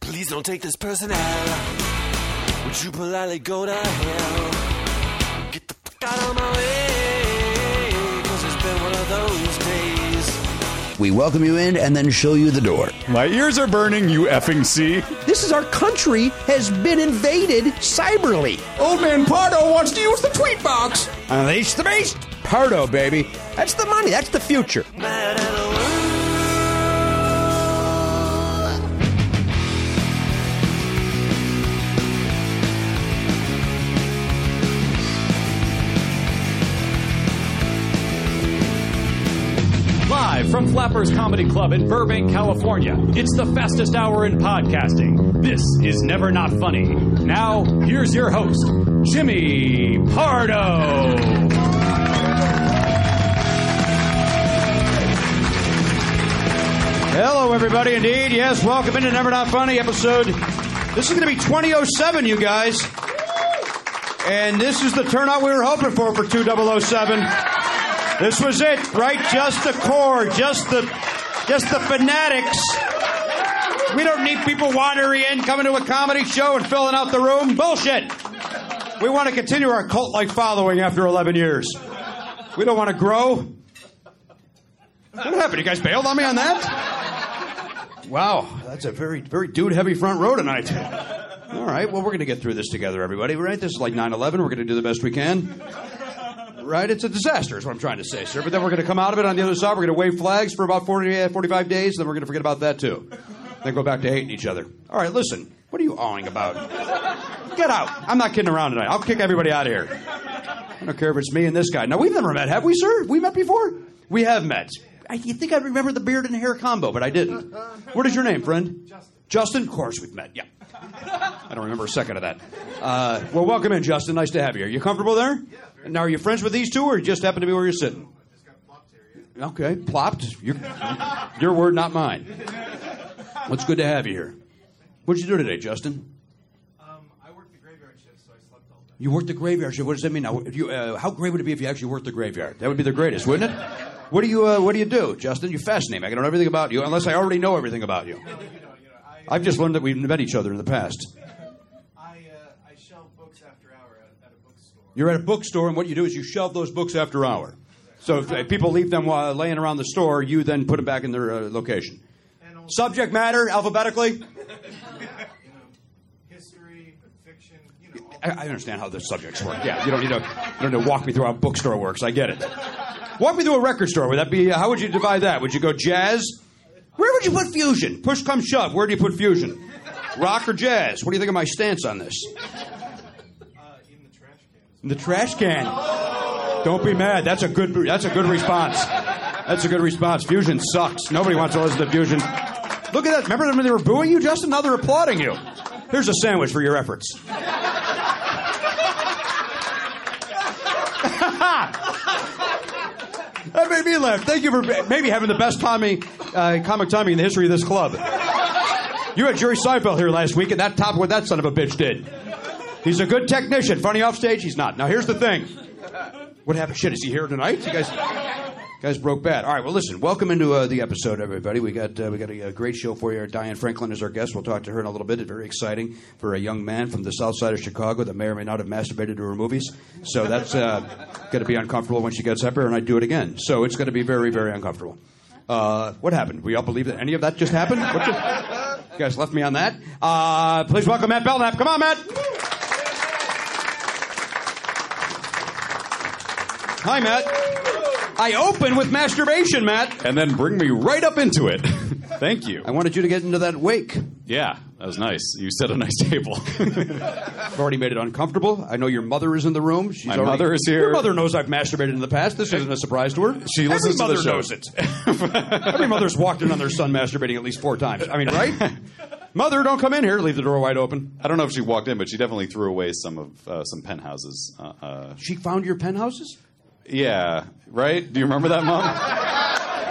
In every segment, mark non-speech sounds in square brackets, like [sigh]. Please don't take this person out. Would you politely go to hell? Get the fuck out of my way. Cause it's been one of those days. We welcome you in and then show you the door. My ears are burning, you effing see. This is our country has been invaded cyberly. Old man Pardo wants to use the tweet box. Unleash the beast! Pardo, baby. That's the money. That's the future. Mad at the world. Live from Flappers Comedy Club in Burbank, California, it's the fastest hour in podcasting. This is Never Not Funny. Now, here's your host, Jimmy Pardo. Hello, everybody. Indeed, yes. Welcome into Never Not Funny episode. This is going to be 2007, you guys. And this is the turnout we were hoping for for 2007. This was it, right? Just the core, just the, just the fanatics. We don't need people wandering in, coming to a comedy show and filling out the room. Bullshit. We want to continue our cult-like following after 11 years. We don't want to grow. What happened? You guys bailed on me on that? Wow, that's a very, very dude heavy front row tonight. All right, well, we're going to get through this together, everybody, right? This is like 9 11. We're going to do the best we can. Right? It's a disaster, is what I'm trying to say, sir. But then we're going to come out of it on the other side. We're going to wave flags for about 40, uh, 45 days, then we're going to forget about that, too. Then go back to hating each other. All right, listen. What are you awing about? Get out. I'm not kidding around tonight. I'll kick everybody out of here. I don't care if it's me and this guy. Now we've never met, have we, sir? We met before? We have met. I, you think I remember the beard and hair combo, but I didn't. What is your name, friend? Justin. Justin, of course we've met. Yeah. I don't remember a second of that. Uh, well, welcome in, Justin. Nice to have you. Are you comfortable there? Yeah. Now, are you friends with these two, or you just happen to be where you're sitting? Okay, plopped. Your, your word, not mine. Well, it's good to have you here. What'd you do today, Justin? I worked the graveyard shift, so I slept all day. You worked the graveyard shift. What does that mean? Now, if you, uh, how great would it be if you actually worked the graveyard? That would be the greatest, wouldn't it? What do you uh, What do you do, Justin? You fascinate me. I don't know everything about you, unless I already know everything about you. I've just learned that we've met each other in the past. I uh, I shelved books after hour at, at a bookstore. You're at a bookstore, and what you do is you shelve those books after hour. So if uh, people leave them uh, laying around the store, you then put them back in their uh, location. And also, Subject matter alphabetically. you know, history, fiction, you know, all I, I understand how the subjects work. Yeah, you don't need to you don't need to walk me through how a bookstore works. I get it. Walk me through a record store. Would that be? uh, How would you divide that? Would you go jazz? Where would you put fusion? Push come shove. Where do you put fusion? Rock or jazz? What do you think of my stance on this? uh, in the trash can. In the trash can. Don't be mad. That's a good. That's a good response. That's a good response. Fusion sucks. Nobody wants to listen to Fusion. Look at that. Remember when they were booing you, Justin? Now they're applauding you. Here's a sandwich for your efforts. That made me laugh. Thank you for maybe having the best Tommy, uh, comic Tommy in the history of this club. You had Jerry Seinfeld here last week, and that topped what that son of a bitch did. He's a good technician. Funny off stage, he's not. Now here's the thing. What happened? Shit, is he here tonight? You guys, you [laughs] guys broke bad. All right. Well, listen. Welcome into uh, the episode, everybody. We got uh, we got a, a great show for you. Diane Franklin is our guest. We'll talk to her in a little bit. It's very exciting for a young man from the South Side of Chicago that may or may not have masturbated to her movies. So that's uh, going to be uncomfortable when she gets up here, and I do it again. So it's going to be very very uncomfortable. Uh, what happened? We all believe that any of that just happened. What the- [laughs] you guys left me on that. Uh, please welcome Matt Belknap. Come on, Matt. Hi, Matt. I open with masturbation, Matt. And then bring me right up into it. [laughs] Thank you. I wanted you to get into that wake. Yeah, that was nice. You set a nice table. [laughs] I've already made it uncomfortable. I know your mother is in the room. She's My already- mother is here. Your mother knows I've masturbated in the past. This isn't a surprise to her. She listens Every to the mother show. [laughs] knows it. Every mother's walked in on their son masturbating at least four times. I [laughs] mean, right? mother, don't come in here. Leave the door wide open. I don't know if she walked in, but she definitely threw away some of uh, some penthouses. Uh, uh, She found your penthouses? yeah, right. Do you remember that, [laughs] mom?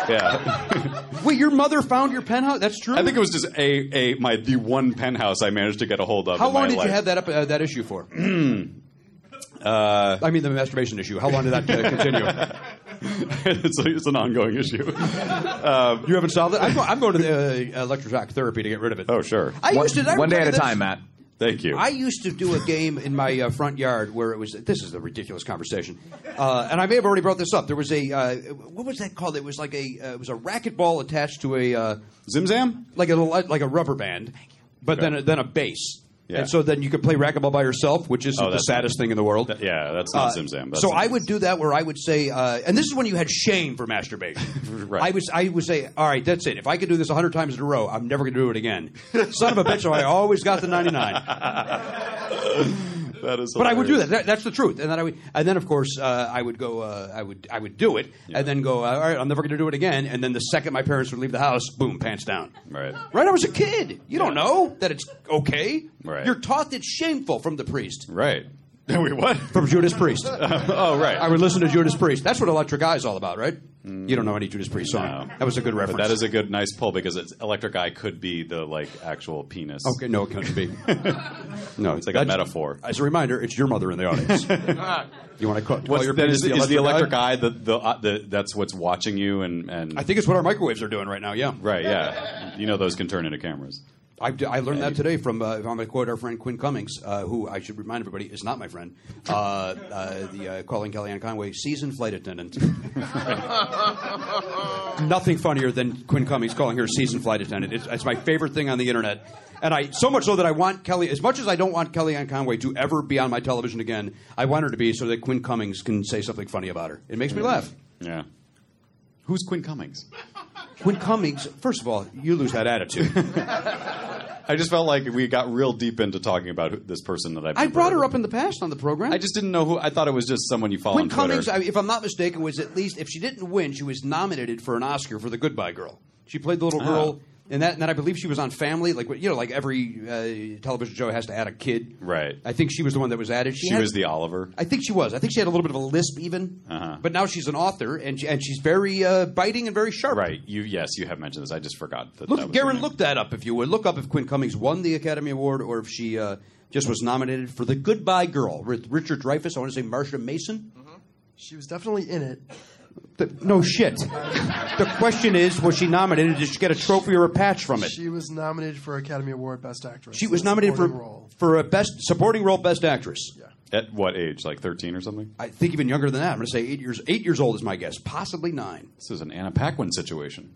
Yeah. Wait, your mother found your penthouse? That's true. I think it was just a a my the one penthouse I managed to get a hold of. How in my long did life. [laughs] you have that up, uh, that [clears throat] issue for? I mean, the masturbation issue. How long did that uh, continue? it's, a, it's an ongoing [laughs] issue. Uh, you haven't solved it. I'm, go- I'm going to the uh, electroshock therapy to get rid of it. Oh, sure. I One, used to. I one day at remember a this- time, Matt. Thank you. I used to do a game in my uh, front yard where it was. This is a ridiculous conversation, uh, and I may have already brought this up. There was a uh, what was that called? It was like a uh, it was a racquetball attached to a uh, Zimzam? like a like a rubber band, but then a, then a base. Yeah. And so then you could play racquetball by yourself, which isn't Oh, the that's- saddest thing in the world. Yeah, that's Uh, not Zimzam. That's so I would do that where I would say, uh, and this is when you had shame for masturbation. [laughs] Right. I was, I would say, all right, that's it. If I could do this hundred times in a row, I'm never going to do it again. Son of a bitch! So I always got the ninety nine. That is But I would do hilarious. that. that. That's the truth. And then I would, and then of course uh, I would go. Uh, I would, I would do it, and then go. Uh, all right, I'm never going to do it again. And then the second my parents would leave the house, boom, pants down. Right. Right. I was a kid. You don't Yeah. know that it's okay. Right. You're taught it's shameful from the priest, Right. [laughs] Wait, what? from Judas Priest. [laughs] oh, right. I would listen to Judas Priest. That's what Electric Eye is all about, right? You don't know any Judas Priest song. Mm. No. That was a good reference. But that is a good, nice pull because it's electric eye could be the like actual penis. okay. No, it couldn't be. [laughs] no, It's like a that's- metaphor. As a reminder, it's your mother in the [laughs] audience. you want to call, call What's, your then penis is, is the electric eye? eye, the, the, uh, the that's what's watching you and and I think it's what our microwaves are doing right now. Yeah. right, yeah. You know those can turn into cameras. I, I learned that today from, uh, if I'm going to quote our friend Quinn Cummings, uh, who I should remind everybody is not my friend, uh, uh, the uh, Colin Kellyanne Conway seasoned flight attendant. [laughs] Nothing funnier than Quinn Cummings calling her a seasoned flight attendant. It's, it's my favorite thing on the internet. And I so much so that I want Kelly, as much as I don't want Kellyanne Conway to ever be on my television again, I want her to be so that Quinn Cummings can say something funny about her. It makes me laugh. Yeah. Who's Quinn Cummings? Quinn Cummings, first of all, you lose that attitude. I just felt like we got real deep into talking about who- this person that I've [laughs] I been brought bored her with. up in the past on the program. I just didn't know who. I thought it was just someone you follow Quinn on Twitter. Cummings, I, if I'm not mistaken, was at least if she didn't win, she was nominated for an Oscar for The Goodbye Girl. She played the Ah. little girl, and that, and then I believe she was on Family, like you know, like every uh, television show has to add a kid. Right. I think she was the one that was added. She, she had- was the Oliver. I think she was. I think she had a little bit of a lisp even, Uh-huh. but now she's an author and she, and she's very uh, biting and very sharp. Right. You. Yes, you have mentioned this. I just forgot. That that Look, was her Garen, name. look that up if you would. Look up if Quinn Cummings won the Academy Award or if she uh, just was nominated for The Goodbye Girl with Richard Dreyfuss. I want to say Marsha Mason. She was definitely in it. The, no shit. the question is, was she nominated? Did she get a trophy or a patch from it? She, She was nominated for Academy Award Best Actress. was in a nominated for supporting role. for a best supporting role, best actress. Yeah. At what age? Like thirteen or something? I think even younger than that. I'm going to say eight years. Eight years old is my guess. Possibly nine. This is an Anna Paquin situation.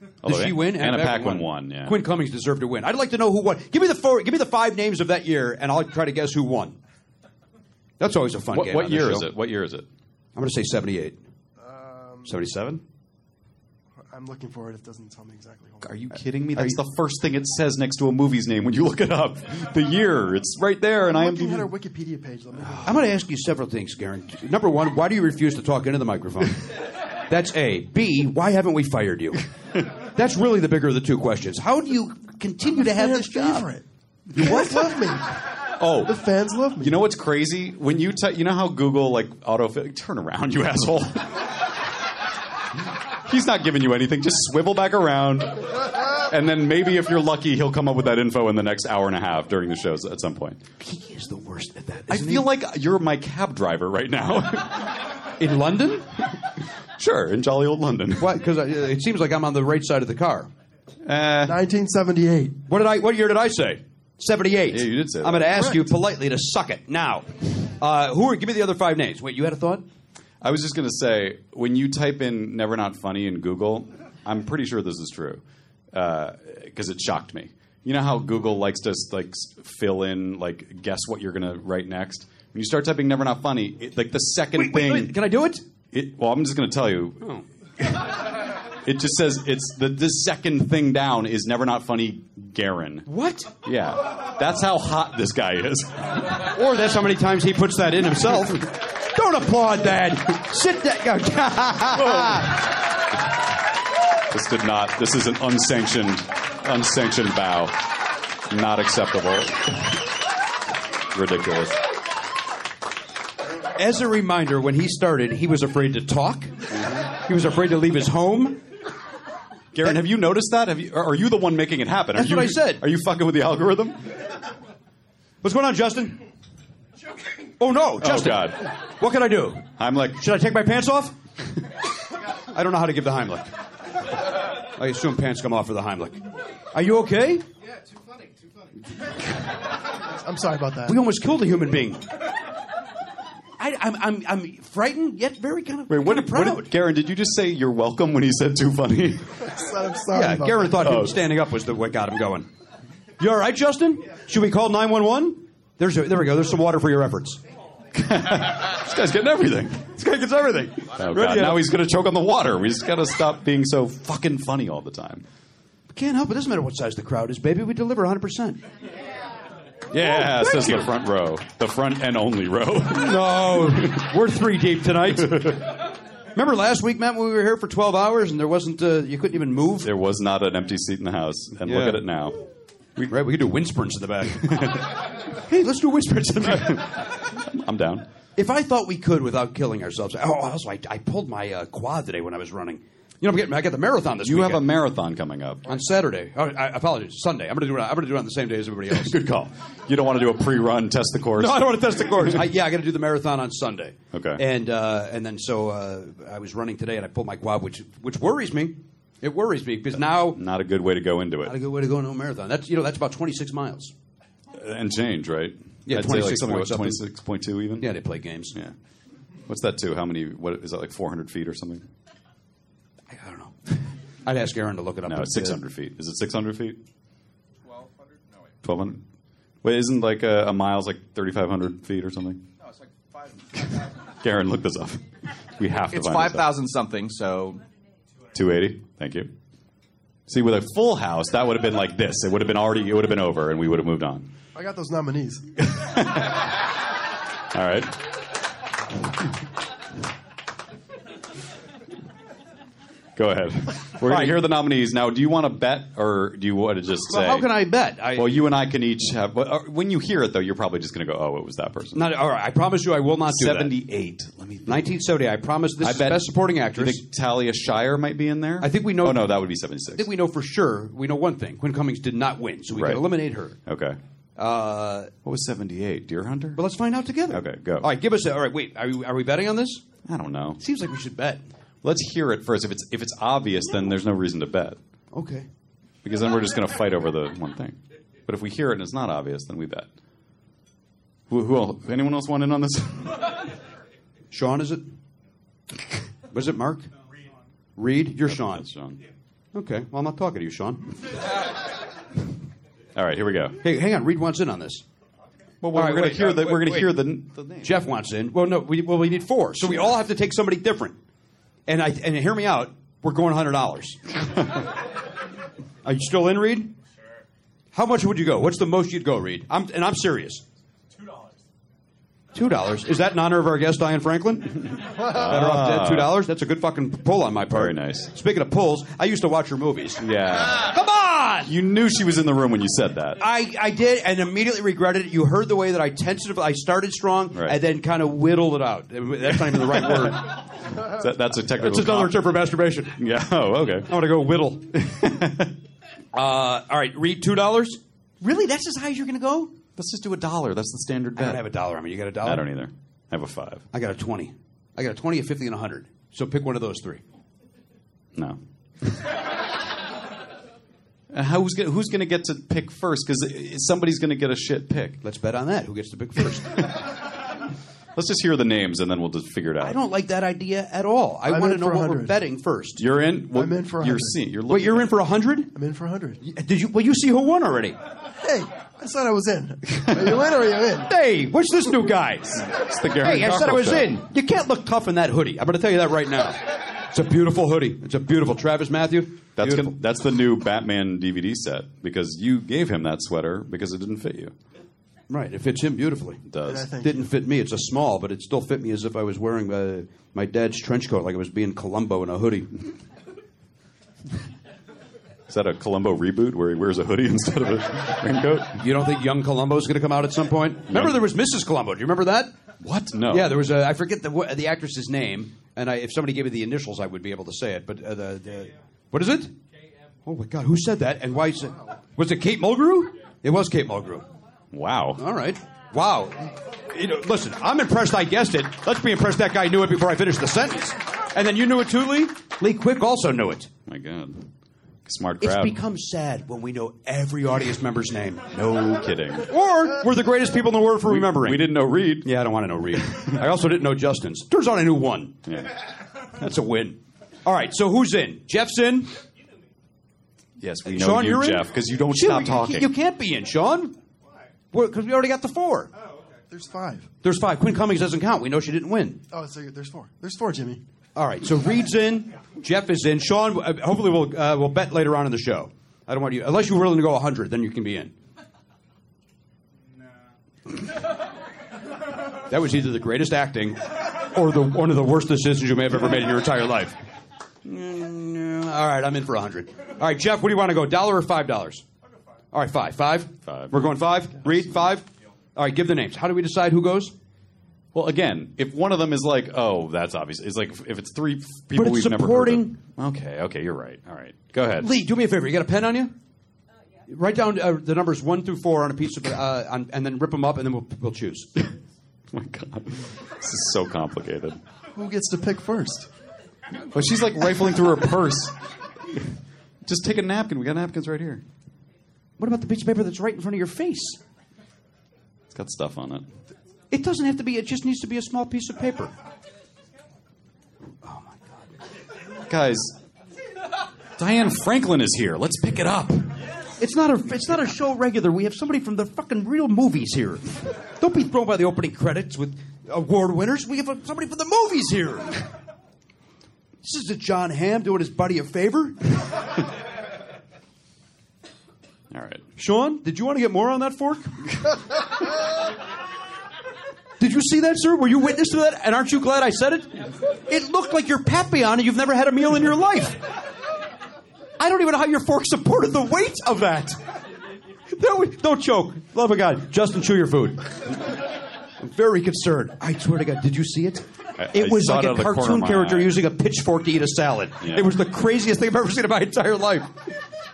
Did Although she win? Anna, Paquin won. Yeah. Quinn Cummings deserved to win. I'd like to know who won. Give me the four. Give me the five names of that year, and I'll try to guess who won. That's always a fun What, game. what on this year is show. it? What year is it? I'm going to say 78. 77? I'm looking for it. It doesn't tell me exactly. Hold on. Are you kidding me? That's the first thing it says next to a movie's name when you look it up. The year. It's right there. And I I'm am. looking at her Wikipedia page. Let me look. I'm going to ask you several things, Garen. Number one, why do you refuse to talk into the microphone? That's A. B, why haven't we fired you? That's really the bigger of the two questions. How do you continue to have Fan this job? favorite. The fans love me. Oh, The fans love me. You know what's crazy? When you t- you know how Google like autofill turn around, you asshole. [laughs] He's not giving you anything. Just swivel back around, and then maybe if you're lucky, he'll come up with that info in the next hour and a half during the shows at some point. He is the worst at that. I isn't feel like you're my cab driver right now. [laughs] he? in London? sure, in jolly old London. Why? Because it seems like I'm on the right side of the car. 1978. What did I? What year did I say? Seventy-eight. Yeah, you did say I'm going that. to ask you Correct. politely to suck it now. Uh, who are? Give me the other five names. Wait, you had a thought? I was just gonna say when you type in "never not funny" in Google, I'm pretty sure this is true because it shocked me. You know how Google likes to like s- fill in like guess what you're gonna write next. When you start typing "never not funny," it, like the second thing, Can I do it? it, well, I'm just gonna tell you. Oh. It just says it's the the second thing down is never not funny, Garen. What? Yeah, that's how hot this guy is. Or that's how many times he puts that in himself. Don't applaud that. Sit [laughs] down. This did not. This is an unsanctioned, unsanctioned bow. Not acceptable. Ridiculous. As a reminder, when he started, he was afraid to talk. He was afraid to leave his home. Garen, have you noticed that? Have you? Are you the one making it happen? Are That's you- what I said. Are you fucking with the algorithm? What's going on, Justin? Oh no, Justin. God. What can I do? I'm like, Should I take my pants off? I don't know how to give the Heimlich. I assume pants come off for the Heimlich. Are you okay? I'm sorry about that. We almost killed a human being. I, I'm, I'm, I'm frightened yet very kind of, Wait, what, kind of what- proud. Garen, did you just say you're welcome when he said too funny? [laughs] I'm sorry yeah, about Garen that. thought him Oh. standing up was the, what got him going. You all right, Justin? Should we call 911? There's a, there we go. There's some water for your efforts. this guy's getting everything. This guy gets everything. Oh, Ready God. to- Now he's going to choke on the water. We just got to stop being so fucking funny all the time. Can't help it. Doesn't matter what size the crowd is, baby. We deliver 100%. Yeah, says the front row. The front and only row. [laughs] No, we're three deep tonight. Remember last week, Matt, when we were here for 12 hours and there wasn't, uh, you couldn't even move? there was not an empty seat in the house. And Yeah. look at it now. We, right, we could do wind sprints in the back. [laughs] hey, let's do wind sprints in the back. I'm down. if I thought we could without killing ourselves, oh, also, I, I pulled my uh, quad today when I was running. You know, I'm getting, I got the marathon this You weekend. have a marathon coming up. on Saturday. Oh, I, I apologize, Sunday. I'm going to do it. I'm going to do it on the same day as everybody else. [laughs] Good call. You don't want to do a pre-run, test the course. No, I don't want to test the course. I, yeah, I got to do the marathon on Sunday. Okay. And uh, and then so uh, I was running today, and I pulled my quad, which which worries me. It worries me because now Not a good way to go into not a it. good way to go into a marathon. That's you know that's about 26 miles. And change, right? Yeah, I'd say like 26 something point about something. 26.2 even. Yeah, they play games. Yeah. What's that to? How many? What is that? Like 400 feet or something? I, I don't know. I'd ask Aaron to look it up. No, but, it's uh, 600 feet. Is it 600 feet? 1200? No, wait. 1200? Wait, isn't like uh, a, a mile's like 3,500 feet or something? No, it's like 5,000. Garen, look this up. We have to It's find five this out. thousand something. So 280. Thank you. See, with a full house, that would have been like this. It would have been already, it would have been over, and we would have moved on. I got those nominees. All right. Go ahead. We're going to hear the nominees now. Do you want to bet, or do you want to just Well, say? how can I bet? I, Well, you and I can each have. But uh, when you hear it, though, you're probably just going to go, "Oh, it was that person." not all right. I promise you, I will not do that. 78. Let me. 1970. I promise this I is best supporting actress. Do you think Talia Shire might be in there? I think we know- Oh no, that would be 76. I think we know for sure. We know one thing: Quinn Cummings did not win, so we Right. can eliminate her. okay. Uh, What was 78? Deer Hunter? but let's find out together. Okay, go. All right, give us. A, all right, wait. Are we, are we betting on this? I don't know. Seems like we should bet. Let's hear it first. If it's if it's obvious, then there's no reason to bet. Okay. because then we're just going to fight over the one thing. But if we hear it and it's not obvious, then we bet. Who, who else? Anyone else want in on this? Sean, [laughs] is it? Was it Mark? [laughs] Reed. Reed? You're Sean. That's Sean. Okay. Well, I'm not talking to you, Sean. All right, here we go. Hey, hang on. Reed wants in on this. Well, All right, we're going wait, to hear uh, the wait, we're going to wait. hear the, the name. Jeff wants in. Well, no. We, well, we need four, so we all have to take somebody different. And I and hear me out. We're going hundred dollars. Are you still in, Reed? Sure. How much would you go? What's the most you'd go, Reed? I'm and I'm serious. Two dollars. Is that in honor of our guest Diane Franklin? Better off dead two dollars. That's a good fucking pull on my part. Very nice. Speaking of pulls, I used to watch her movies. Yeah, Come on. you knew she was in the room when you said that. I, I did and immediately regretted it. You heard the way that I tentatively I started strong Right. and then kind of whittled it out. That's not even the right [laughs] word. That- that's a technical. That's another comp- term for masturbation. Yeah. Oh, okay. I want to go whittle. [laughs] uh, all right, Reed, two dollars. Really? That's as high as you're going to go? Let's just do a dollar. That's the standard I bet. don't have a dollar on me. You got a dollar? I don't either. I have a five. I got a twenty. I got a twenty, a fifty, and a hundred. So pick one of those three. [laughs] No. Uh, Who's gonna, who's going to get to pick first? Because somebody's going to get a shit pick. Let's bet on that. Who gets to pick first? Let's just hear the names and then we'll just figure it out. [laughs] I don't like that idea at all. I I'm want to in know for what we're 100. betting first. You're in. Well, I'm in for You're 100. seeing. You're looking. Wait, you're in for a hundred? I'm in for 100. Did you? Well, you see who won already. Hey, I said I was in. Are you in or are you in? Hey, what's this new guy? It's the Garen Hey, I said I Garbo was show. in. You can't look tough in that hoodie. I'm going to tell you that right now. It's a beautiful hoodie. It's a beautiful Travis Matthew. That's beautiful. gonna, that's the new Batman DVD set because you gave him that sweater because it didn't fit you. right. It fits him beautifully. It does. Thank Didn't fit me. It's a small, but it still fit me as if I was wearing uh, my dad's trench coat, like I was being Columbo in a hoodie. Is that a Columbo reboot where he wears a hoodie [laughs] instead of a raincoat? You don't think young Columbo's going to come out at some point? Remember, there was Mrs. Columbo. Do you remember that? What? No. Yeah, there was a. I forget the wh- the actress's name, and I, if somebody gave me the initials, I would be able to say it. But uh, the, the what is it? Oh my God, who said that? And why? Is it, was it Kate Mulgrew? It was Kate Mulgrew. Wow. Oh All right. Wow. You know, listen, I'm impressed I guessed it. Let's be impressed that guy knew it before I finished the sentence. And then you knew it too, Lee? Lee Quick also knew it. My God. Smart It's crowd. become sad when we know every audience member's name. no kidding. Or we're the greatest people in the world for remembering. We didn't know Reed. Yeah, I don't want to know Reed. I also didn't know Justin's. Turns out I knew one. Yeah. That's a win. All right, so who's in? Jeff's in. Yes, we know Sean, you, are Jeff, because you don't stop talking. You can't be in, Sean. Because we already got the four. There's five. There's five. Quinn Cummings doesn't count. We know she didn't win. Oh, so there's four. There's four, Jimmy. All right, so Reed's in. Jeff is in. Sean, uh, hopefully we'll uh, we'll bet later on in the show. I don't want you unless you're willing to go 100, then you can be in. That was either the greatest acting or the one of the worst decisions you may have ever made in your entire life. Mm, all right, I'm in for 100. All right, Jeff, what do you want to go? Dollar or five dollars? All right, five. Five? Five. We're going five? Reed, five? All right, give the names. How do we decide who goes? well, again, if one of them is like, oh, that's obvious. It's like if it's three f- people it's we've supporting- never heard of. Okay, okay, you're right. All right, go ahead. Lee, do me a favor. You got a pen on you? Write down uh, the numbers one through four on a piece of, uh, on, and then rip them up, and then we'll, we'll choose. [laughs] Oh my God, this is so complicated. Who gets to pick first? But she's like rifling through her purse. [laughs] Just take a napkin. We got napkins right here. [clears throat] what about the piece of paper that's right in front of your face? It's got stuff on it. It doesn't have to be. It just needs to be a small piece of paper. Guys, Diane Franklin is here. Let's pick it up. It's not a. It's not a show regular. We have somebody from the fucking real movies here. Don't be thrown by the opening credits with award winners. We have uh, somebody from the movies here. This is a John Hamm doing his buddy a favor. All right. Sean, did you want to get more on that fork? did you see that, sir? Were you witness to that? And aren't you glad I said it? It looked like your papillon and you've never had a meal in your life. I don't even know how your fork supported the weight of that. That was- don't choke. Love of God. Justin, chew your food. I'm very concerned. I swear to God, did you see it? I- I it was saw like it a out of the corner of cartoon my character eye. using a pitchfork to eat a salad. Yeah. It was the craziest thing I've ever seen in my entire life.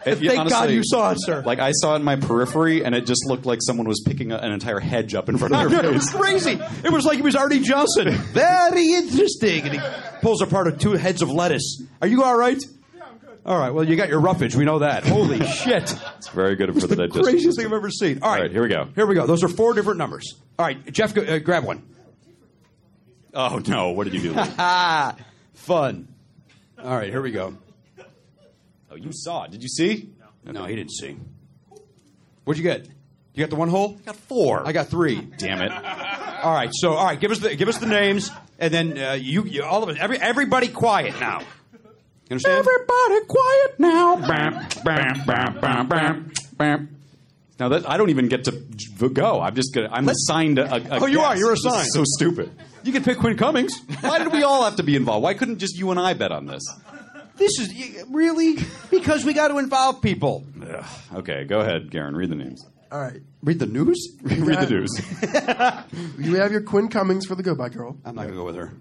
And If you- thank God honestly, you saw it, sir. Like I saw it in my periphery, and it just looked like someone was picking a, an entire hedge up in front [laughs] of their it was face. crazy. It was like he was Artie Johnson. Very interesting. And he pulls apart of two heads of lettuce. Are you all right? Yeah, I'm good. All right. Well, you got your roughage. We know that. Holy [laughs] shit! It's very good It's for the, the digestion. craziest thing system. I've ever seen. All right. All right, here we go. Here we go. Those are four different numbers. All right, Jeff, go, uh, grab one. Oh no! What did you do? Lee? [laughs] Ah, fun. All right, here we go. oh, you saw it. Did you see? No, he didn't see. What'd you get? You got the one hole? I got four. I got three. Damn it! All right, so all right, give us the give us the names, and then uh, you, you all of us, every, everybody quiet now. You understand? Everybody quiet now. Bam, bam, bam, bam, bam, bam. Now that I don't even get to v- go. I'm just gonna. I'm assigned a. a- a Oh, you are. guest. You're This is assigned. So stupid. You can pick Quinn Cummings. Why did we all have to be involved? Why couldn't just you and I bet on this? This is y- really because we got to involve people. Ugh. Okay, go ahead, Garen. Read the names. All right. Read the news. Read the [laughs] news. You have your Quinn Cummings for the Goodbye Girl, I'm not gonna go with her.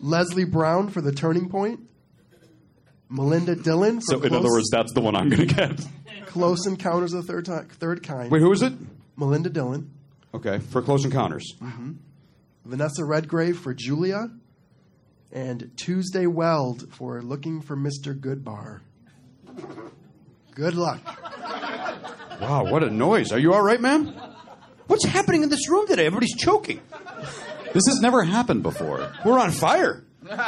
Leslie Brown for the Turning Point, Melinda Dillon for So, close, in other words, that's the one I'm going to get. close Encounters of the Third, Ti- third Kind, Wait, who is it? Melinda Dillon, Okay, for Close Encounters. Vanessa Redgrave for Julia, and Tuesday Weld for Looking for Mr. Goodbar. Good luck. Wow, what a noise! Are you all right, ma'am? What's happening in this room today? Everybody's choking. This has never happened before. We're on fire.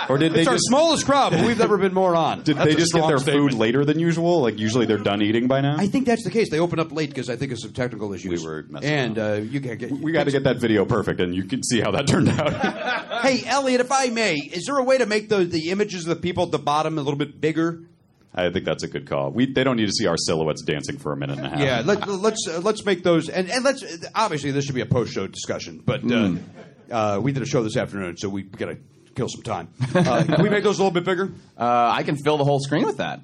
Or did they It's our just smallest crowd, but we've never been more on. did That's they a just get strong their statement. food later than usual? Like usually they're done eating by now. I think that's the case. They opened up late because I think of some technical issues. We were messing and up. uh, you can't get. we got to get that video perfect, and you can see how that turned out. [laughs] Hey, Elliot, if I may, is there a way to make the the images of the people at the bottom a little bit bigger? I think that's a good call. We they don't need to see our silhouettes dancing for a minute and a half. Yeah, let, let's uh, let's make those and and let's obviously this should be a post show discussion, but uh, Mm. uh, we did a show this afternoon, so we got to kill some time. [laughs] Uh, can we make those a little bit bigger? Uh, I can fill the whole screen with that.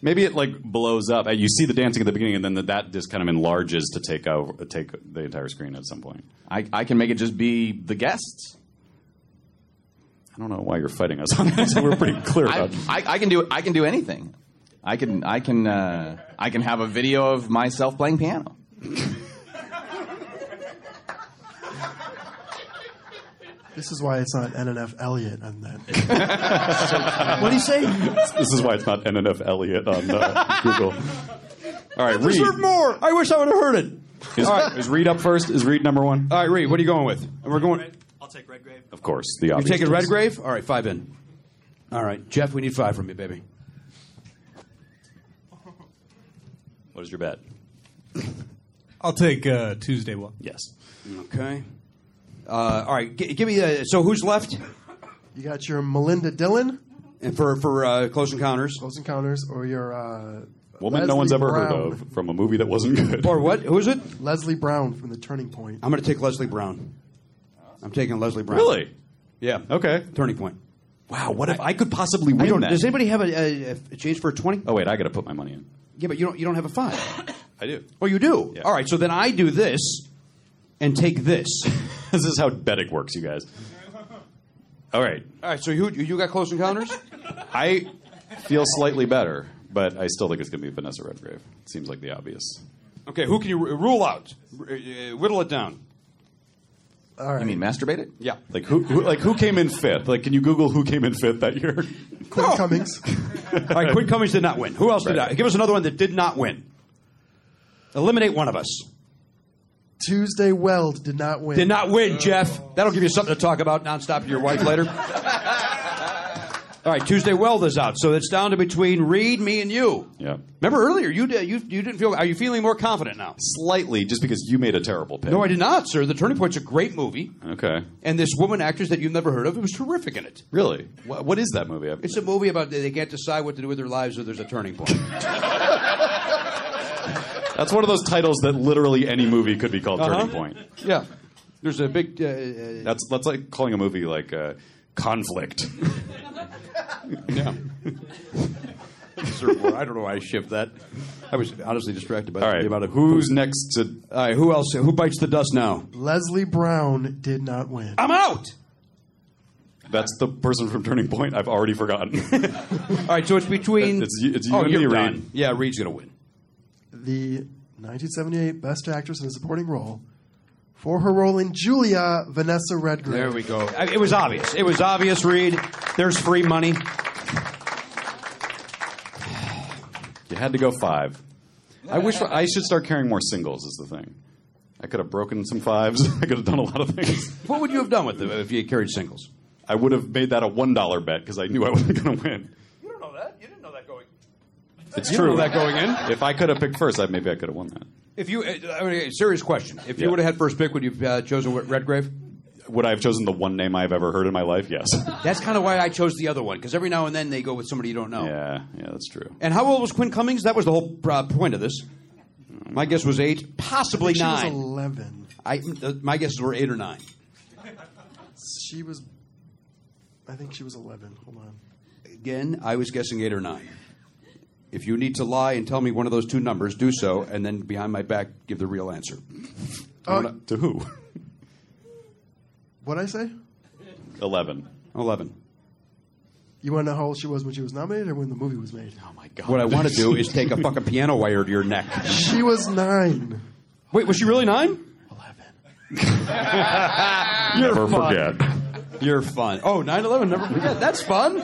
Maybe it like blows up. and You see the dancing at the beginning, and then that just kind of enlarges to take over, take the entire screen at some point. I, I can make it just be the guests. I don't know why you're fighting us on that. So we're pretty clear I, about. [laughs] I, I can do I can do anything. I can I can uh, I can have a video of myself playing piano. This is why it's not NNF Elliot on that. what do you say? [laughs] This is why it's not NNF Elliot on uh, Google. [laughs] All right, Reed. Deserve more. I wish I would have heard it. Is, is Reed up first? Is Reed number one? All right, Reed, what are you going with? And we're going. I'll take Redgrave. Of course, the obvious. You're taking choice. Redgrave? All right, five in. All right, Jeff, we need five from you, baby. What is your bet? I'll take uh, Tuesday one. Yes. Okay. Uh, all right, g- give me. Uh, so who's left? You got your Melinda Dillon, And for for uh, close encounters Close Encounters, or your uh, Woman no Leslie one's ever Brown. heard of from a movie that wasn't good. or what? Who is it? Leslie Brown from The Turning Point. I'm going to take Leslie Brown. I'm taking Leslie Brown. [laughs] really? Yeah. Okay. Turning point. Wow. What if I, could possibly win I don't, that? does anybody have a, a, a change for a twenty? oh wait, I got to put my money in. Yeah, but you don't. You don't have a five. I do. Oh, you do. Yeah. All right. So then I do this, and take this. [laughs] this is how betting works, you guys. All right. All right. So you you got close encounters? I feel slightly better, but I still think it's going to be Vanessa Redgrave. Seems like the obvious. Okay. Who can you r- rule out? R- uh, whittle it down. All You right, mean masturbate it? Yeah. Like who, who? Like who came in fifth? Like, can you Google who came in fifth that year? Quinn Cummings. All [laughs] right. Quinn Cummings did not win. Who else did Right. not? Give us another one that did not win. Eliminate one of us. Tuesday Weld did not win. Did not win, Jeff. That'll give you something to talk about nonstop to your wife later. All right, Tuesday Weld is out, so it's down to between Reed, me, and you. [laughs] Yeah. Remember earlier, you did, you you didn't feel. Are you feeling more confident now? Slightly, just because you made a terrible pick. No, I did not, sir. The Turning Point's a great movie, Okay. and this woman actress that you've never heard of was terrific in it. Really? What, what is that movie? I- It's a movie about they can't decide what to do with their lives, or there's a turning [laughs] point. That's one of those titles that literally any movie could be called Turning Point. yeah, there's a big. Uh, uh, That's that's like calling a movie like uh, [laughs] Conflict. yeah. Sir, well, I don't know why I shift that. I was honestly distracted by All the right. amount of Who's next to? All right, who else? Who bites the dust now? Leslie Brown did not win. I'm out. That's the person from Turning Point. I've already forgotten. [laughs] All right, so it's between. It's you- it's you oh, and you're me, done. Reed. Yeah, Reed's gonna win. The 1978 Best Actress in a Supporting Role for her role in Julia, Vanessa Redgrave. There we go. I- it was obvious. It was obvious, Reed. There's free money. you had to go five. I wish I should start carrying more singles. Is the thing. I could have broken some fives. [laughs] I could have done a lot of things. What would you have done with it if you had carried singles? I would have made that a one dollar bet because I knew I wasn't going to win. You don't know that. You didn't know that going. It's You true. know that going in. If I could have picked first, I, maybe I could have won that. If you, uh, I mean, serious question. If you Yeah. would have had first pick, would you have uh, chosen Red- Redgrave? Would I have chosen the one name I've ever heard in my life? Yes. [laughs] That's kind of why I chose the other one because every now and then they go with somebody you don't know. Yeah, yeah, that's true. And how old was Quinn Cummings? That was the whole uh, point of this. My guess was eight, possibly She was nine. 11. I, uh, my guesses were eight or nine. She was. I think she was 11. Hold on. Again, I was guessing eight or nine. If you need to lie and tell me one of those two numbers, do so, and then behind my back, give the real answer. Uh, To who? what I say? Eleven. 11. You want to know how old she was when she was nominated or when the movie was made? my God. What I want to do is take a fucking piano wire to your neck. She was nine. Wait, was she really nine? [laughs] Never forget. You're fun. Oh, 9 11, never forget. That's fun.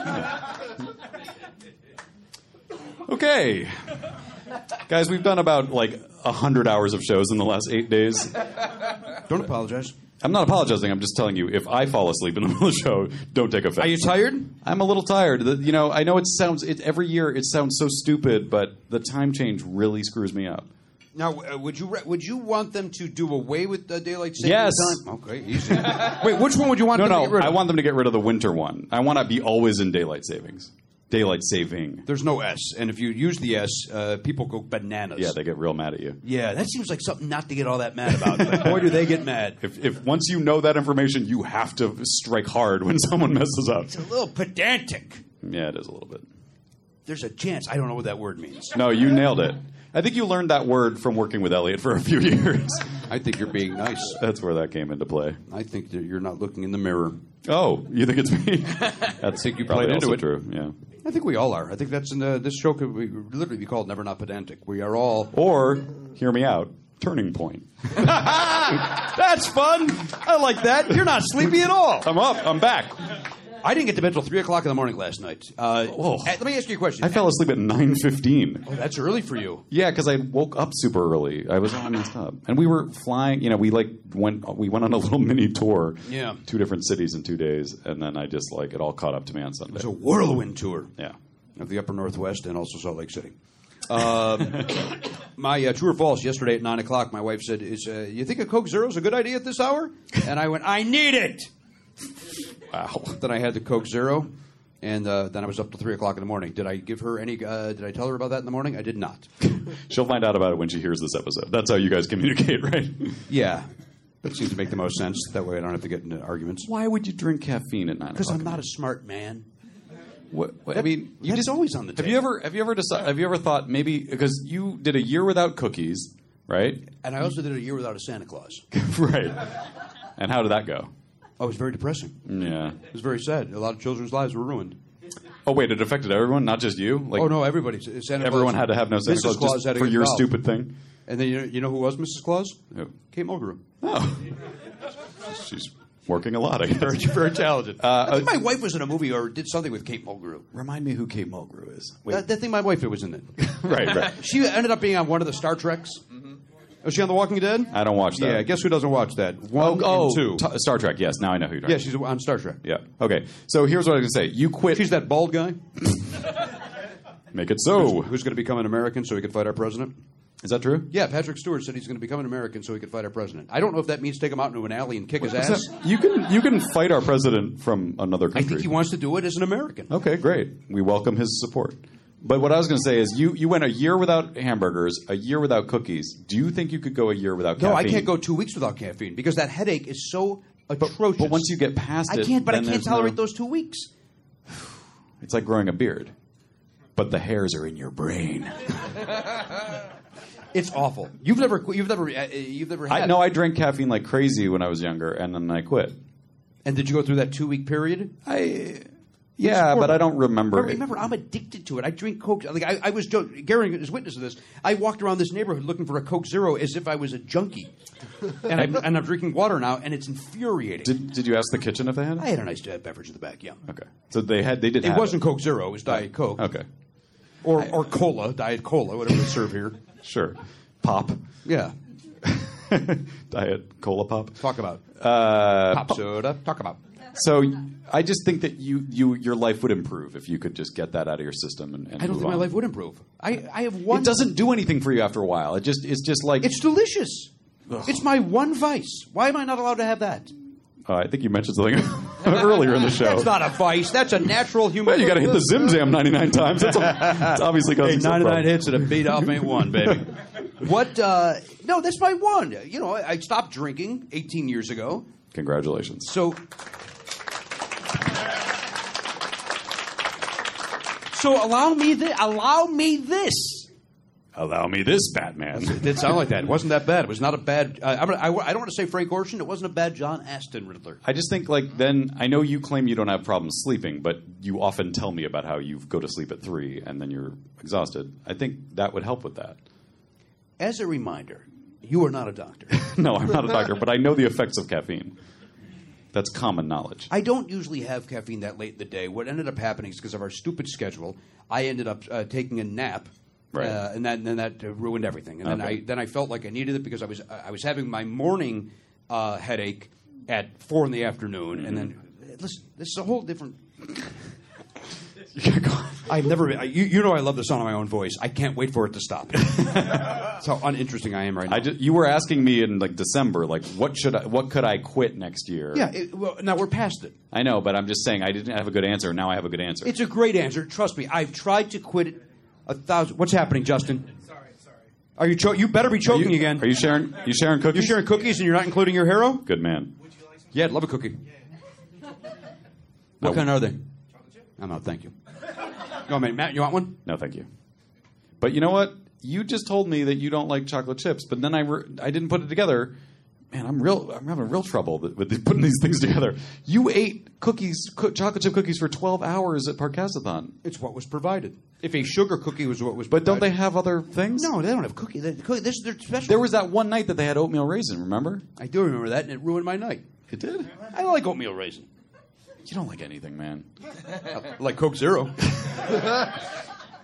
Okay. Guys, we've done about like 100 hours of shows in the last eight days. Don't apologize. I'm not apologizing. I'm just telling you, if I fall asleep in the [laughs] middle of the show, don't take offense. Are you tired? I'm a little tired. The- You know, I know it sounds, it, every year it sounds so stupid, but the time change really screws me up. Now, uh, would you re- would you want them to do away with the daylight saving Yes. time? Okay, easy. [laughs] Wait, which one would you want No, them to get no, rid I of? want them to get rid of the winter one. I want to be always in daylight savings. Daylight saving. There's no S, and if you use the S, uh, people go bananas. Yeah, they get real mad at you. Yeah, that seems like something not to get all that mad about. [laughs] But boy, do they get mad. If, if once you know that information, you have to strike hard when [laughs] someone messes up. It's a little pedantic. Yeah, it is a little bit. There's a chance. I don't know what that word means. No, you nailed it. I think you learned that word from working with Elliot for a few [laughs] years. I think you're being nice. That's where that came into play. I think that you're not looking in the mirror. Oh, you think it's me? [laughs] That's Think you probably played also into it. true. Yeah. I think we all are. I think uh, that's in the, this show could be, literally be called "Never Not Pedantic." We are all Or hear me out. turning point. [laughs] That's fun. I like that. You're not sleepy at all. I'm up. I'm back. I didn't get to bed till three o'clock in the morning last night. Uh, at- let me ask you a question. I fell asleep at nine fifteen. Oh, that's early for you. Yeah, because I woke up super early. I was all messed up, and we were flying. You know, we like went we went on a [laughs] little mini tour. Yeah. two different cities in two days, and then I just like it all caught up to me on Sunday. It's a whirlwind tour. Yeah. of the Upper Northwest and also Salt Lake City. Um, [coughs] my uh, true or false yesterday at nine o'clock, my wife said, "Is uh, you think a Coke Zero's a good idea at this hour?" And I went, "I need it." Wow. Then I had the Coke Zero, and uh, then I was up till three o'clock in the morning. Did I give her any? Uh, did I tell her about that in the morning? I did [laughs] not. She'll find out about it when she hears this episode. That's how you guys communicate, [laughs] right? Yeah, that seems to make the most sense. That way, I don't have to get into arguments. Why would you drink caffeine at nine? Because o'clock I'm in not a smart man. What, what- I mean, you that just is always on the Have table. you ever have you ever decided, have you ever thought maybe because you did a year without cookies, right? [laughs] And I also did a year without a Santa [laughs] Claus. right. And how did that go? I was very depressing. It Yeah. was very sad. A lot of children's lives were ruined. Oh wait, it affected everyone, not just you. Like oh no, everybody. Santa Claus- everyone had to have no Santa Mrs. Claus, Claus just had to for get your involved. stupid thing. And then you know, you know who was Mrs. Claus? Who? [laughs] Kate Mulgrew. Oh, she's working a lot. I Very, guess. very talented. Uh, I think uh, my wife was in a movie or did something with Kate Mulgrew. Remind me who Kate Mulgrew is. Wait. That, that thing my wife was in it. [laughs] right, right. [laughs] she ended up being on one of the Star Treks. Mm-hmm. Was she on The Walking Dead? I don't watch that. Yeah, guess who doesn't watch that? Oh, One oh, and two. T- Star Trek. Yes, now I know who you're yeah, talking she's on Star Trek. about. Yeah. Okay. So here's what I was gonna say. You quit. She's that bald guy [laughs] Make it so. who's going to become an American so he could fight our president. Is that true? Yeah, Patrick Stewart said he's going to become an American so he could fight our president. I don't know if that means take him out into an alley and kick his ass. So you can you can fight our president from another I country. think he wants to do it as an American. Okay, great. We welcome his support. But what I was going to say is, you, you went a year without hamburgers, a year without cookies. Do you think you could go a year without caffeine? No, I can't go two weeks without caffeine because that headache is so atrocious. but once you get past I it, can't. But I then can't there's tolerate no- those two weeks. It's like growing a beard, but the hairs are in your [laughs] brain. It's awful. You've never. qu- You've never. uh, You've never had. I know I drank caffeine like crazy when I was younger, and then I quit. And did you go through that two week period? I yeah, but I don't remember. But remember, I'm addicted to it. I drink Coke. Like I, I was. jo- Gary is witness to this. I walked around this neighborhood looking for a Coke Zero as if I was [laughs] a junkie. And I'm, and I'm drinking water now, and it's infuriating. Did, did you ask the kitchen if they had it? I had a nice uh, beverage in the back. Yeah. okay, so they had. They did. It have wasn't Coke Zero. It was Diet Coke. Okay, Or or cola, Diet Cola, whatever they serve here. sure. [laughs] Pop, Yeah. diet cola pop. Talk about Uh, pop soda. Talk about. So I just think that you, you your life would improve if you could just get that out of your system. And, and I don't move think my on. life would improve. I, I have one. It doesn't do anything for you after a while. It just it's just like It's delicious. It's my one vice. Why am I not allowed to have that? Uh, I think you mentioned something [laughs] earlier in the show. [laughs] That's not a vice. That's a natural human. well, you got to hit the Zim Zam 99 times. [laughs] That's, a, that's obviously going to and a beat off ain't one, baby. [laughs] what? Uh, no, that's my one. You know, I, I stopped drinking 18 years ago. Congratulations. So. So allow me this. Allow me this. Allow me this, Batman. It did sound like that. It wasn't that bad. It was not a bad. Uh, I'm, I, I don't want to say Frank Ocean. It wasn't a bad John Aston Riddler. I just think like then I know you claim you don't have problems sleeping, but you often tell me about how you go to sleep at three and then you're exhausted. I think that would help with that. [laughs] As a reminder, you are not a doctor. No, I'm not a doctor, but I know the effects of caffeine. That's common knowledge. I don't usually have caffeine that late in the day. What ended up happening is because of our stupid schedule, I ended up uh, taking a nap. Right. Uh, and that and then that uh, ruined everything. And then Okay. I then I felt like I needed it because I was I was having my morning uh, headache at four in the afternoon. And then Mm-hmm. listen, this is a [laughs] whole different. I never. I, you, you know I love the sound of my own voice. I can't wait for it to stop. [laughs] That's how uninteresting I am right now. I ju- you were asking me in like December, like what should I, what could I quit next year? yeah. It, well, now we're past it. I know, but I'm just saying I didn't have a good answer. Now I have a good answer. It's a great answer. Trust me. I've tried to quit it a thousand. What's happening, Justin? Sorry, sorry. Are you cho- you better be Are choking you, again? Are you sharing? You sharing You cookies? sharing cookies and you're not including your hero? Good man. Yeah, I'd love a cookie. What No. kind are they? I'm out. Thank you. Go on, man. Matt, you want one? No, thank you. But you know what? You just told me that you don't like chocolate chips, but then I re- I didn't put it together. man, I'm real. I'm having real trouble th- with [laughs] th- putting these things together. You ate cookies, co- chocolate chip cookies, for 12 hours at Parkasathon. It's what was provided. If a sugar cookie was what was, But don't they have other things? No, they don't have cookie. They, cookie this is their special. There was that one night that they had oatmeal raisin. Remember? I do remember that, and it ruined my night. It did. I don't like oatmeal raisin. You don't like anything, man. I like Coke Zero. Do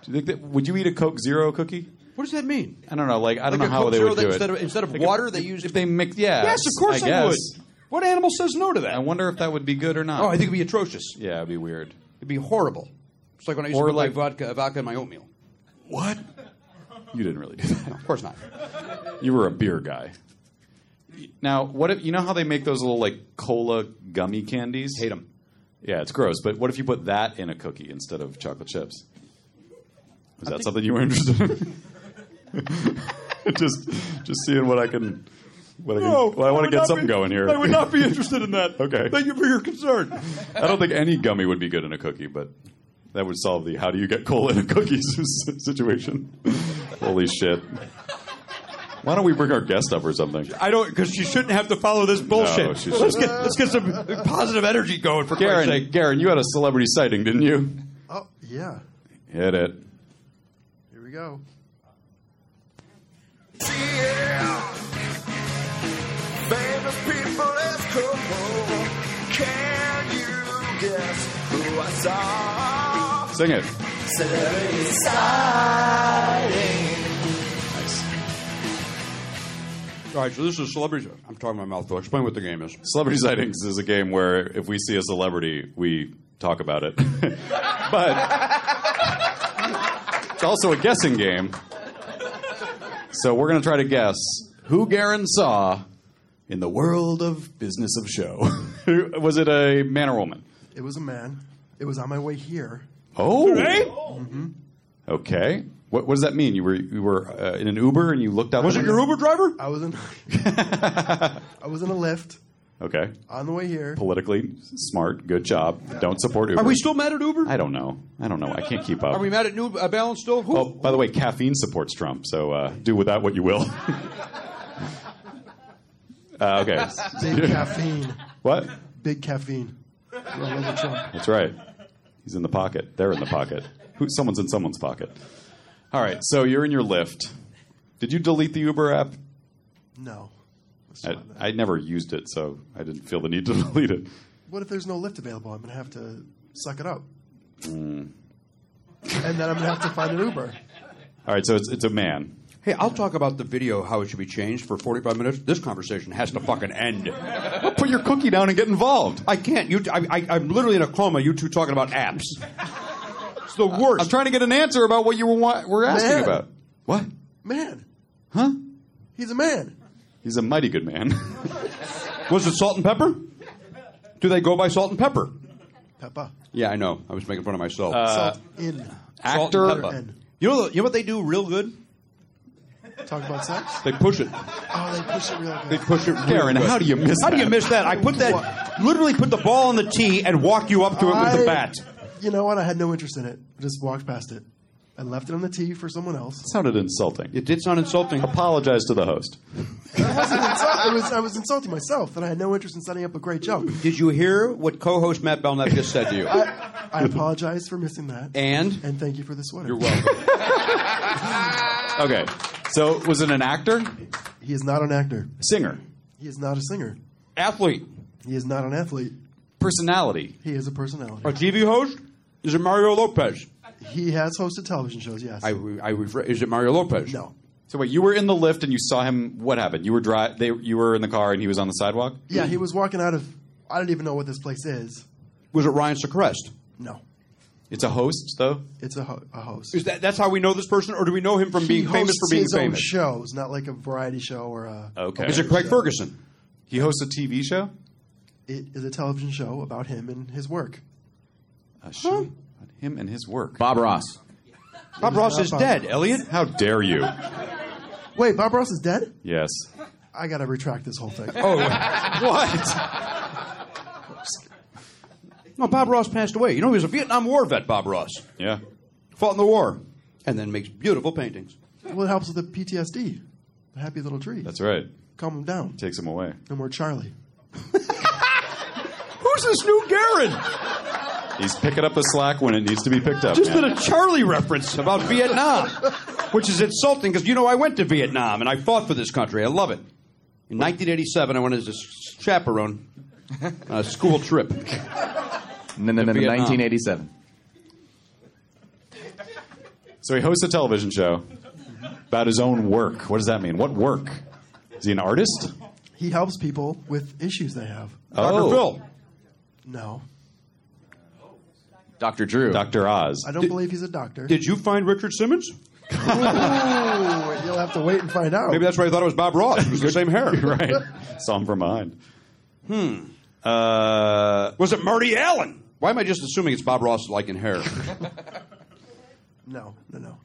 you think that, would you eat a Coke Zero cookie? [laughs] What does that mean? I don't know. Like I don't Like know a how Coke they Zero would that do instead it. of- instead of Like if- water, they used- if they mix. Yeah. Yes, of course I I would. guess. What animal says no to that? I wonder if that would be good or not. oh, I think it'd be atrocious. Yeah, it'd be weird. It'd be horrible. It's like when I used Or to put like- my vodka, vodka in my oatmeal. What? You didn't really do that. No, of course not. You were a beer guy. Now, what if you know how they make those little like cola gummy candies? Hate 'em. Yeah, it's gross. But what if you put that in a cookie instead of chocolate chips? Is that something you were interested in? [laughs] just, just seeing what I can. What I, can, well, I want to get something going here. be interested in that. Okay. you for your concern. I don't think any gummy would be good in a cookie, but that would solve the how do you get cola in a cookie [laughs] situation. Holy shit. Why don't we bring our guest up or something? I don't because she shouldn't have to follow this bullshit. No, she let's shouldn't. get let's get some positive energy going for Christ's Garen, sake. Garen, you had a celebrity sighting, didn't you? Oh, yeah. Hit it. Here we go. Baby, people, let's go home. Can you guess who I saw? Sing it. Celebrity sighting. Nice. All right, so this is celebrities. I'm talking my mouth though. Explain what the game is. Celebrity sightings is a game where if we see a celebrity, we talk about it. [laughs] but it's also a guessing game. So we're going to try to guess who Garen saw in the world of business of show. [laughs] Who- Was it a man or woman? It was a man. It was on my way here. Oh. Mm-hmm. Okay. What, what does that mean? You were you were uh, in an Uber and you looked out. Was the it your window? Uber driver? I was in. [laughs] I was in a lift Okay. on the way here. Politically smart. Good job. Don't support Uber. Are we still mad at Uber? I don't know. I don't know. I can't keep up. Are we mad at New uh, Balance still? Who? Oh, by the way, caffeine supports Trump, so uh, do with that what you will. [laughs] uh, okay. Big caffeine. What? Big caffeine. Roll over Trump. That's right. He's in the pocket. They're in the pocket. Who, someone's in someone's pocket. All right. So you're in your Lyft. Did you delete the Uber app? No. Let's I, try that. I never used it, so I didn't feel the need to [laughs] delete it. what if there's no lift available? I'm gonna have to suck it up. Hmm. And then I'm gonna have to find an Uber. All right. So it's, it's a man. Hey, I'll talk about the video how it should be changed for 45 minutes. This conversation has to fucking end. Well, put your cookie down and get involved. I can't. You, t- I, I, I'm literally in a coma. You two talking about apps. It's the worst. I'm trying to get an answer about what you were, wa- were asking Man. about. What? Man, Huh? he's a man. He's a mighty good man. [laughs] Was it salt and pepper? Do they go by salt and pepper? Peppa. Yeah, I know. I was making fun of myself. Salt in. Salt Uh, actor- Uh, and pepper. You know, you know what they do real good? Talk about sex. They push it. Oh, they push it real They good. push it. real Karen, good. how do you miss How do you that? miss that? I put that, literally put the ball on the tee and walked you up to it with the I- bat. You know what? I had no interest in it. I just walked past it. I left it on the tee for someone else. Sounded insulting. It did sound insulting. Apologize to the host. I was, I was insulting myself that I had no interest in setting up a great joke. Did you hear what co-host Matt Belknap just said to you? [laughs] I apologize for missing that. And? And thank you for the sweater. You're welcome. Okay. So was it an actor? He is not an actor. Singer. He is not a singer. Athlete. He is not an athlete. Personality. He is a personality. A TV host? Is it Mario Lopez? He has hosted television shows, yes. I, I refer, is it Mario Lopez? no. So wait, you were in the lift and you saw him. What happened? You were dri- they, You were in the car and he was on the sidewalk. Yeah, he was walking out of. I don't even know what this place is. Was it Ryan Seacrest? No. It's a host though. It's a, ho- a host. Is that that's how we know this person, or do we know him from he being famous hosts for being his own famous? shows, not like a variety show or a. Okay. Is it Craig Ferguson? He hosts a TV show. It is a television show about him and his work. A show about Uh, him and his work. Bob Ross. Bob It Ross not is Bob dead. Ross. Elliot, How dare you? Wait, Bob Ross is dead? Yes. I gotta retract this whole thing. [laughs] Oh, what? No, Bob Ross passed away. You know, he was a Vietnam War vet, Bob Ross. Yeah. Fought in the war. And then makes beautiful paintings. Well, it helps with the PTSD. The happy little tree. That's right. calm him down. Takes him away. And we're Charlie. Who's this new Garen? He's picking up the slack when it needs to be picked up. Just man. did a Charlie reference about Vietnam, which is insulting because you know I went to Vietnam and I fought for this country. I love it. In 1987, I went as a s- chaperone on a school trip. And then, then, then in 1987. So he hosts a television show about his own work. What does that mean? What work? Is he an artist? He helps people with issues they have. Oh. No, Dr. Drew. Dr. Oz. I don't believe he's a doctor. Did you find Richard Simmons? Ooh, you'll have to wait and find out. Maybe that's why I thought it was Bob Ross. It was the same hair. [laughs] right. [laughs] Saw him from behind. Hmm. Uh, Was it Marty Allen? Why am I just assuming it's Bob Ross like in hair? No, no, no.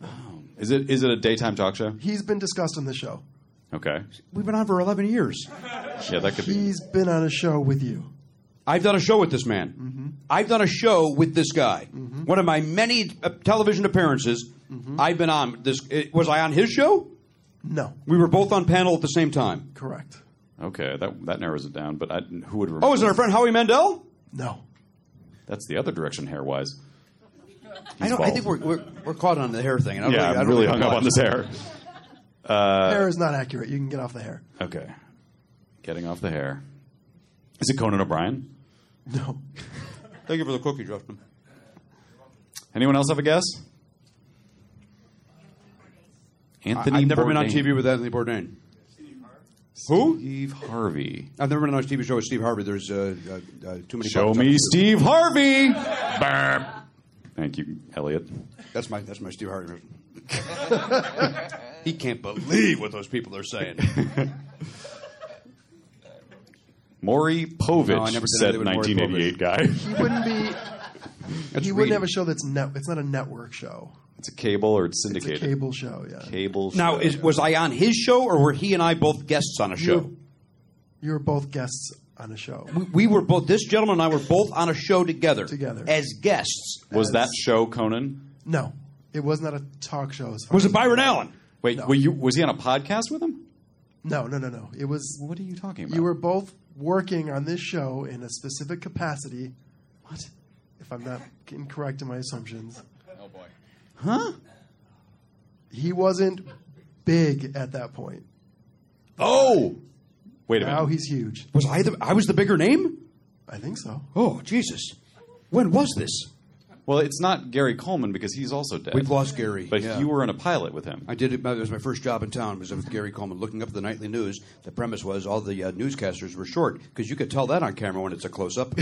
is it is it a daytime talk show? He's been discussed on the show. Okay. We've been on for 11 years. Yeah, that could be. He's been on a show with you. I've done a show with this man. I've done a show with this guy. One of my many uh, television appearances, I've been on this. It, was I on his show? No, We were both on panel at the same time. correct. Okay, that that narrows it down. But I, who would remember? Oh, is it our friend Howie Mandel? No. That's the other direction, hair wise. I, don't, I think we're, we're, we're caught on the hair thing. and I don't Yeah, think- I I'm don't really think hung I'm up on caught. this hair. Uh, hair is not accurate. You can get off the hair. Okay. Getting off the hair. Is it Conan O'Brien? No. Thank you for the cookie, Justin. Anyone else have a guess? Anthony. I, have Uh, never been on Bourdain. TV with Anthony Bourdain. Who? Steve Harvey. I've never been on a TV show with Steve Harvey. There's uh, uh, uh, too many. Show buttons me on- Steve Harvey. Burp. Thank you, Elliot. That's my that's my Steve Harvey. version. [laughs] he can't believe what those people are saying. Maury Povich No, I never did said anything with Maury 1988 guy. He wouldn't be. That's he wouldn't reading. have a show that's net. It's not a network show. It's a cable or it's It's a syndicated. cable show. Yeah. Cable [laughs] Now, show. is, was I on his show, or were he and I both guests on a show? You were both guests on a show. We, we were both. This gentleman and I were both on a show together, Together. as guests. was that show Conan? No, it was not a talk show. As far Was as- it Byron Allen? Wait, were you, was he on a podcast with him? No, no, no, no. It was. What are you talking about? You were both working on this show in a specific capacity. What? If I'm not incorrect in my assumptions. Oh, boy. He wasn't big at that point. Oh, Wait a Now minute. he's huge. was I the? I was the bigger name. I think so. Oh, Jesus! When was this? Well, it's not Gary Coleman because he's also dead. We've lost Gary. But yeah. you were in a pilot with him. I did it. It was my first job in town. Was with Gary Coleman, looking up the nightly news. The premise was all the uh, newscasters were short because you could tell that on camera when it's a close up.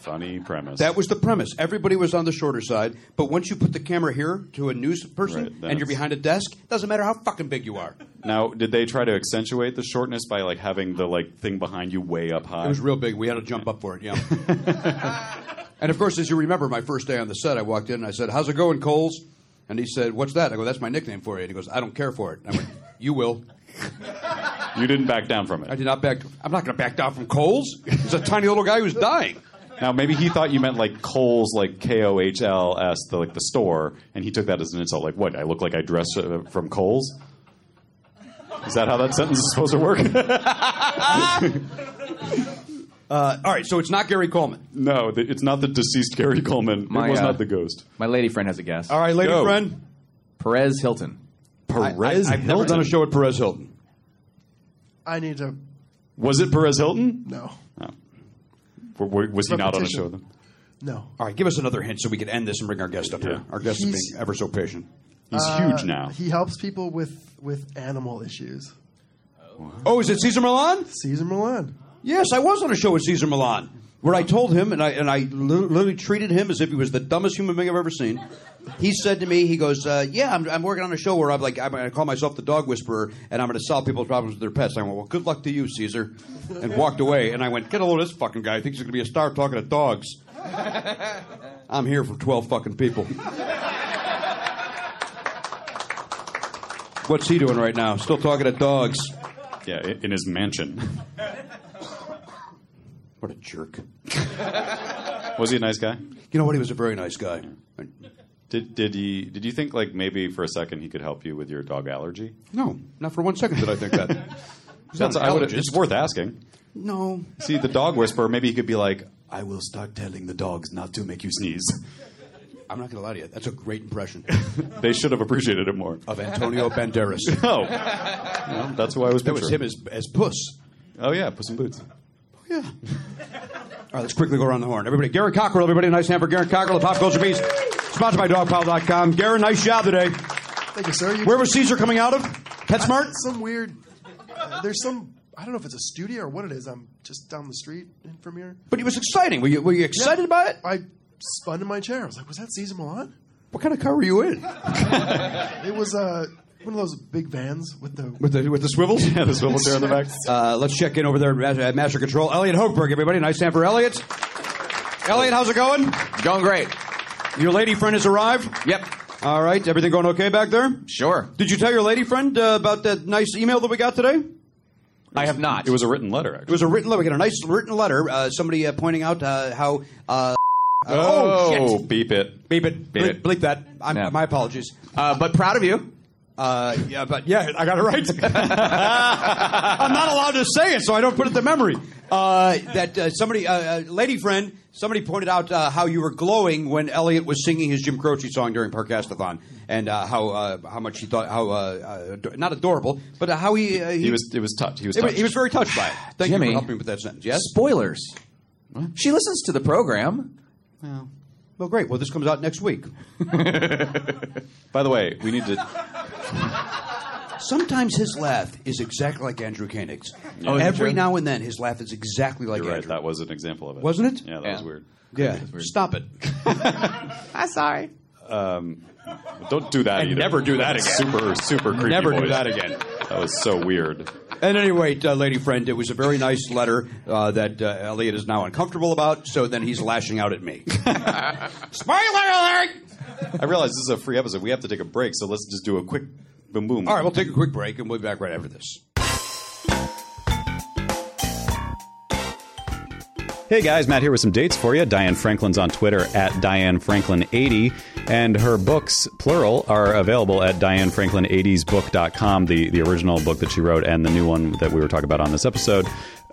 Funny premise. that was the premise. Everybody was on the shorter side. But once you put the camera here to a news person Right, then and you're it's- behind a desk, doesn't matter how fucking big you are. now, did they try to accentuate the shortness by like having the like thing behind you way up high? It was real big. We had to jump up for it. Yeah. and of course, as you remember, my first day on the set, I walked in and I said, "How's it going, Coles?" And he said, "What's that?" I go, "That's my nickname for you." And he goes, "I don't care for it." And I went, "You will." you didn't back down from it. I did not back. I'm not going to back down from Coles. He's a tiny little guy who's dying. Now maybe he thought you meant like Coles, like K O H L S, the like the store, and he took that as an insult. Like, what? I look like I dress uh, from Coles. Is that how that sentence is supposed to work? [laughs] Uh, all right, so it's not Gary Coleman. no, th- it's not the deceased Gary Coleman. My, it was uh, not the ghost. My lady friend has a guess. All right, lady Go. friend. Perez Hilton. Perez I, have never Hilton. done a show with Perez Hilton. I need to Was it Perez Hilton? no, W- w- was he not on a Repetition. show then? no. All right, give us another hint so we can end this and bring our guest up here. Yeah. Our guest is He's- being ever so patient. He's huge now. Uh, He helps people with with animal issues. Oh, is it Caesar Milan? Caesar Milan. Yes, I was on a show with Caesar Milan where I told him, and I and I li- literally treated him as if he was the dumbest human being I've ever seen. He said to me, he goes, uh, "Yeah, I'm, I'm working on a show where I'm like, I'm going to call myself the dog whisperer, and I'm going to solve people's problems with their pets." I went, "Well, good luck to you, Caesar," and walked away. And I went, "Get a load of this fucking guy. He thinks he's going to be a star talking to dogs." I'm here for twelve fucking people. What's he doing right now? Still talking to dogs. Yeah, i- in his mansion. [laughs] What a jerk. Was he a nice guy? You know what? He was a very nice guy. Did did he? Did you think like maybe for a second he could help you with your dog allergy? No, not for one second did I think that. [laughs] He's not [laughs] That's an I would, allergist. it's worth asking. No. See the dog whisperer. Maybe he could be like, "I will start telling the dogs not to make you sneeze." [laughs] I'm not going to lie to you. That's a great impression they should have appreciated it [laughs] more. of Antonio Banderas. No. No, that's who I was That was picturing. him as, as Puss. Oh yeah, Puss in Boots. All right, let's quickly go around the horn. Everybody, Garrett Cockrell, everybody, a nice hand for Garrett Cockrell of Pop Culture Beast. Sponsored by DogPile.com. Garrett, nice job today. Thank you, sir. You, Where was Caesar coming out of? PetSmart? Some weird. uh, there's some. I don't know if it's a studio or what it is. I'm just down the street in- from here. But it was exciting. Were you, were you excited about it? I spun in my chair. I was like, "Was that Caesar Milan?" What kind of car were you in? It was uh, one of those big vans with the. With the, with the swivels? [laughs] Yeah, the [laughs] swivel chair in the back. Uh, let's check in over there at at Master Control. Elliot Hochberg, everybody. Nice hand for Elliot. Elliot, how's it going? Going great. Your lady friend has arrived? Yep. All right. Everything going okay back there? Sure. Did you tell your lady friend uh, about that nice email that we got today? I have not. It was a written letter. It Actually. was a written letter. We got a nice written letter. Uh, somebody uh, pointing out uh, how. Uh, oh, shit. beep it. Beep it. Beep bleep, it. bleep that. I'm, Yeah. My apologies. uh, but proud of you. Uh, yeah, but yeah, I got it right. [laughs] I'm not allowed to say it, so I don't put it to memory. Uh, that uh, somebody, uh, uh, lady friend, somebody pointed out uh, how you were glowing when Elliot was singing his Jim Croce song during Parkastathon, and uh, how uh, how much he thought how uh, uh, ad- not adorable, but uh, how he, uh, he He was. It was touched. He was. he Touched. was, he was very touched by it. Thank Jimmy. you for helping with that sentence. Yes. Spoilers. She listens to the program. Well, great. Well, this comes out next week. By the way, we need to. Sometimes his laugh is exactly like Andrew Koenig's. Oh, is it Every true? now and then, his laugh is exactly like You're right. Andrew. That was an example of it. Wasn't it? Yeah, that Yeah. was weird. yeah. Stop it. [laughs] I'm sorry. Don't do that. And either. never do that again. Super, super creepy. Never do voice. that again. That was so weird. At any rate, uh, lady friend, it was a very nice letter uh, that uh, Elliot is now uncomfortable about, so then he's lashing out at me. Spoiler alert! I realize this is a free episode. We have to take a break, so let's just do a quick boom boom. All right, we'll take a quick break, and we'll be back right after this. Hey guys, Matt here with some dates for you. Diane Franklin's on Twitter at Diane Franklin80, and her books, plural, are available at DianeFranklin80sBook.com, the, the original book that she wrote and the new one that we were talking about on this episode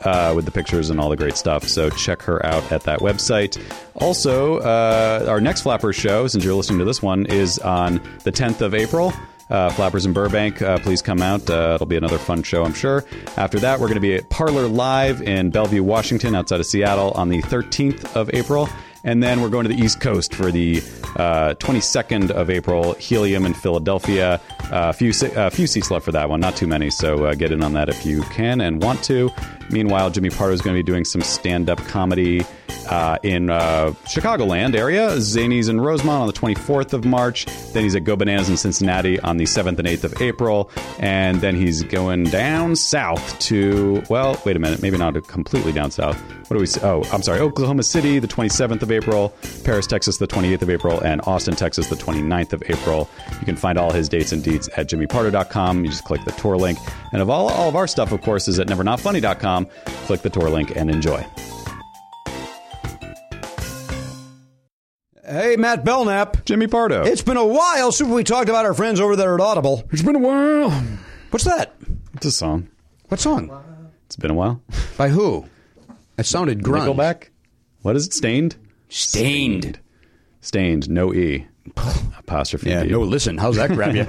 uh, with the pictures and all the great stuff. So check her out at that website. Also, uh, our next Flapper show, since you're listening to this one, is on the 10th of April. Uh, Flappers in Burbank, uh, please come out. Uh, it'll be another fun show, I'm sure. After that, we're going to be at Parlor Live in Bellevue, Washington, outside of Seattle, on the 13th of April. And then we're going to the East Coast for the uh, 22nd of April, Helium in Philadelphia. Uh, a few, se- uh, few seats left for that one, not too many, so uh, get in on that if you can and want to. Meanwhile, Jimmy Pardo is going to be doing some stand up comedy uh, in uh, Chicagoland area. Zanies in Rosemont on the 24th of March. Then he's at Go Bananas in Cincinnati on the 7th and 8th of April. And then he's going down south to, well, wait a minute, maybe not completely down south. What do we say? Oh, I'm sorry. Oklahoma City, the 27th of April. Paris, Texas, the 28th of April. And Austin, Texas, the 29th of April. You can find all his dates and deets at jimmyparter.com. You just click the tour link. And of all, all of our stuff, of course, is at nevernotfunny.com. Click the tour link and enjoy. Hey, Matt Belknap. Jimmy Pardo. It's been a while since we talked about our friends over there at Audible. It's been a while. What's that? It's a song. What song? It's been a while. By who? It sounded grunge. Nickelback. What is it? Stained. Stained. Stained. No [laughs] e. Apostrophe. Yeah, D. no, listen, how's that grab you?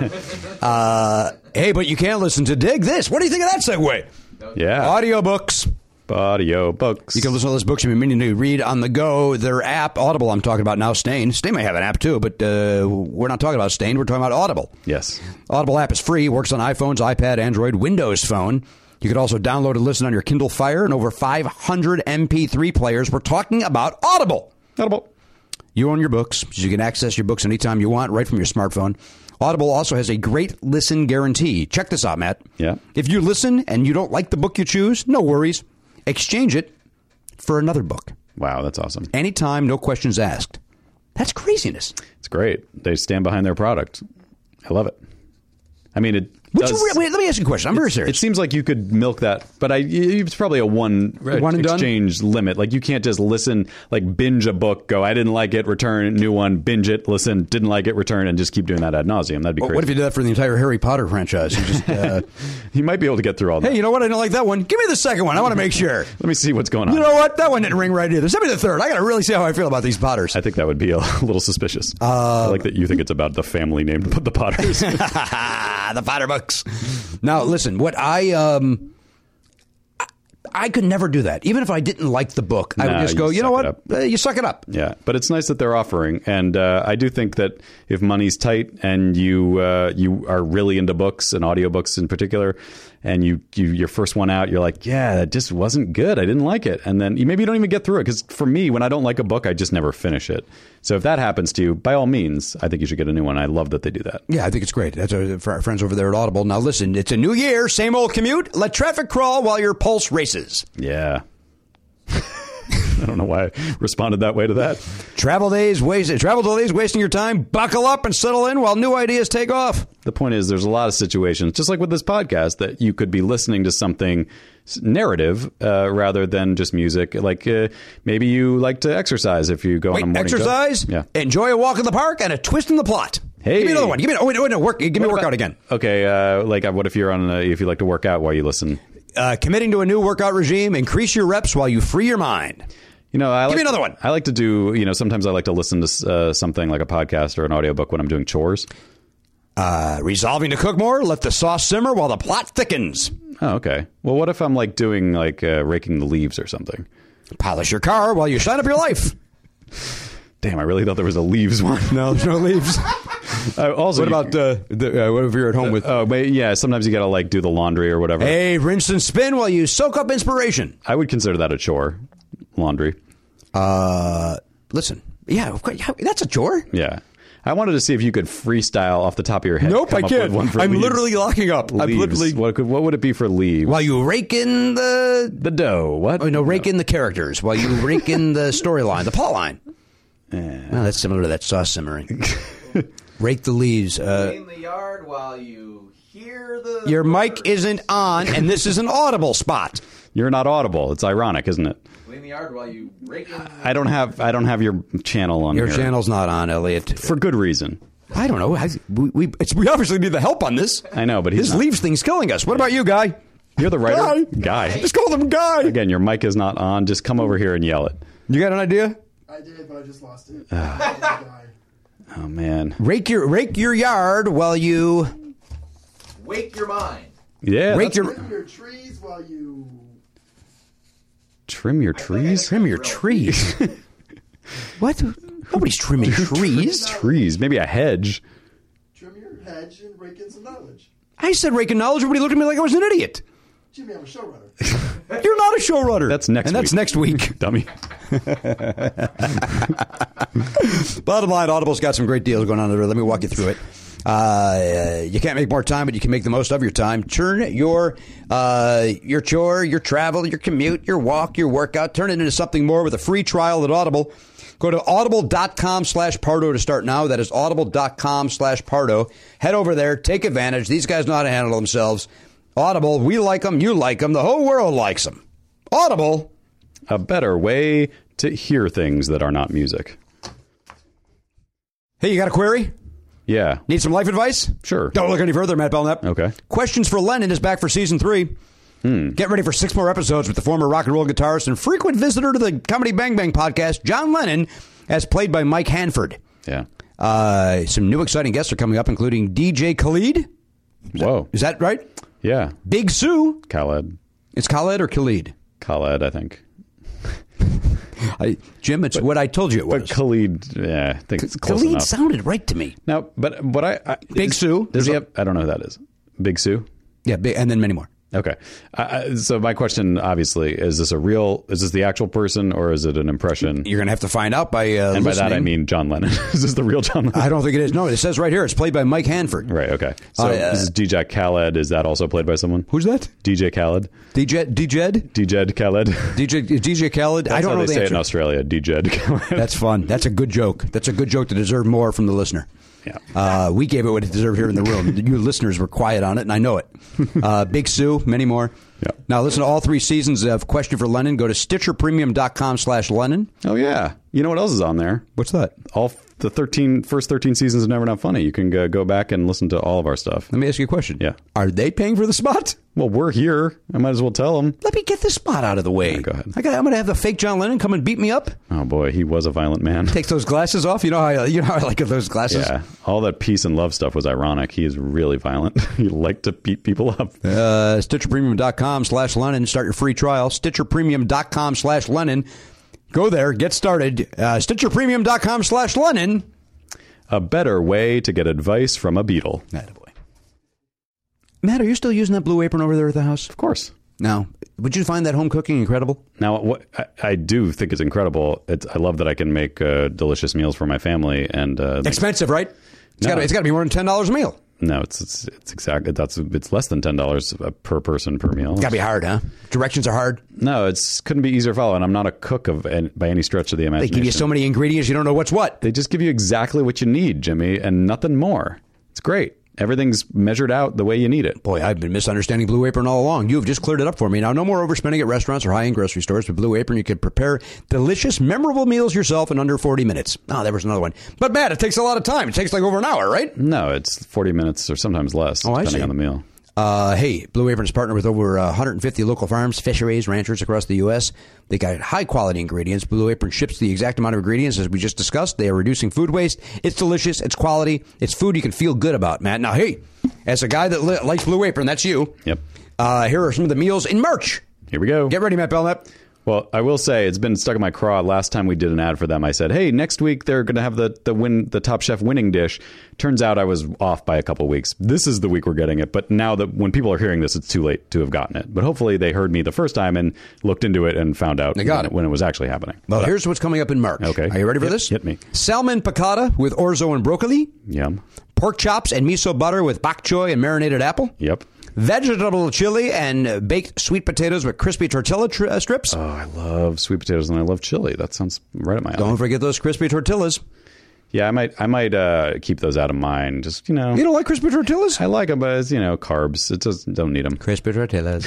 uh, hey, but you can't listen to Dig This. What do you think of that segue? Yeah. Audiobooks. Audio books. You can listen to all those books you've been meaning to read on the go. Their app, Audible, I'm talking about now. Stain. Stain may have an app too, but uh, we're not talking about Stain. We're talking about Audible. Yes. Audible app is free, works on iPhones, iPad, Android, Windows Phone. You can also download and listen on your Kindle Fire and over 500 MP3 players. We're talking about Audible. Audible. You own your books. So you can access your books anytime you want right from your smartphone. Audible also has a great listen guarantee. Check this out, Matt. Yeah. If you listen and you don't like the book you choose, no worries. Exchange it for another book. Wow, that's awesome. Anytime, no questions asked. That's craziness. It's great. They stand behind their product. I love it. I mean, it Would you does- re- wait, let me ask you a question. I'm very serious. It seems like you could milk that, but I it's probably a one, One and done? exchange limit. Like you can't just listen, like binge a book, go I didn't like it, return new one, binge it, listen, didn't like it, return, and just keep doing that ad nauseum. That'd be Well, crazy. what if you did that for the entire Harry Potter franchise? You [laughs] just, uh, you might be able to get through all that. hey, you know what? I didn't like that one. Give me the second one. I want to make sure. Let me see what's going on. You know what? That one didn't ring right either. Send me the third. I got to really see how I feel about these Potters. I think that would be a [laughs] little suspicious. I Uh, like that you think it's about the family named the [laughs] Potters. [laughs] Ah, the Potter books. Now, listen. What I um, I- I could never do that. Even if I didn't like the book, I would No, just you go. You know suck it what? up." Uh, you suck it up. Yeah, but it's nice that they're offering, and uh, I do think that if money's tight and you uh, you are really into books and audiobooks in particular, and you, you your first one out, you're like, yeah, that just wasn't good. I didn't like it, and then you maybe you don't even get through it because for me, when I don't like a book, I just never finish it. So if that happens to you, by all means, I think you should get a new one. I love that they do that. Yeah, I think it's great. That's uh for our friends over there at Audible. Now, listen, it's a new year, same old commute. Let traffic crawl while your pulse races. Yeah. [laughs] I don't know why I responded that way to that. Travel days, waste, travel delays, wasting your time. Buckle up and settle in while new ideas take off. the point is there's a lot of situations just like with this podcast that you could be listening to something s- narrative uh, rather than just music like uh, maybe you like to exercise if you go on a Wait, morning jog. exercise, yeah enjoy a walk in the park, and a twist in the plot. Hey. Give me another one. Give me. Oh, wait, wait, no, work. Give me a What about- workout again. okay uh, like uh, what if you're on a, if you like to work out while you listen Uh, committing to a new workout regime. Increase your reps while you free your mind. you know, I Give like, me another one. I like to do, you know, sometimes I like to listen to uh, something like a podcast or an audiobook when I'm doing chores. Uh, resolving to cook more. Let the sauce simmer while the plot thickens. Oh, okay. Well, what if I'm like doing like uh, raking the leaves or something? Polish your car while you shine up your life. Damn, I really thought there was a leaves [laughs] one. [laughs] No, there's no leaves. Uh, also, What you- about uh, the, uh, what if you're at home with? Oh, but yeah, sometimes you got to like do the laundry or whatever. hey, rinse and spin while you soak up inspiration. I would consider that a chore, laundry. Uh, listen, yeah, of course, yeah, that's a chore. Yeah, I wanted to see if you could freestyle off the top of your head. Nope, come I up with can't. One for I'm leaves. literally locking up. I'm Leaves. literally- What, could, what would it be for leaves? While you rake in the, the dough. What? oh, no, rake in the characters. While you rake [laughs] in the storyline, the plot line. Well, that's similar to that [laughs] sauce simmering. rake the leaves. Uh, in the yard while you hear the. your mic isn't on, and this is an audible spot. You're not audible. It's ironic, isn't it? in the yard while you rake in. I don't have. I don't have your channel on Your here. channel's not on, Elliot. for good reason. I don't know. I, we we, it's, we obviously need the help on this. I know, but he's His not. leaves thing's killing us. What about you, guy? You're the writer guy. Just call him guy. Again, your mic is not on. Just come over here and yell it. You got an idea? I did, but I just lost it. Ah. Guy. Oh man. Rake your rake your yard while you Wake your mind. Yeah. rake that's- your Trim your trees while you. trim your trees. Trim your [laughs] trees. what? Nobody's trimming trees. trees. Maybe a hedge. Trim your hedge and rake in some knowledge. I said rake and knowledge. Everybody looked at me like I was an idiot. Jimmy, I'm a showrunner. You're not a showrunner. That's next And that's week. next [laughs] week. Dummy. Bottom line, Audible's got some great deals going on there. Let me walk you through it. Uh, you can't make more time, but you can make the most of your time. Turn your uh, your chore, your travel, your commute, your walk, your workout, turn it into something more with a free trial at Audible. Go to audible.com slash Pardo to start now. That is audible.com slash Pardo. Head over there, take advantage. These guys know how to handle themselves. Audible, we like them, you like them, the whole world likes them. Audible. a better way to hear things that are not music. Hey, you got a query? Yeah. Need some life advice? Sure. Don't look any further, Matt Belknap. Okay. Hmm. Questions for Lennon is back for season three. Get ready for six more episodes with the former rock and roll guitarist and frequent visitor to the Comedy Bang Bang podcast, John Lennon, as played by Mike Hanford. Yeah. Uh, some new exciting guests are coming up, including DJ Khalid. Whoa. Is that right? yeah. Big Sue. Khaled. It's Khalid or Khalid? Khaled, I think. I, Jim, it's what I told you it was. But Khalid, yeah, I think it's close Khalid enough. sounded right to me. now, but what I, I Big is- Sue. Does he There's a- have? I don't know who that is. Big Sue. Yeah, big, and then many more. Okay. Uh, Uh, so my question, obviously, is this a real? Is this the actual person, or is it an impression? You're going to have to find out by uh, and by that I listening. mean John Lennon. [laughs] is this the real John Lennon? I don't think it is. No, it says right here it's played by Mike Hanford. Right. Okay. So I, uh, this is DJ Khaled. Is that also played by someone? Who's that? DJ Khaled? DJ DJ DJ Khaled. [laughs] DJ DJ Khaled. I That's don't how know they [laughs] the say it answer. in Australia. DJ Khaled. That's fun. That's a good joke. That's a good joke to deserve more from the listener. Uh, we gave it what it deserved here in [laughs] the room. you listeners were quiet on it, and I know it. Uh, Big Sue, many more. Now listen to all three seasons of Question for Lennon. Go to stitcherpremium.com slash Lennon. Oh yeah. You know what else is on there? What's that? All f- the 13 first 13 seasons of Never Not Funny. You can go, go back and listen to all of our stuff. Let me ask you a question. Yeah. Are they paying for the spot? Well, we're here. I might as well tell them. Let me get this spot out of the way. go ahead. I got, I'm going to have the fake John Lennon come and beat me up. Oh boy, he was a violent man. Takes those glasses off. You know how I, you know how I like those glasses. [laughs] Yeah. All that peace and love stuff was ironic. He is really violent. [laughs] he liked to beat people up. Uh, StitcherPremium.com slash Lennon. Start your free trial. StitcherPremium.com slash Lennon. Go there. Get started. Uh, StitcherPremium.com slash Lennon. A better way to get advice from a beetle. Attaboy. Matt, are you still using that blue apron over there at the house? Of course. No. Would you find that home cooking incredible? Now, what I, I do think is incredible. It's, I love that I can make uh, delicious meals for my family, and uh, Expensive, right? It's No. gotta it's got to be more than $10 a meal. no, it's it's, it's exactly that's it's less than ten dollars per person per meal. It's got to be hard, huh? Directions are hard. No, it's couldn't be easier to follow. And I'm not a cook of an- by any stretch of the They imagination. give you so many ingredients, you don't know what's what. They just give you exactly what you need, Jimmy, and nothing more. It's great. Everything's measured out the way you need it. Boy, I've been misunderstanding Blue Apron all along. You have just cleared it up for me. Now, no more overspending at restaurants or high-end grocery stores. With Blue Apron, you can prepare delicious, memorable meals yourself in under 40 minutes. Ah, there was another one. But, Matt, it takes a lot of time. It takes like over an hour, right? No, it's 40 minutes or sometimes less, Oh, I depending see. on the meal. Uh, hey, Blue Apron's partnered with over uh, 150 local farms, fisheries, ranchers across the U.S. They got high quality ingredients. Blue Apron ships the exact amount of ingredients as we just discussed. They are reducing food waste. It's delicious. It's quality. It's food you can feel good about, Matt. Now, hey, as a guy that li- likes Blue Apron, that's you. Yep. Uh, here are some of the meals in March. Here we go. Get ready, Matt Belknap. Well, I will say it's been stuck in my craw. Last time we did an ad for them, I said, "Hey, next week they're going to have the the win the Top Chef winning dish." Turns out I was off by a couple weeks. This is the week we're getting it, but now that when people are hearing this, it's too late to have gotten it. But hopefully they heard me the first time and looked into it and found out They got when, it. when it was actually happening. Well, here's what's coming up in March. Okay. Are you ready for Hit- this? hit me. Salmon piccata with orzo and broccoli, Yum. pork chops and miso butter with bok choy and marinated apple. Yep. vegetable chili and baked sweet potatoes with crispy tortilla tr- uh, strips. Oh, I love sweet potatoes and I love chili. That sounds right up my alley. Don't forget those crispy tortillas. Yeah, I might I might uh, keep those out of mind. Just you know, You don't like crispy tortillas? I like them, but it's, you know, carbs. It just don't need them. Crispy tortillas.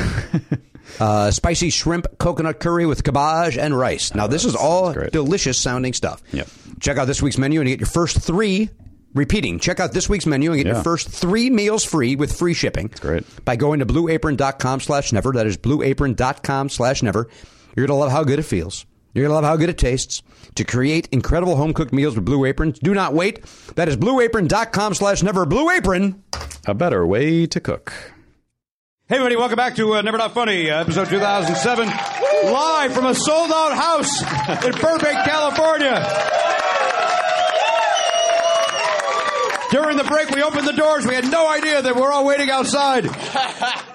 [laughs] uh, spicy shrimp coconut curry with cabbage and rice. Now, this is all sounds great. delicious sounding stuff. Yep. Check out this week's menu and you get your first three. Repeating, check out this week's menu and get your Yeah. first three meals free with free shipping. great. By going to blueapron.com slash never. That is blueapron.com slash never. You're going to love how good it feels. You're going to love how good it tastes. To create incredible home cooked meals with Blue Apron, do not wait. That is blueapron.com slash never. Blue Apron. A better way to cook. Hey, everybody, welcome back to uh, Never Not Funny, uh, episode 2007, live from a sold out house in Burbank, California. During the break, we opened the doors. We had no idea that we're all waiting outside.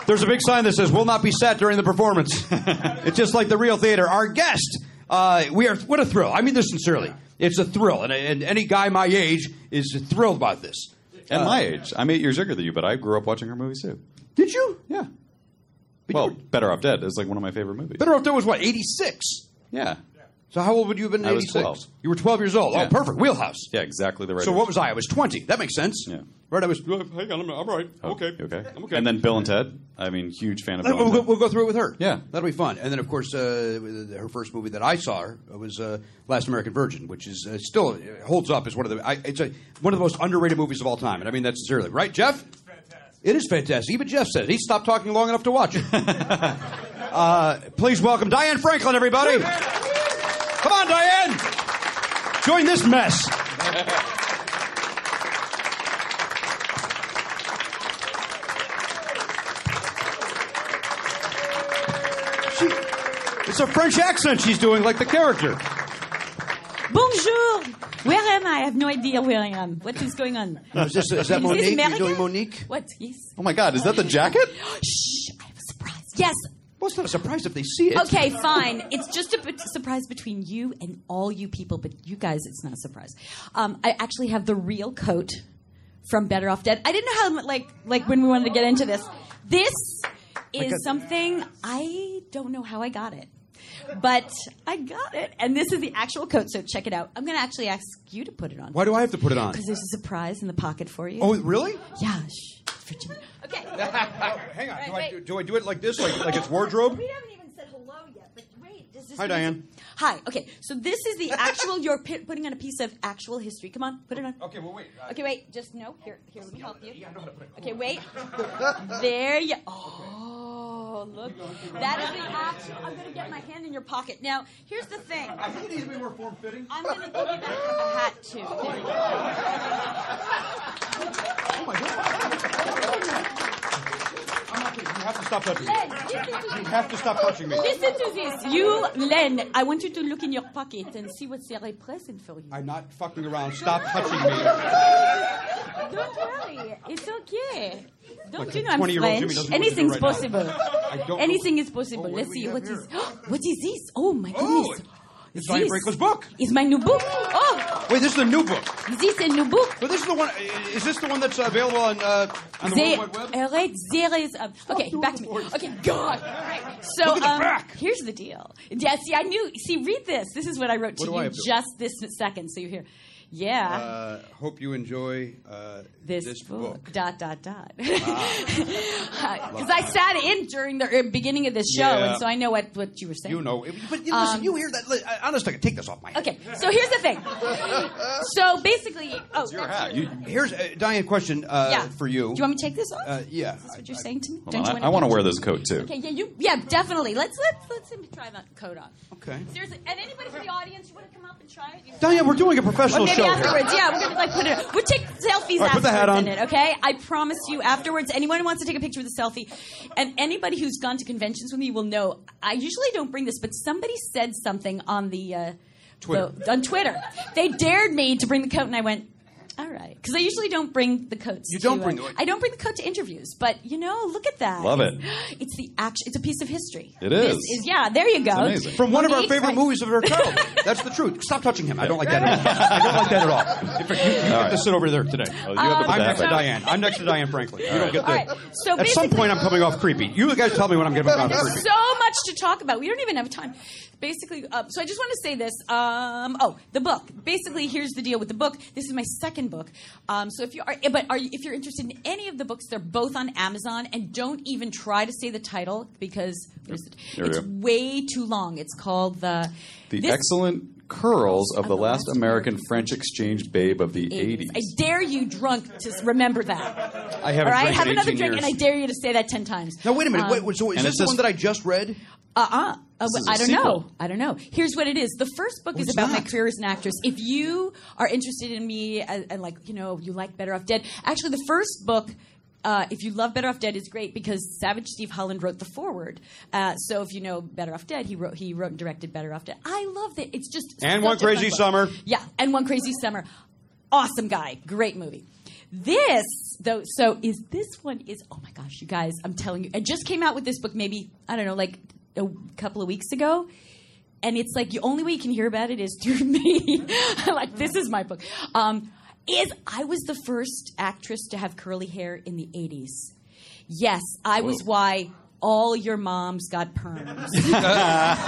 There's a big sign that says, Will not be sat during the performance. it's just like the real theater. Our guest, uh, we are, what a thrill. I mean this sincerely. It's a thrill. And, and any guy my age is thrilled about this. Uh, At my age, I'm eight years younger than you, but I grew up watching her movies too. Did you? Yeah. Well, Better Off Dead is like one of my favorite movies. Better off there was what, 86? yeah. So how old would you have been in I was 86? 12. You were 12 years old. Yeah. Oh, perfect. Wheelhouse. Yeah, exactly the right. So age. what was I? I was 20. That makes sense. Yeah. Right, I was, hang on, I'm, I'm right. Oh, okay. you Okay. I'm okay. And then Bill and Ted. I mean, huge fan of Let- Bill. We'll and go, Ted. we'll go through it with her. Yeah. that'll be fun. And then, of course, uh, her first movie that I saw her was uh, Last American Virgin, which is uh, still uh, holds up as one of the I, it's a, one of the most underrated movies of all time. And I mean that sincerely, right, Jeff? It's fantastic. It is fantastic. Even Jeff says he stopped talking long enough to [laughs] watch it. uh, please welcome Diane Franklin, everybody. Come on, Diane. Join this mess. She, it's a French accent she's doing, like the character. Bonjour. Where am I? I have no idea where I am. What is going on? Is, this, is that this Monique? You're American? doing Monique? What? Yes. Oh my God, is that the jacket? [gasps] Shh. I have a surprise. Yes. Well, it's not a surprise if they see it. Okay, fine. It's [laughs] just a bit- surprise between you and all you people, but you guys, it's not a surprise. Um, I actually have the real coat from Better Off Dead. I didn't know how, like, like when we wanted to get into this. This is something I don't know how I got it. But I got it, and this is the actual coat, so check it out. I'm going to actually ask you to put it on. Why do I have to put it on? Because there's a surprise in the pocket for you. Oh, [laughs] really? Yeah. Shh, it's for Jimmy. Okay. [laughs] Oh, hang on. Do I, do, do I do it like this, like, like it's wardrobe? We haven't even said hello yet, but wait. Does this Hi, mean- Diane. Hi. Okay. So this is the actual. You're pi- putting on a piece of actual history. Come on, put it on. Okay. Well, wait. Okay, wait. Just no. Here, here. Let me help you. Okay, wait. There you. Oh, look. That is the actual. I'm gonna get my hand in your pocket. Now, here's the thing. I think it needs to be more form fitting. I'm gonna give you that hat too. You have to stop touching me. Len, listen to You this. have to stop touching me. Listen to this. You, Len, I want you to look in your pocket and see what's there present for you. I'm not fucking around. Stop touching me. Don't worry. It's okay. Don't Like you a know I'm 20-year-old Jimmy French? doesn't know what to do Anything's right now. possible. I don't know- Oh, Anything is possible. Let's see what is. [gasps] what is this? Oh my goodness. It's Diane This Brinkman's book. Is my new book? Oh, Wait, this is a new book. is this a new book? But this is the one. Is this the one that's available on uh, on the They- World Wide Web? all right, there is. Um, okay, back to me. Okay, God. All right. So Look at the um, here's the deal. Yeah, see, I knew. See, read this. This is what I wrote What to do you I have to- just this second, so you hear. Yeah. Uh, hope you enjoy uh, this, book. Dot dot dot. [laughs] Ah. Because I sat in during the uh, beginning of this show, Yeah. and so I know what, what you were saying. You know, it- but you- listen, Um, you hear that? li- I- Honest, I can take this off my head. Okay, so here's the [laughs] thing. So basically, oh, that's You- here's uh, Diane question uh, yeah. for you. Do you want me to take this off? Uh, yeah. Is this what you're saying to me? Hold Don't on, you I- I wanna to wear this coat, too. Okay, yeah, you, yeah, definitely. Let's let's let's him try that coat on. Okay. Seriously, and anybody from the audience, you want to come up and try it? You Diane, we're doing a professional or maybe show here. afterwards. Yeah, we're gonna like put it. We'll take selfies All right, afterwards put the hat in on. it. Okay, I promise you. Afterwards, anyone who wants to take a picture with a selfie, and anybody who's gone to conventions with me will know. I usually don't bring this, but somebody said something on the uh, Twitter. the- on Twitter. They dared me to bring the coat, and I went. All right, because I usually don't bring the coats. You don't to, uh, bring the- I don't bring the coat to interviews, but you know, look at that. Love it. It's the action. It's a piece of history. It This is. yeah, there you go. amazing. From one of our Monique's favorite right. movies of our [laughs] childhood. That's the truth. Stop touching him. I don't like that. At all. I don't like that at all. In fact, you, you get to sit over there today. Oh, you have to put I'm that next to back. Diane. I'm next to Diane Franklin. You don't get the. All right, so at some basically- point, I'm coming off creepy. You guys tell me when I'm getting off creepy. There's so much to talk about. We don't even have time. Basically, uh, so I just want to say this. Um, oh, the book. Basically, here's the deal with the book. This is my second book. Um, so if you are, but are you, if you're interested in any of the books, they're both on Amazon. And don't even try to say the title because where's the- Here we it's go. way too long. It's called the The This excellent curls of the last American French exchange babe of the is- 80s. I dare you, drunk, to s- remember that. I All haven't right, drank have in another 18 drink, years. and I dare you to say that ten times. now wait a minute. Um, Wait, wait, so is and this it's the just- one that I just read? Uh-uh. Uh, This is a I don't sequel. know. I don't know. Here's what it is. The first book is it's about my not. career as an actress. If you are interested in me and, and like, you know, you like Better Off Dead, actually the first book uh, if you love Better Off Dead is great because Savage Steve Holland wrote the foreword. Uh, so if you know Better Off Dead, he wrote he wrote and directed Better Off Dead. I love it. It's just And such One a fun Crazy book. Summer. Yeah, and One Crazy Summer. Awesome guy. Great movie. This though, so is this one is oh my gosh, you guys, I'm telling you, I just came out with this book maybe I don't know like a couple of weeks ago. And it's like the only way you can hear about it is [laughs] through me. like this is my book. Um, is I was the first actress to have curly hair in the '80s. Yes, I was why all your moms got perms [laughs]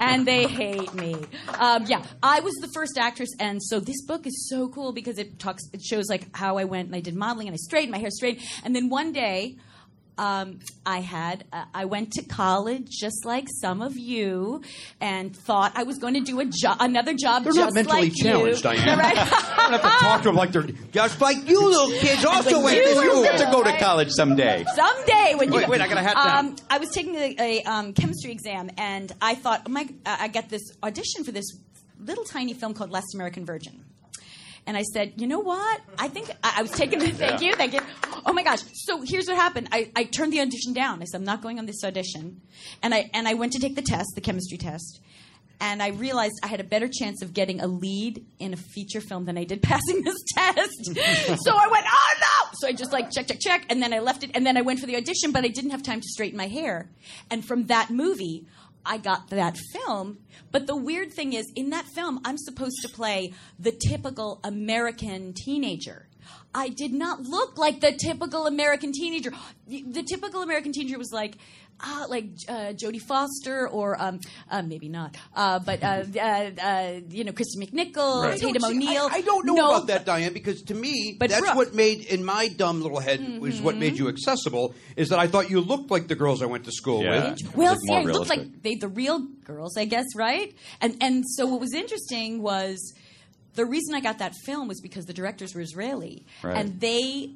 and they hate me. Um, yeah, I was the first actress, and so this book is so cool because it talks, it shows like how I went and I did modeling and I straightened my hair straight, and then one day. Um, I had uh, I went to college just like some of you, and thought I was going to do a job, another job. They're just not mentally like challenged, you. Diane. [laughs] Right? I don't have to talk to them like they're just like you little kids. Also, Like went you to were school. little, right? someday. Someday when you Wait, wait, I got a hat down. Um, I was taking a, a um, chemistry exam, and I thought, oh my, uh, I got this audition for this little tiny film called Last American Virgin. And I said, you know what? I think I, I was [laughs] taking the thank Yeah. you, thank you. Oh my gosh! So here's what happened. I, I turned the audition down. I said, I'm not going on this audition. And I and I went to take the test, the chemistry test. And I realized I had a better chance of getting a lead in a feature film than I did [laughs] passing this test. so I went, oh no! So I just like check, check, check, and then I left it, and then I went for the audition, but I didn't have time to straighten my hair. And from that movie, I got that film. But the weird thing is, in that film, I'm supposed to play the typical American teenager. I did not look like the typical American teenager. The, the typical American teenager was like, ah, like uh, Jodie Foster or um, uh, maybe not, uh, but [laughs] uh, uh, uh, you know, Christy McNichol, I don't Tatum see- O'Neill. I, I don't know No, about that, Diane, because to me, But Mm-hmm. that's Brooke- what made in my dumb little head was what made you accessible. Is that I thought you looked like the girls I went to school Yeah. with. Well, see, I looked like they the real girls, I guess, right? And and so what was interesting was the reason I got that film was because the directors were Israeli, Right. and they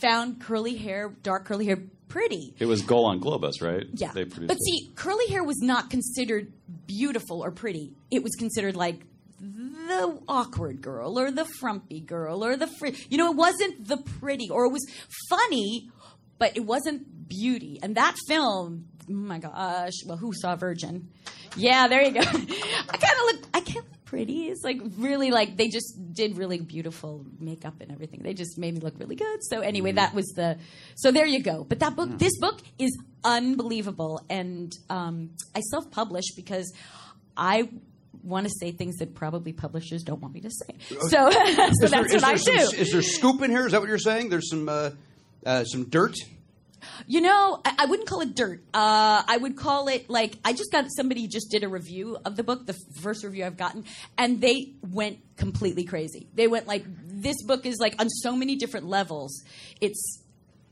found curly hair, dark curly hair, pretty. It was Goal on Globus, right? Yeah, They produced but it. see, curly hair was not considered beautiful or pretty. It was considered like the awkward girl or the frumpy girl or the fr- you know it wasn't the pretty or it was funny but it wasn't beauty and that film oh my gosh well who saw virgin yeah there you go [laughs] i kind of look i can't look pretty it's like really like they just did really beautiful makeup and everything they just made me look really good so anyway that was the so there you go but that book this book is unbelievable and um, i self-publish because i want to say things that probably publishers don't want me to say so, [laughs] so that's Oh, Is there- is what i there do some- Is there scoop in here? Is that what you're saying? There's some uh, uh, some dirt. You know, I, I wouldn't call it dirt. Uh, I would call it like I just got somebody just did a review of the book, the first review I've gotten, and they went completely crazy. They went like, "This book is like on so many different levels. It's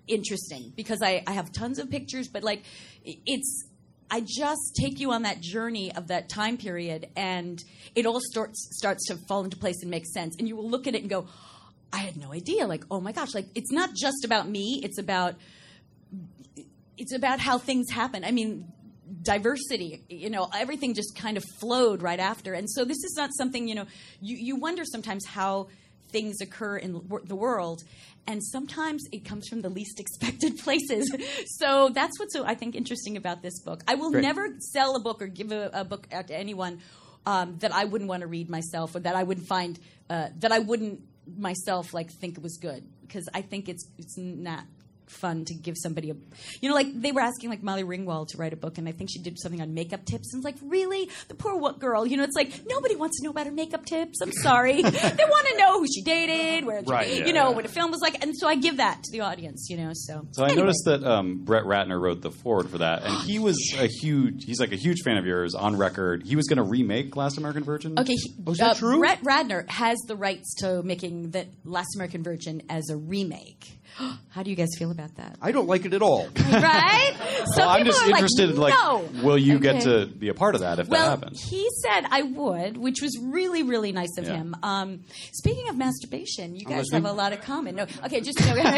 interesting because I, I have tons of pictures, but like, i- it's." I just take you on that journey of that time period, and it all starts starts to fall into place and make sense. And you will look at it and go, "I had no idea." Like, oh my gosh! Like, it's not just about me; it's about it's about how things happen. I mean, diversity, you know, everything just kind of flowed right after. And so this is not something, you know, you, you wonder sometimes how things occur in the wor- the world. And sometimes it comes from the least [laughs] expected places. so that's what's so, I think, interesting about this book. I will Great. never sell a book or give a, a book out to anyone um, that I wouldn't want to read myself or that I wouldn't find, uh, that I wouldn't myself like think it was good because I think it's, it's not fun to give somebody a you know like they were asking like molly ringwald to write a book and i think she did something on makeup tips and it's like really the poor what girl you know it's like nobody wants to know about her makeup tips i'm [laughs] sorry [laughs] they want to know who she dated where Right, yeah, you know yeah. what a film was like and so i give that to the audience you know so So I noticed that um, Brett Ratner wrote the forward for that, and he was a huge. He's like a huge fan of yours on record. He was going to remake Last American Virgin. okay he, Was oh, that uh, true? brett radner has the rights to making the last american virgin as a remake [gasps] how do you guys feel about [laughs] that I don't like it at all. right so well, I'm people just are interested. like, Like, no. will you get to Okay. be a part of that if well, that happens? He said I would, which was really, really nice of Yeah. Oh, him. Um, speaking of masturbation, you I'm guys listening. have a lot of common. No, okay, [laughs] just [laughs] no, me Brett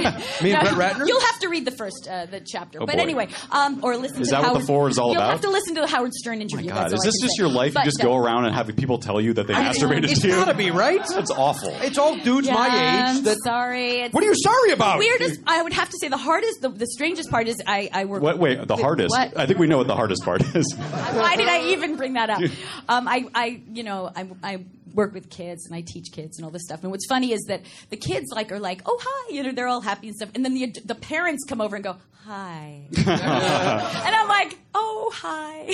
Ratner? You'll have to read the first uh, the chapter, Oh, but boy. anyway, um, or listen. Is to that what the Howard, forward is all you'll about? Oh have to listen to the Howard Stern interview. God, that's is all I this can just say. your life? But you just no. go around and have people tell you that they [laughs] I- masturbated It's to you? gotta be, right? That's awful. It's all dudes Yeah, my age. I'm That sorry. It's What are you sorry about? Weirdest. I would have to say the hardest, the, the strangest part is I, I work. What, wait, the hardest. What? I think we know what the hardest part is. Why did [laughs] I even bring that up? Um, I, I, you know, I, I work with kids and I teach kids and all this stuff. And what's funny is that the kids like are like, "Oh hi," you know, they're all happy and stuff. And then the ad- the parents come over and go, [laughs] "Hi," and I'm like, "Oh hi,"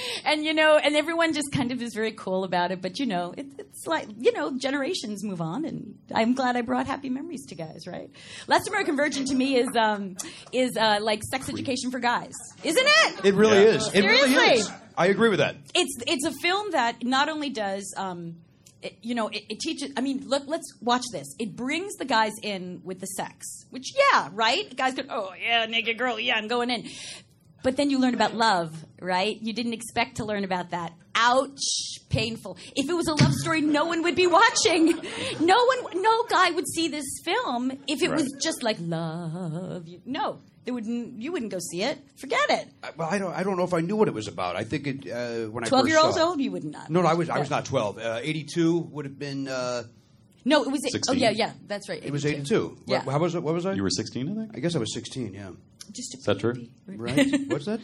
[laughs] and you know, and everyone just kind of is very cool about it. But you know, it, it's like you know, generations move on, and I'm glad I brought happy memories to guys. Right? Last American Virgin to me is um, is uh, like sex education for guys, isn't it? It really Yeah. is. It really is. Seriously. I agree with that. it's it's a film that not only does um, it, you know it, it teaches. I mean, look, let's watch this. It brings the guys in with the sex, which yeah, right. Guys go, oh yeah, naked girl, yeah, I'm going in. But then you learn about love, right? You didn't expect to learn about that. Ouch, painful. If it was a love story, no one would be watching. No one, no guy would see this film if it was Right. just like love. You- No, they wouldn't. You wouldn't go see it. Forget it. I- Well, I don't. I don't know if I knew what it was about. I think it uh, when I Twelve first year olds saw it- old, you would not. No, no, I was. I was Yeah. not twelve. Uh, Eighty-two would have been. Uh, No, it was. Oh 16? yeah, yeah, that's right. it was eighty-two. What- Yeah. How was it? What was I? You were sixteen, I think. I guess I was sixteen. Yeah. Just Is that true? Right. What's that?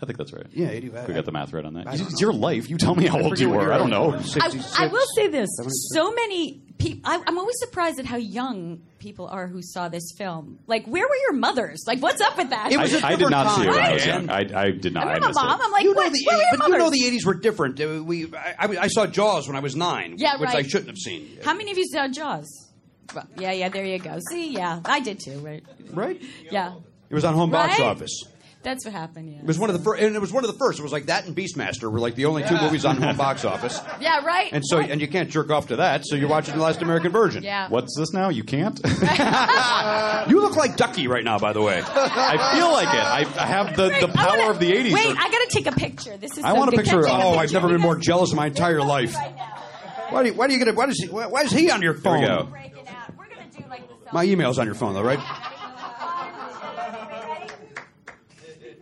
I think that's right. Yeah, 85. We got the math right on that. I don't It's your life. You tell me how I old forget you what were. you're I don't know. at. I, I will say this: 76. so many people. I'm always surprised at how young people are who saw this film. Like, where were your mothers? Like, what's up with that? I, I did not see it when I was time, young. I, I did not. I'm I not a missed it. mom. I'm like, you know what? the where were your but you know mothers? the eighties were different. Uh, we, I, I, I saw Jaws when I was nine, Yeah, which I right. shouldn't have seen. how many of you saw Jaws? Well, yeah, yeah, there you go. See, yeah, I did too, right? Right? Yeah. It was on Home Box Right? Office. That's what happened, yeah. It was one of the first, and it was one of the first. It was like that and Beastmaster were like the only [laughs] two Yeah. movies on home box office. Yeah, right? And so, and you can't jerk off to that, so you're [laughs] watching The Last American Virgin. [laughs] Yeah. What's this now? [laughs] You can't. you look like Ducky right now, by the way. I feel like it. I, I have the, the power of the '80s. Wait, I gotta take a picture. This is I so want a good. picture. Can I take Oh, a I've picture? never been more jealous in my entire life. Why do you, why do you get it? Why does he? Why, why is he on your There phone? we My email's on your phone, though, right?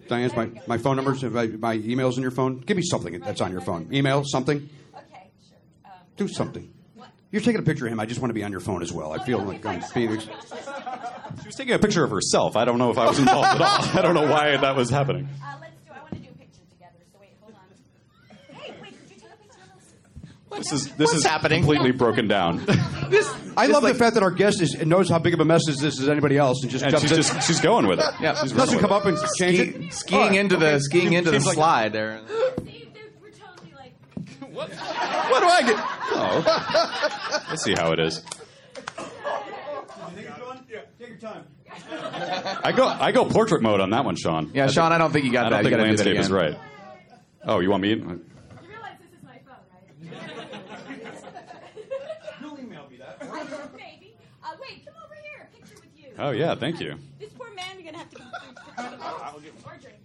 Diane's my, my phone numbers. My, my email's on your phone. Give me something that's on your phone. Email something. Okay, sure. Um, Do something. You're taking a picture of him. I just want to be on your phone as well. I feel like I'm being. She was taking a picture of herself. I don't know if I was involved at all. [laughs] I don't know why that was happening. uh, This is this is completely broken down. I love the fact that our guest is, knows how big of a mess is this as anybody else, and just And jumps she's in. just she's going with it. Yeah, she's running doesn't with come it. up and change Ski- it. skiing All right, into the- okay. skiing into the Seems like- slide there. What do I get? Oh, let's see how it is. I go I go portrait mode on that one, Sean. Yeah, Sean, I don't think you got I that. don't You think gotta do that landscape is again. right. Oh, you want me? in? You'll email me that. I will, baby. Uh, wait, come over here. Picture with you. Oh yeah, thank you. This poor man, you're gonna have to. Be- [laughs] I will get or drink.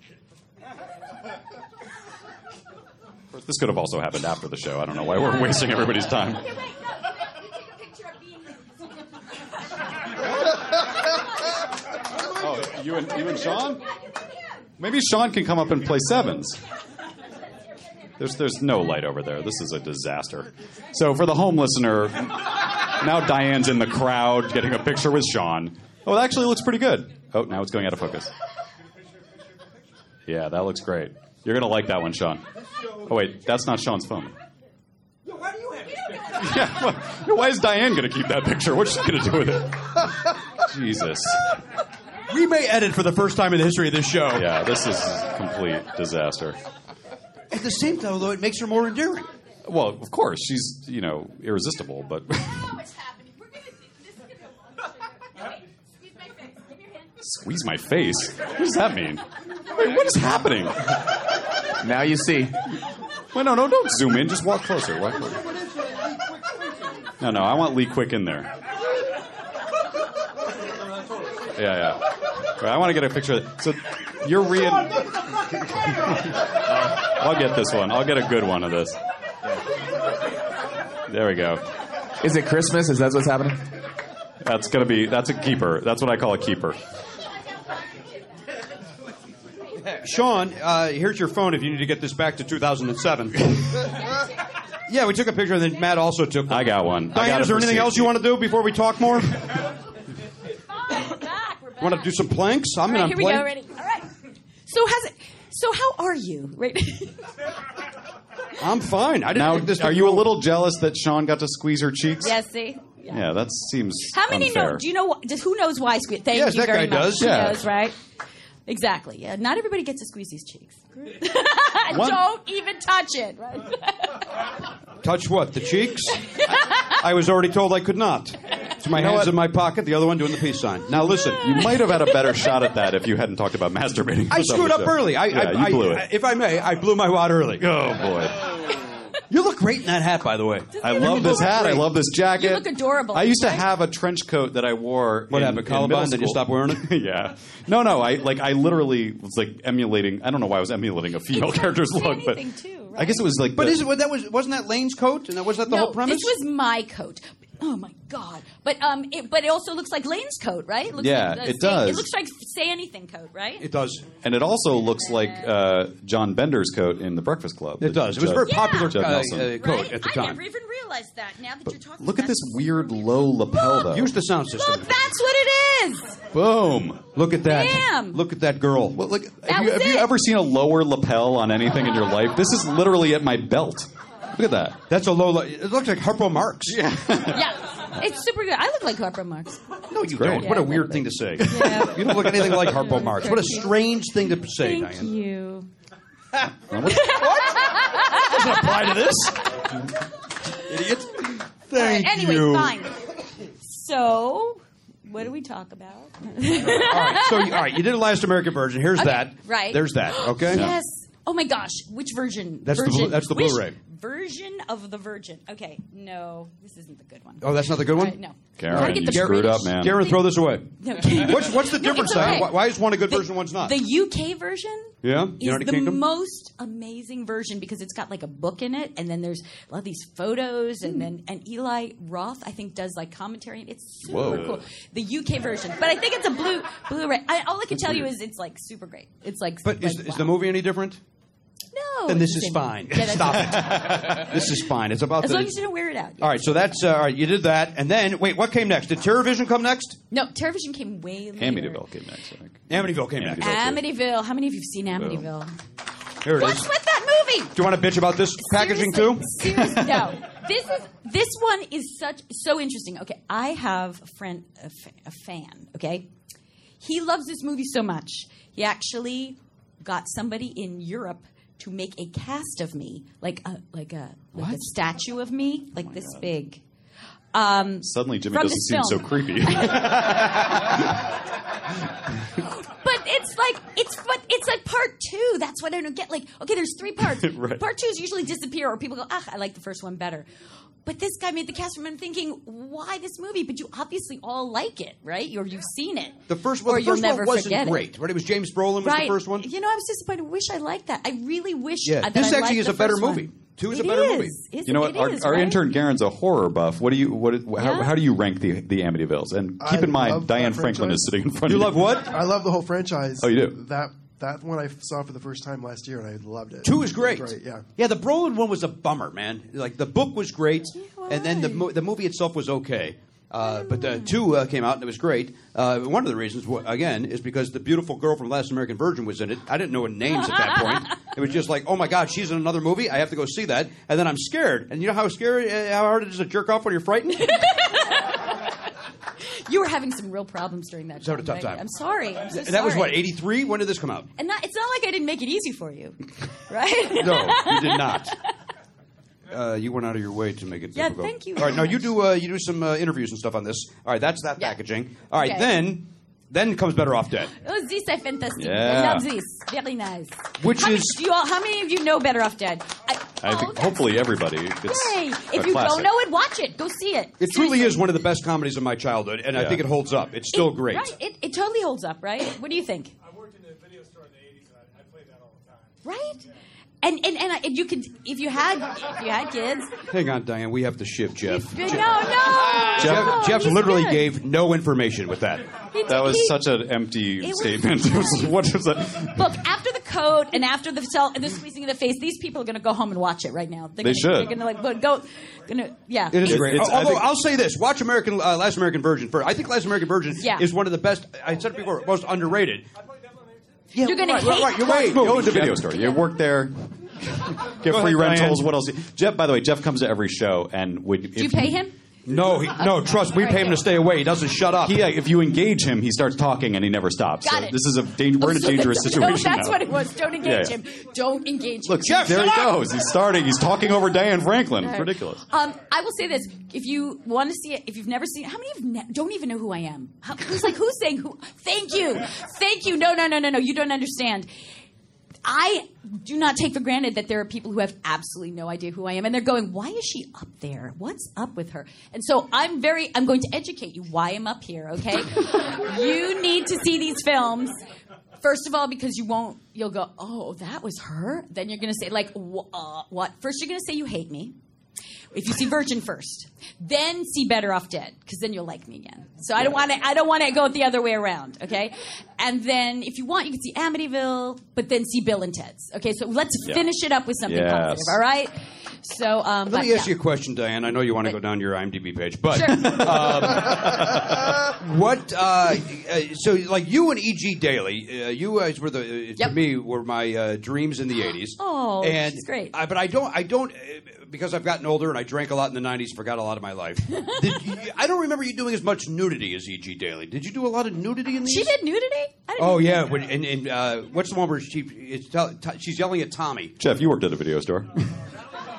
Of course, This could have also happened after the show. I don't know why we're [laughs] wasting everybody's time. Okay, wait, no. You take a picture of me and [laughs] Oh, you and you and Sean? Maybe Sean can come up and play sevens. There's there's no light over there. This is a disaster. So for the home listener, now Diane's in the crowd getting a picture with Sean. Oh, it actually looks pretty good. Oh, now it's going out of focus. Yeah, that looks great. You're gonna like that one, Sean. Oh wait, that's not Sean's phone. [laughs] Yeah, why- why is Diane gonna keep that picture? What's she gonna do with it? Jesus. We may edit for the first time in the history of this show. Yeah, this is a complete disaster. At the same time, though, it makes her more endearing. Well, of course, she's, you know, irresistible, [laughs] but [laughs] squeeze my face. What does that mean? Wait, what is happening? Now you see. Well, no, no, don't zoom in. Just walk closer. Walk closer. No, no, I want Lee Quick in there. Yeah, yeah. Right, I want to get a picture. Of, so you're re. I'll get this one. I'll get a good one of this. There we go. Is it Christmas? Is that what's happening? That's gonna be. That's a keeper. That's what I call a keeper. Sean, uh, here's your phone if you need to get this back to [laughs] 2007. yeah, we took a picture, and then Matt also took one. I got one. Diane, is there anything else you want to do before we talk more? Oh, Want to do some planks? I'm All right, going here to we go. plank. Ready? All right. So how's it? So how are you? Right? [laughs] I'm fine. I didn't now, think this are you a little jealous that Sean got to squeeze her cheeks? yes. See. Yeah, that seems. How many unfair. know? Do you know? wh- Does who knows why? Squeeze. Thank Yes, you that very guy much. does. He Yeah. knows, right? Exactly. Yeah. Not everybody gets to squeeze these cheeks. [laughs] One- Don't even touch it. Right? [laughs] Touch what? The cheeks? I was already told I could not. It's my You know hands what? in my pocket, the other one doing the peace sign. Now, listen. You might have had a better shot at that if you hadn't talked about masturbating. I for some screwed up show. early. I, yeah, I, you blew I, it. If I may, I blew my wad early. Oh boy! You look great in that hat, by the way. I love this hat. I love this jacket. You look adorable. I used to have a trench coat that I wore. What in, happened, in middle Columbine? Did you school. stop wearing [laughs] it? yeah. No, no. I like. I literally was like emulating. I don't know why I was emulaulating a [laughs] female character's look, but I guess it was like. But the- is it, well, that was wasn't that Lane's coat, and that was that the no, whole premise? this was my coat. Oh my god! But um, it, but it also looks like Lane's coat, right? It looks Yeah, like, the it say, It does. looks like say anything coat, right? It does. And it also looks like uh, John Bender's coat in The Breakfast Club. It does. It was a very popular, Judd uh, Nelson. uh, coat Right? at the I time. never even realized that. Now that you're talking, Look at this weird low lapel, though. Use the sound system. that's what it is. Boom! Look at that. Damn. Look at that girl. Well, look. That have you, was have you it. ever seen a lower lapel on anything in your life? This is literally at my belt. Look at that. That's a low. La- it looks like Harpo Marx. [laughs] Yeah. yeah, it's super good. I look like Harper Marx. No, you great. don't. What a Yeah. weird thing to say. You don't look anything like Harpo [laughs] Marx. What a strange thing to say, Thank Diane. you. Doesn't [laughs] apply to this. Idiot. Thank anyway, you. fine. So So, what do we talk about? all right, so you, all right, you did a last American version. Here's Okay, that. right. There's that. Okay. Yes. Oh my gosh, which version? That's the version. Blu- that's the Which Blu-ray. Version of the Virgin. Okay, no, this isn't the good one. Oh, that's not the good one. All right, no. Gotta get the Karen, British- Karen, throw this away. No. [laughs] what's, what's the No, it's difference? all then? right. Why, why is one a good The- version, and one's not? The UK version yeah, is United the Kingdom. most amazing version because it's got like a book in it, and then there's a lot of these photos, Hmm. and then and Eli Roth I think does like commentary. and It's super Whoa. cool. The UK version, but I think it's a blue Blu-ray. I, all I can That's tell you weird. is it's like super great. It's like but is, like, is the movie any different? no. then this it's the is same. fine. Yeah, that's Stop right. it. this is fine. It's about As the. long as you don't wear it out. all right, so that's uh, all right. You did that, and then wait, what came next? Did Terror Vision come next? No, Terrorvision came way later. came next, I think. Amityville came next. Uh, Amityville. How many of you have seen Amityville? Here it What's is. with that movie? Do you want to bitch about this packaging too? [laughs] Seriously, no. This is this one is such so interesting. Okay, I have a friend, a, fa- a fan. Okay, he loves this movie so much. He actually got somebody in Europe to make a cast of me, like a like a like a statue of me, like this big. Um, Suddenly, Jimmy from doesn't this seem so film. creepy. [laughs] But it's like it's but it's like part two. That's what I don't get. Like, okay, there's [laughs] three parts. Right. Part twos usually disappear, or people go, ah, I like the first one better. But this guy made the cast from. I'm thinking, why this movie? But you obviously all like it, right? Or you've seen it. The first one, Or the you'll first never one wasn't forget it. great, right? It was James Brolin was right. the first one. You know, I was disappointed. Wish I liked that. I really wish. Yeah. that This I actually liked is the a better first one. movie. Two is It a better movie. is. It's- You know what? it Our, is, our right? intern Garen's a horror buff. What do you? What? How, Yeah. how do you rank the the Amityvilles? And keep in mind, Diane Franklin is sitting in front of you. I love the whole franchise. Oh, you do? That that one I saw for the first time last year, and I loved it. Two is great. yeah. Yeah, the Brolin one was a bummer, man. Like the book was great, and then the mo- the movie itself was okay. Uh, but the two uh, came out and it was great. Uh, one of the reasons, wa- again, is because the beautiful girl from Last American Virgin was in it. I didn't know her names at that point. It was just like, oh my god, she's in another movie. I have to go see that. And then I'm scared. And you know how scary, uh, how hard it is to jerk off when you're frightened. You were having some real problems during that. It's had a time, tough right? time. I'm sorry. I'm so that was what sorry. eighty three. When did this come out? And not, it's not like I didn't make it easy for you, [laughs] [laughs] right? No, [laughs] you did not. Uh, you went out of your way to make it Yeah, difficult. thank you All right, now very you do uh, you do some uh, interviews and stuff on this. All right, that's that packaging. All right, Okay. then then comes better off [laughs] dead. Oh, this is fantastic. Yeah. I love this. Very nice. Which how is- many, do you all, how many of you know Better Off Dead? I, I think hopefully everybody. It's yay! a If you classic. don't know it, watch it. Go see it. It truly is one of the best comedies of my childhood, and I Yeah. think it holds up. It's still great. Right? It, it totally holds up, right? What do you think? Right? And and and, I, and you could if you had if you had kids. Hang on, Diane. We have to shift Jeff. No, no. Jeff, no, Jeff he's literally good. gave no information with that. He That did- was he- such an empty [laughs] was- statement. what is that? Look, after the coat and after the cell and the squeezing of the face, these people are going to go home and watch it right now. They They're gonna, should. They're going to like go- go. Gonna, yeah. It is great. it's- I Although think- I'll say this: watch American uh, Last American Virgin. First. I think Last American Virgin Yeah. is one of the best. I said it before, most underrated. You're going right, to hate. right, right. You're right. Go Movie, to the video Jeff. store. You work there. Get Go free ahead, Diane. rentals. What else? Jeff. By the way, Jeff comes to every show, and would Do you pay him? No, he, no. Trust, we pay him to stay away. He doesn't shut up. He, uh, if you engage him, he starts talking, and he never stops. Got so it. this is a dang- [laughs] we're in a dangerous situation. [laughs] No, that's now. what it was. Don't engage Yeah, him. Don't engage Look, him. see, there he goes. He's starting. He's talking over Diane Franklin. It's All right. ridiculous. Um, I will say this: if you want to see it, if you've never seen, how many of ne- don't even know who I am? How, who's like who's saying who? Thank you, thank you. No, no, no, no, no. You don't understand. I do not take for granted that there are people who have absolutely no idea who I am, and they're going, "Why is she up there? What's up with her?" And so I'm very, I'm going to educate you why I'm up here. [laughs] Okay, you need to see these films. First of all, because you won't, you'll go, "Oh, that was her." Then you're going to say, like, wh- uh, "What?" First, you're going to say you hate me if you see Virgin first, then see Better Off Dead, because then you'll like me again. So I don't want to. I don't want to go the other way around. Okay, and then if you want, you can see Amityville, but then see Bill and Ted's. Okay, so let's Yeah. finish it up with something Yes. positive. All right. So um, Let but me ask yeah. you a question, Diane. I know you want to go down your IMDb page, but Sure. um, what? Uh, uh, so, like you and E.G. Daly, uh, you guys were the uh, to me were my uh, dreams in the '80s. [gasps] Oh, and she's great. I, but I don't. I don't uh, because I've gotten older and I drank a lot in the '90s. Forgot a lot of my [laughs] life. Did you, I don't remember you doing as much nudity as E.G. Daly. Did you do a lot of nudity in these? She did nudity. I didn't Oh know yeah, that. when, and, and uh, what's the one where she it's tell, t- she's yelling at Tommy? Jeff, you worked at a video store.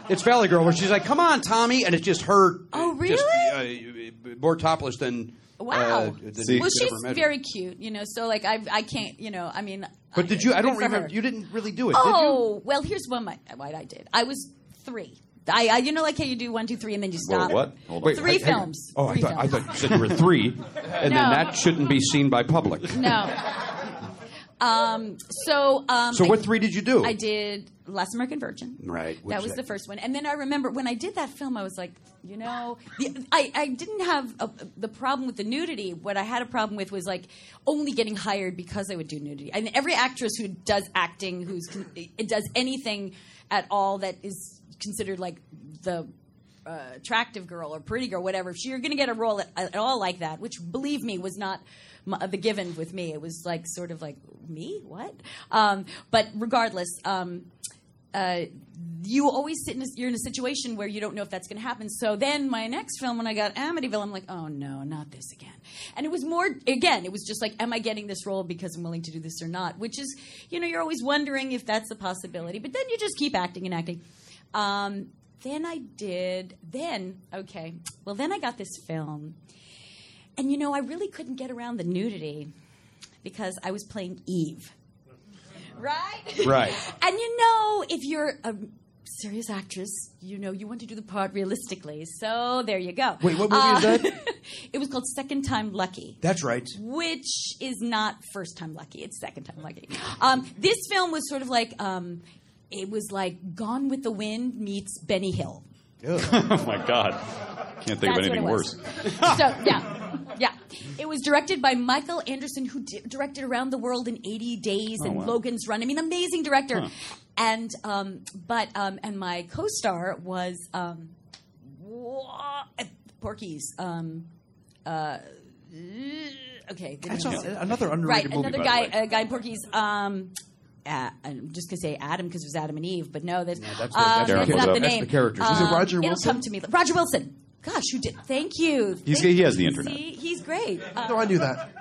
It's Valley Girl where she's like, "Come on, Tommy," and it's just her. Oh, just, really? uh, more topless than. Wow. Uh, than well, you could she's ever imagine. very cute, you know. So like I I can't, you know. I mean. But did you? I don't good for remember. her. You didn't really do it, oh well, here's one. My what I did. I was three. I, I you know like how you do one two three and then you Whoa, stop. what? Hold on. Wait, three hang on. films. Oh, I Three thought- I films. did you? You said you were three, and No. then that shouldn't be seen by public. No. [laughs] Um, so. Um, So what I- three did you do? I did Last American Virgin. Right. that was the first one, and then I remember when I did that film, I was like, you know, the, I I didn't have a, the problem with the nudity. What I had a problem with was like only getting hired because I would do nudity. I mean, every actress who does acting, who's con- it does anything at all that is considered like the uh, attractive girl or pretty girl, whatever, if you're going to get a role at, at all like that, which believe me was not m- the given with me. It was like sort of like me, what? Um, but regardless, um, uh, you always sit in a, you're in a situation where you don't know if that's going to happen. So then my next film, when I got Amityville, I'm like, oh no, not this again. And it was more again, it was just like, am I getting this role because I'm willing to do this or not? Which is, you know, you're always wondering if that's a possibility. But then you just keep acting and acting. Um, then I did. Then okay, well then I got this film, and you know I really couldn't get around the nudity because I was playing Eve. Right? Right. and you know, if you're a serious actress, you know you want to do the part realistically. So there you go. Wait, what movie is [laughs] that? it was called Second Time Lucky. That's right. Which is not first time lucky, it's second time lucky. Um, this film was sort of like, um, it was like Gone with the Wind meets Benny Hill. [laughs] oh my god, can't think of That's what it anything worse. was. [laughs] so yeah, yeah. It was directed by Michael Anderson, who di- directed Around the World in 80 Days Oh, and wow. Logan's Run. I mean, amazing director. Huh. And um, but um, and my co-star was um, wha- Porky's. Um, uh, okay, the That's name a- is- another underrated right, movie, Another by guy, the way. uh, guy Porky's. Um, uh, I'm just gonna say Adam because it was Adam and Eve, but no, that's, that's the- um, that's the that's not character. the That's name. the characters. Is it Um, Roger it'll Wilson? come to me. Roger Wilson. Gosh, who did? Thank you. He's- Thank he has you. the internet. See, he's great. Uh, No, I knew that.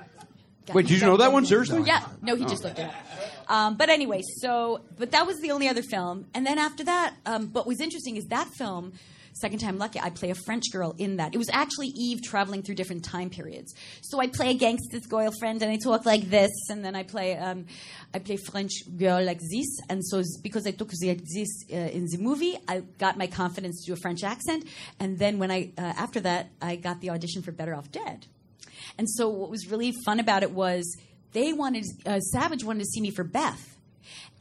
God, Wait, did you know that one seriously? yeah. No, he Oh. just looked it up. Um, but anyway, so but that was the only other film, and then after that, um, what was interesting is that film. Second time lucky, I play a French girl in that. It was actually Eve traveling through different time periods. So I play a gangster's girlfriend, and I talk like this, and then I play um, I play French girl like this. And so s- because I took the, this uh, in the movie, I got my confidence to do a French accent. And then when I uh, after that, I got the audition for Better Off Dead. And so what was really fun about it was they wanted uh, Savage wanted to see me for Beth.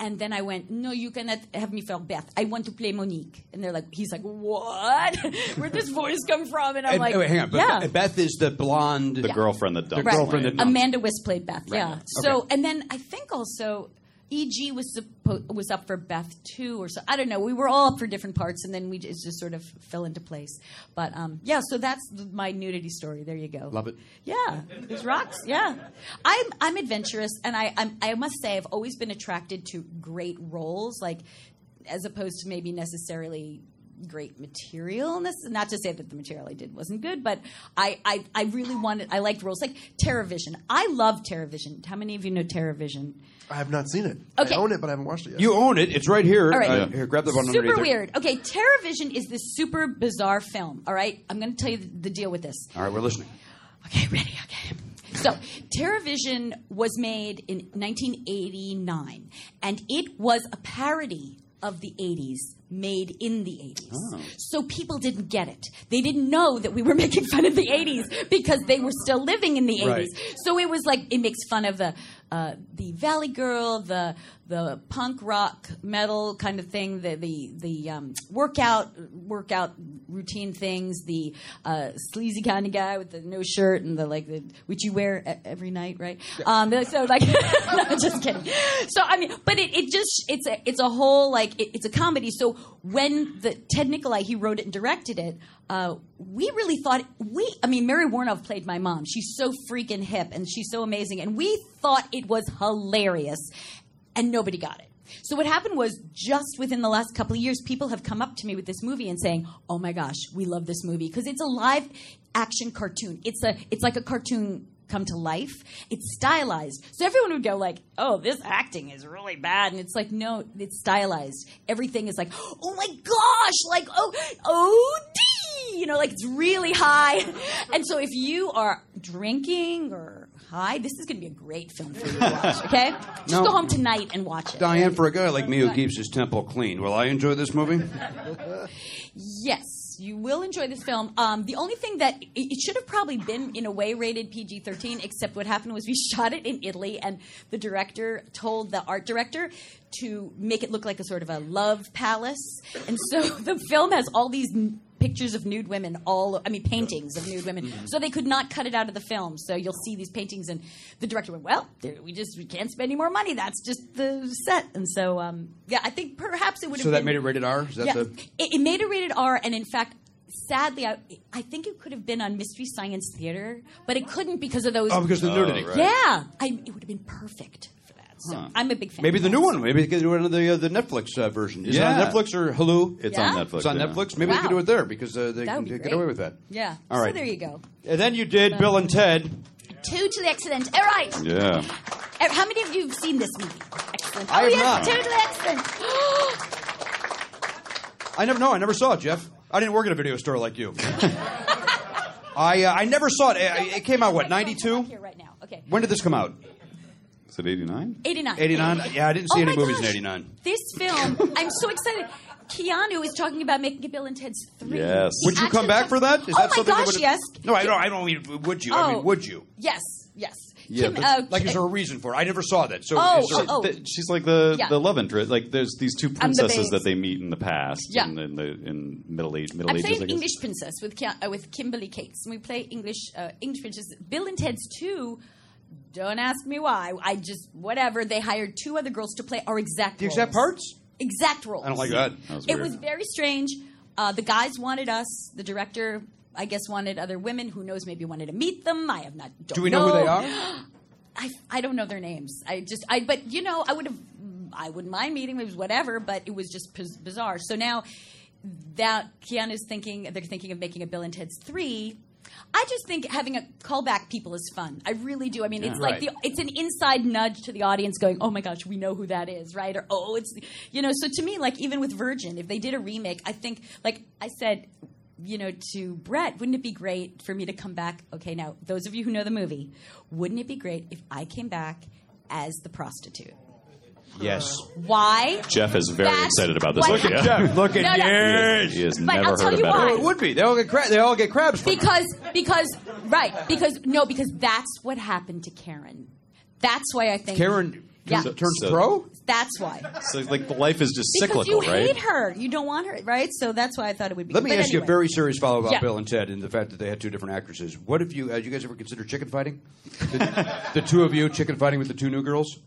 And then I went, no, you cannot have me for Beth. I want to play Monique. And they're like, he's like, what? [laughs] Where'd this voice come from? And I'm And- oh, like, wait, hang on. But yeah. Beth is the blonde, the girlfriend that the girlfriend that dumped. Amanda Wiss played Beth. Right. Yeah. Okay. So and then I think also E.G. was suppo- was up for Beth too, or so I don't know. We were all up for different parts, and then we just, it just sort of fell into place. But um, yeah, so that's th- my nudity story. There you go. Love it. Yeah, there's rocks. Yeah, I'm I'm adventurous, and I I'm, I must say I've always been attracted to great roles, like as opposed to maybe necessarily great material. This is Not to say that the material I did wasn't good, but I I, I really wanted I liked roles like TerraVision. I love TerraVision. How many of you know TerraVision? I have not seen it. Okay. I own it, but I haven't watched it yet. You own it. It's right here. All right. Uh, here, grab the one underneath Super there. weird. Okay, TerraVision is this super bizarre film. All right, I'm going to tell you the, the deal with this. All right, we're listening. So, TerraVision was made in 1989, and it was a parody of the 80s made in the 80s. So, people didn't get it. They didn't know that we were [laughs] making fun of the 80s because they were still living in the 80s. Right. So, it was like it makes fun of the uh, the Valley Girl, the the punk rock metal kind of thing, the the the um, workout workout routine things, the uh, sleazy kind of guy with the no shirt and the like, the, which you wear e- every night, right? Um, so like, [laughs] no, just kidding. So I mean, but it, it just it's a it's a whole like it, it's a comedy. So when the Ted Nicolai he wrote it and directed it, uh, we really thought we I mean Mary Warnoff played my mom. She's so freaking hip and she's so amazing, and we thought it was hilarious, and nobody got it. So what happened was just within the last couple of years, people have come up to me with this movie and saying, "Oh my gosh, we love this movie because it's a live action cartoon. It's a it's like a cartoon." come to life it's stylized so everyone would go like oh this acting is really bad and it's like no it's stylized everything is like oh my gosh like oh oh you know, like it's really high. [laughs] And so if you are drinking or high, this is going to be a great film for you to watch, okay? Just No. go home tonight and watch it. Diane, for a guy like me who keeps his temple clean, will I enjoy this movie? Yes, you will enjoy this film. Um, the only thing that it, it should have probably been in a way rated PG 13, except what happened was we [laughs] shot it in Italy, and the director told the art director to make it look like a sort of a love palace. And so [laughs] the film has all these. n- Pictures of nude women, all I mean, paintings of nude women. Mm-hmm. Mhm. So they could not cut it out of the film. So you'll see these paintings, and the director went, "Well, there- we just we can't spend any more money. That's just the set." And so, um, yeah, I think perhaps it would. So have that been- made it rated R? Is that yeah, the- it, it made a rated R, and in fact, sadly, I, I think it could have been on Mystery Science Theater, but it couldn't because of those. Oh, because of the Oh, nudity. right. Yeah, I, it would have been perfect for that. So Huh. I'm a big fan. Maybe of the that. new one. Maybe they could do it on the, uh, the Netflix uh, version. Is it Yeah. on Netflix or Hulu? It's on Yeah. Netflix, It's on yeah. Netflix. Maybe they could Wow. do it there because uh, they That can would be get great. away with that. Yeah. All So right. there you go. And then you did Bill and Ted. Two to the excellent. All right. Yeah. Uh, How many of you have seen this movie? Excellent. I oh, have yes, not. two to the excellent. I never know. I never saw it, Jeff. I didn't work at a video store like [laughs] you. I uh, I never saw it. It, it came out what ninety two. Here right now. Okay. When did this come out? Is it 89? 89. 89? Yeah, I didn't see Oh any my movies in gosh. 89. This film, I'm so excited. Keanu is talking about making Bill and Ted's 3. Yes. Would you come Actually, back for that? Is Oh that my something you gosh, would've- yes. No, I don't. I don't mean would you. I Oh. mean would you? Yes, yes. Yeah, Kim, but- uh, Like, is K- there a reason for it? I never saw that. So, Oh, is there- oh, oh. Th- She's like the Yeah. the love interest. Like there's these two I'm the babes. princesses that they meet in the past, Yeah. in, in the in middle age middle I'm ages. I playing guess. English Princess with Kia, uh, with Kimberly Cates, and we play English uh, English Princess. Bill and Ted's two. Don't ask me why. I just whatever. They hired two other girls to play our exact The exact roles. parts? Exact roles. I don't like that. That was it weird. was very strange. Uh, the guys wanted us. The director, I guess, wanted other women. Who knows? Maybe wanted to meet them. I have not. Don't do we know, who they are? [gasps] I, I don't know their names. I just I but you know I would have I wouldn't mind meeting them whatever, but it was just biz- bizarre. So now that Keanu's thinking they're thinking of making a Bill and Ted's three. I just think having a callback people is fun. I really do. I mean, it's Yeah. like the, Right. it's an inside nudge to the audience, going, "Oh my gosh, we know who that is," right? Or "Oh, it's you know." So to me, like even with Virgin, if they did a remake, I think, like I said, you know, to Brett, wouldn't it be great for me to come back? Okay, now those of you who know the movie, wouldn't it be great if I came back as the prostitute? Yes. Why? Jeff is very That's excited about this what- idea. Look at Jeff. Look at No, no. He has, he has But never I'll heard tell you about why. it. It would be. They all get cra- they all get crabs. From it. Because because right because no because that's what happened to Karen. That's why I think Karen Yeah. So- turns so- pro. That's why. So like the life is just Because cyclical, you right? hate her, you don't want her, right? So that's why I thought it would be. Let me but ask you a anyway. very serious follow up about Yeah. Bill and Ted and the fact that they had two different actresses. What if you? Uh, you guys ever consider chicken fighting? the, the two of you chicken fighting with the two new girls.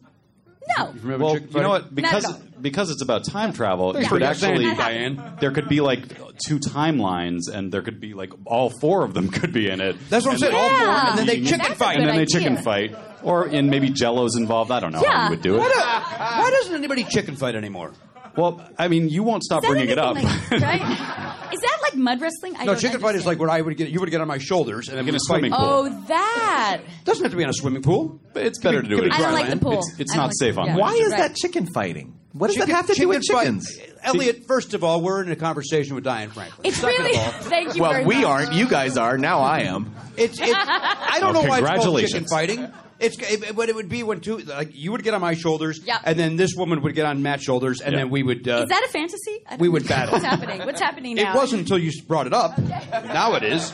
No. You [laughs] remember Well, chicken you know fighting? what? Because because it's about time travel, Thanks you for could your actually sanity, Diane. there could be like two timelines, and there could be like all four of them could be in it. That's what And I'm saying, all four, they're and then they meeting, chicken That's a fight. and then good they chicken idea. fight, or and maybe Jello's involved. I don't know how Yeah. you would do it. Why don't- Why doesn't anybody chicken fight anymore? Well, I mean, you won't stop Is that bringing it up. anything like- right? Is that like mud wrestling? I no, don't chicken fight is like what I would get. You would get on my shoulders and I'm going to understand. fight. Oh, that. Doesn't have to be on a swimming pool. [laughs] It's better to do it. in I don't like dry land. the pool. It's- it's I don't not like- safe on yeah. land. Why is Right. that chicken fighting? What does Chicken- that have to do with chicken fight- chickens? Elliot, first of all, we're in a conversation with Diane Franklin. It's Second really. of all, [laughs] Thank you. well, very we much. aren't. You guys are. Now I am. It's, it's I don't Oh, know why it's called chicken congratulations. fighting. It's it, but it would be when two like you would get on my shoulders, Yeah. and then this woman would get on Matt's shoulders, and then we would. Uh, Is that a fantasy? I don't we would know. battle. What's happening? What's happening now? it wasn't until you brought it up. Now [laughs] it is.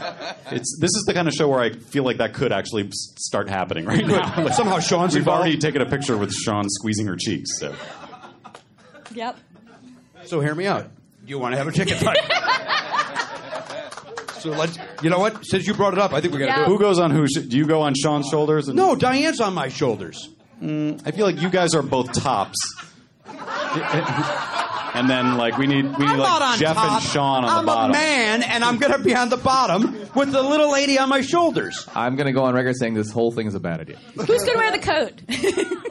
It's this is the kind of show where I feel like that could actually s- start happening right now. Somehow [laughs] Sean's We've involved. already taken a picture with Sean squeezing her cheeks. So. Yep. So hear me out. You want to have a chicken [laughs] fight? so let's. You know what? Since you brought it up, I think we got to Yeah. do Who it. goes on who? Sh- do you go on Sean's shoulders? And- No, Diane's on my shoulders. Mm, I feel like you guys are both tops. and then like we need we need I'm not on like Jeff top. and Sean on I'm the bottom. a man, and I'm going to be on the bottom with the little lady on my shoulders. I'm going to go on record saying this whole thing is a bad idea. Who's gonna wear the coat?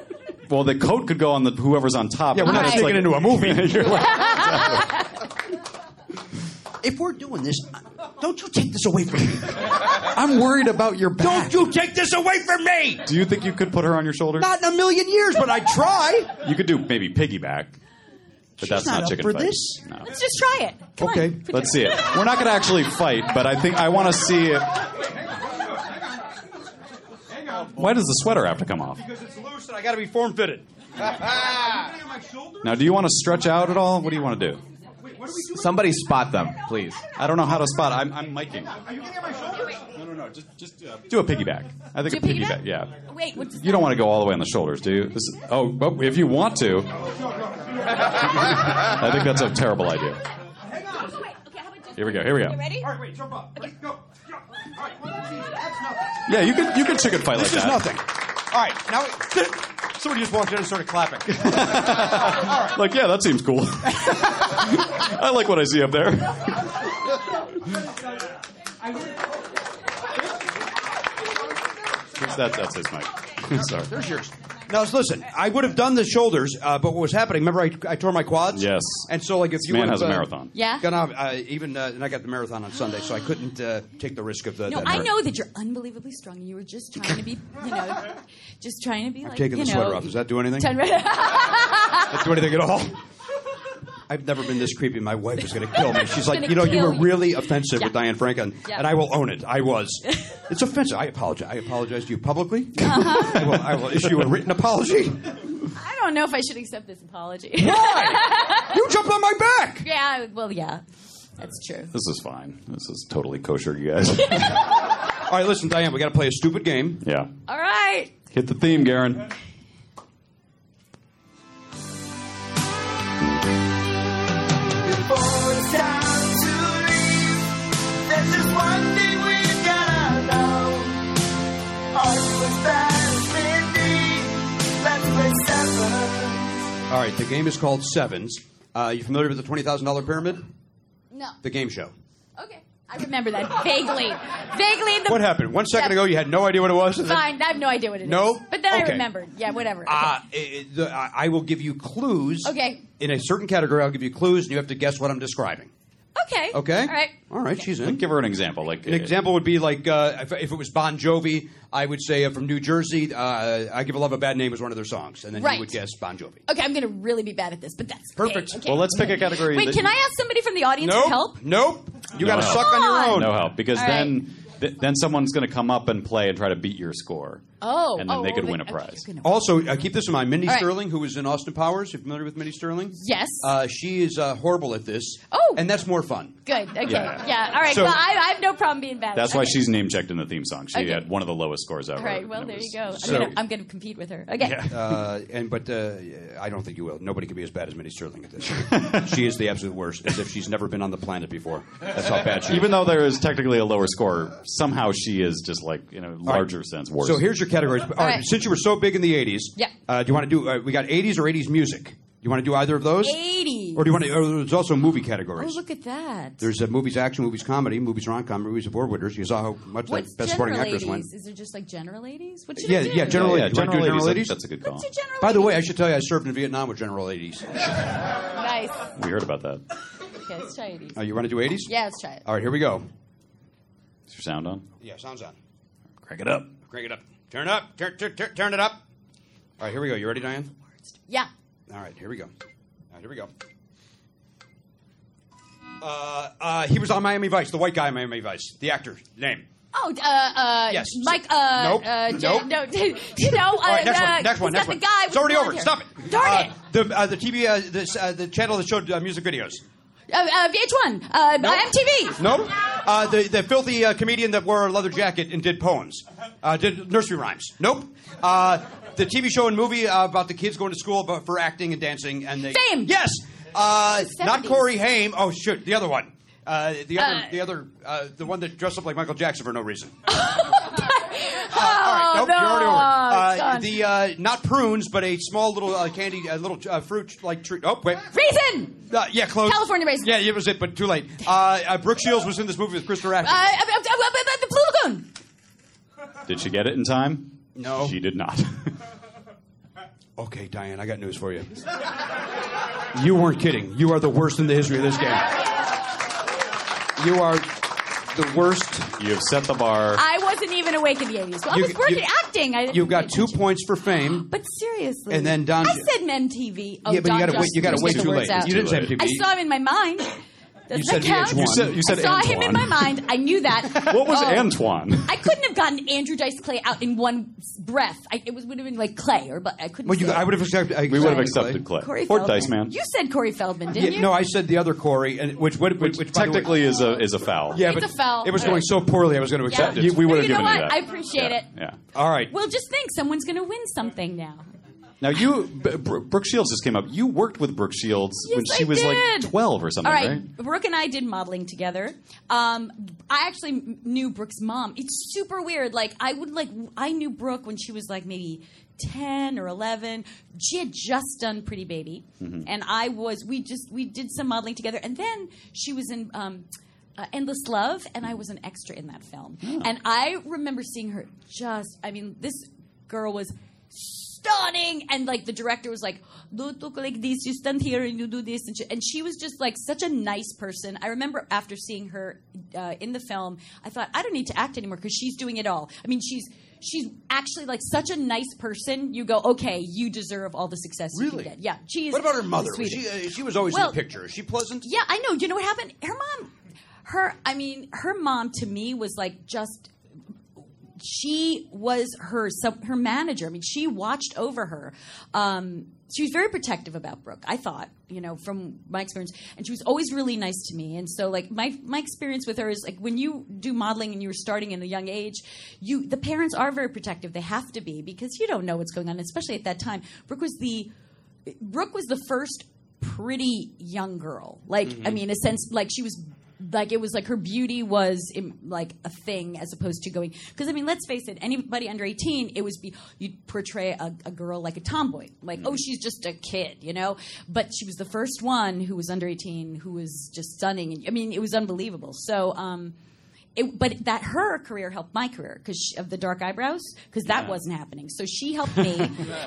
[laughs] Well, the coat could go on the whoever's on top. Yeah, we're not It's sticking into a [laughs] movie. You're like- [laughs] If we're doing this, don't you take this away from me. I'm worried about your back. Don't you take this away from me! do you think you could put her on your shoulders? Not in a million years, but I try. You could do maybe piggyback. But that's not not, up chicken for fight. this. No. Let's just try it. Come on. Okay. Let's see it. We're not going to actually fight, but I think I want to see it. Why does the sweater have to come off? Because it's loose and I got to be form [laughs] fitted. Now, do you want to stretch out at all? What do you want to do? Somebody spot them, please. I don't know how to spot. I'm, I'm miking. No, no, no. Just, just uh, do a piggyback. I think Do a a piggyback? piggyback. Yeah. Wait, what does You don't want to go all the way on the shoulders, do you? This is, oh, oh, if you want [laughs] to, I think that's a terrible idea. Oh, Here we go. Here we go. ready? All right, wait, jump up. Wait, go. Jump. All right, well, that's easy. That's nothing. Yeah, you can you can chicken fight This is like that. nothing. All right, now [laughs] somebody just walked in and started clapping. Like, yeah, that seems cool. I like what I see up there. That's that's his mic. [laughs] Sorry. There's yours. Now, listen, I would have done the shoulders, uh, but what was happening, remember I, I tore my quads? Yes. And so, like, if you man would have, has a uh, marathon. Yeah? Gone off, uh, even, uh, and I got the marathon on Sunday, so I couldn't uh, take the risk of the. No, that I hurt. know that you're unbelievably strong, and you were just trying to be, you know, [laughs] just trying to be I've like, taken you the know, sweater off. Does that do anything? Ten right. Does that do anything at all? [laughs] I've never been this creepy. My wife [laughs] is going to kill me. She's like, Gonna you know, you kill were you." really offensive with Diane Franken, Yeah. and I will own it. I [laughs] was. It's offensive. I apologize. I apologize to you publicly. Uh-huh. [laughs] I, will, I will issue a written apology. [laughs] I don't know if I should accept this apology. [laughs] You jumped on my back. yeah. Well, yeah. That's true. This is fine. This is totally kosher, you guys. [laughs] [laughs] All right, listen, Diane, we got to play a stupid game. Yeah. All right. Hit the theme, Garen. Before it's time to leave, there's just one thing we gotta know. Are you as bad as with me? Let's play seven. All right, the game is called Sevens. Uh, you familiar with the twenty thousand dollar pyramid? No. The game show. Okay. I remember that vaguely. Vaguely. The What happened? One second ago, you had no idea what it was. [laughs] and then- Fine. I have no idea what it is. No? But then I Okay. remembered. Yeah. Whatever. Ah, eh, the- I I will give you clues. Okay. In a certain category, I'll give you clues, and you have to guess what I'm describing. Okay. Okay. All right. All right, she's in. Give her an example. Like An example would be like uh, if, if it was Bon Jovi, I would say uh, from New Jersey, uh, "I Give a Love a Bad Name" was one of their songs, and then Right. you would guess Bon Jovi. Okay. I'm gonna really be bad at this, but that's Perfect. okay, okay. Well, let's pick a category. Wait. that- Can I ask somebody from the audience Nope. to help? Nope. No You got to help. suck on your own. Oh, No help, because All right. then th- then someone's going to come up and play and try to beat your score. Oh. and then oh, they could well, win a okay, prize. you're gonna- Also, uh, keep this in mind. Mindy All right. Sterling, who was in Austin Powers, you familiar with Mindy Sterling? Yes. Uh, she is uh, horrible at this. Oh. And that's more fun. Good. Okay. Yeah. Yeah. All right. So- well, I, I have no problem being bad. at That's it. why Okay. she's name checked in the theme song. She Okay. had one of the lowest scores ever. All right. Well, and it there you was- go. I'm so- gonna I'm gonna compete with her. Okay. Uh, and but uh, I don't think you will. Nobody could be as bad as Minnie Sterling at this. [laughs] she is the absolute worst, as if she's never been on the planet before. That's how bad she. is. Even though there is technically a lower score, somehow she is just like in a larger sense worse. So here's your categories. All right, right. since you were so big in the '80s, Yeah. Uh, do you want to do? Uh, we got '80s or '80s music. You want to do either of those, [laughs] Eighty. or do you want to? Or there's also movie Oh, categories. look at that. There's uh, movies, action movies, comedy, movies, rom-com, movies, award winners. You saw how much the What's best supporting general actress ladies? went. Is there just like general ladies? What should Yeah, I do? yeah, general Yeah, ladies. You wanna general do general ladies, ladies? that's a good call. Let's do By the way, I should tell you, I served in Vietnam with general [laughs] ladies. Nice. we heard about that. Okay, let's try eighties. Uh, you want to do 80s? Yeah, let's try it. All right, here we go. Is your sound on? Yeah, sounds on. Crank it up. Crank it up. Turn it up. Turn, turn, turn, turn it up. All right, here we go. You ready, Diane? Yeah. All right, here we go. All right, here we go. Uh, uh, he was on Miami Vice, the white guy on Miami Vice, the actor name. Oh, uh, uh, Yes. Mike. Uh, Nope. Uh, Nope. Jan- No. [laughs] You know. Uh, All right, next uh, one. Next one. he's Next got one. The guy. it's already with the over. blonde Stop hair. it. Darn it. Uh, the uh, the TV uh, this, uh, the channel that showed uh, music videos. Uh, uh, VH1. Uh, Nope. MTV. Nope. Uh, the the filthy uh, comedian that wore a leather jacket and did poems, uh, did nursery rhymes. Nope. Uh, the TV show and movie uh, about the kids going to school but for acting and dancing and they, Fame. Yes. Uh, not 70s. Corey Haim. Oh shoot, the other one. Uh, the other, Uh, the other, uh, the one that dressed up like Michael Jackson for no [laughs] reason. Uh, Oh Nope, no. you're already over. it's Uh, gone. the uh, not prunes, but a small little uh, candy, a little uh, fruit like tree. Oh wait, Reason. uh, yeah, close. California raisin. Yeah, it was it, but too late. Uh, uh, Brooke Shields was in this movie with Christopher Uh, Atkins. uh, uh, uh, uh, the Blue Lagoon. Did she get it in time? No. she did not. [laughs] okay, Diane, I got news for you. you weren't kidding. You are the worst in the history of this game. You are the worst You have set the bar. I wasn't even awake in the 80s. Well, You- I was working you- acting. I didn't You've got pay two attention. points for fame. But seriously. And then Don- I said MTV. Oh, Yeah, but you Don gotta wait- you gotta Johnson wait took too the late. words out. You didn't say MTV. I saw him in my mind. Doesn't You said that count? VH1. You said- you said I saw him in my Antoine. mind. I knew that. What was Oh. Antoine? I couldn't have gotten Andrew Dice Clay out in one s- breath. I, it was, would have been like Clay, or but I couldn't. Well, you, say it. I would have accepted. I [laughs] We would have accepted accepted Clay. Corey Or Feldman. Dice Man. You said Corey Feldman, Yeah, didn't you? no, I said the other Corey, and which, which, which, which by the way- Technically is a is a foul. yeah, It's but a foul. it was Okay. going so poorly, I was going to accept Yeah. it. You- we would But have you know given what? you that. I appreciate it. Yeah. All right. Well, just think, someone's going to win something now. Now you, B- Br- Brooke Shields just came up. You worked with Brooke Shields when Yes, she I was did. like twelve or something, All right, right? Brooke and I did modeling together. Um, I actually m- knew Brooke's mom. It's super weird. Like I would like I knew Brooke when she was like maybe ten or eleven. She had just done Pretty Baby, Mm-hmm. Mhm. and I was we just we did some modeling together, and then she was in. Um, uh, Endless Love, and I was an extra in that film. Oh. And I remember seeing her just, I mean, this girl was stunning. And like the director was like, don't look like this, you stand here and you do this. And she, and she was just like such a nice person. I remember after seeing her uh, in the film, I thought, I don't need to act anymore because she's doing it all. I mean, she's. She's actually like such a nice person. You go, okay, you deserve all the success you Really? can get. Yeah, she's. What about her mother? Was Sweet. she, uh, she was always Well, in the picture. Is she pleasant? Yeah, I know. You know what happened? Her mom, her, I mean, her mom to me was like just. She was her sub, her manager. I mean, she watched over her. Um, she was very protective about Brooke. I thought, you know, from my experience, and she was always really nice to me. And so, like my my experience with her is like when you do modeling and you're starting in a young age, you the parents are very protective. They have to be because you don't know what's going on, especially at that time. Brooke was the Brooke was the first pretty young girl. Like, I Mhm. mean, a sense, like she was, like it was like her beauty was im- like a thing as opposed to going. Because I mean, let's face it, anybody under eighteen, it was be you would portray a, a girl like a tomboy, like oh she's just a kid, you know. But she was the first one who was under eighteen who was just stunning. And I mean, it was unbelievable. So. um it, but that her career helped my career because of the dark eyebrows because that wasn't happening. So she helped me,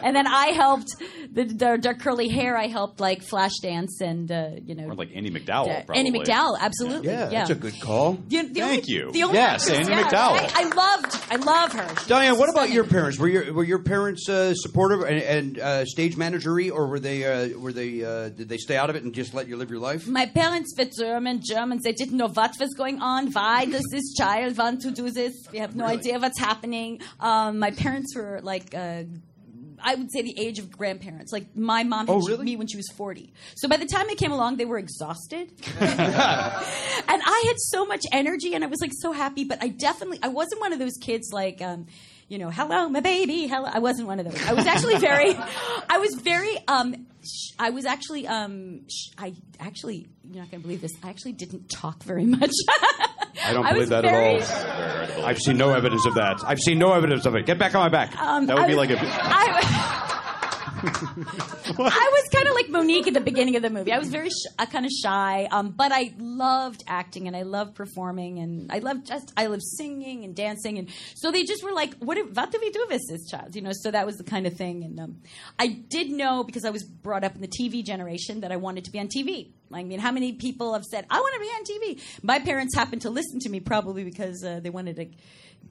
and then I helped the, the dark curly hair. I helped like Flashdance and uh, you know Or like Andy McDowell, Yeah, probably. Andy McDowell, absolutely. Yeah, that's a good call. The- the Thank only- you. The only Yes, actress- Andy yeah, McDowell. I, I loved. I love her. She- Diane, what about your parents? Were your were your parents uh, supportive and, and uh, stage managery, or were they uh, were they uh, did they stay out of it and just let you live your life? My parents were German, Germans. They didn't know what was going on. Why does [laughs] this child want to do this? We have no idea what's happening. Um, my parents were like, uh, I would say the age of grandparents. Like my mom had Oh, really? me when she was 40. So by the time I came along, they were exhausted. and I had so much energy and I was like so happy, but I definitely, I wasn't one of those kids like, um, you know, hello, my baby, hello. I wasn't one of those. I was actually very, I was very, um, sh- I was actually, um, sh- I actually, you're not going to believe this, I actually didn't talk very much. I don't [laughs] I believe was that at very- [laughs] all. I've seen no evidence of that. I've seen no evidence of it. Get back on my back. Um, I was- [laughs] I, I was kind of like Monique at the beginning of the movie. I was very sh- uh, kind of shy, um, but I loved acting and I loved performing and I loved just I loved singing and dancing and so they just were like, "What? do- What do we do with this child?" You know. So that was the kind of thing. And um, I did know because I was brought up in the TV generation that I wanted to be on TV. I mean, how many people have said, "I want to be on TV"? My parents happened to listen to me probably because uh, they wanted to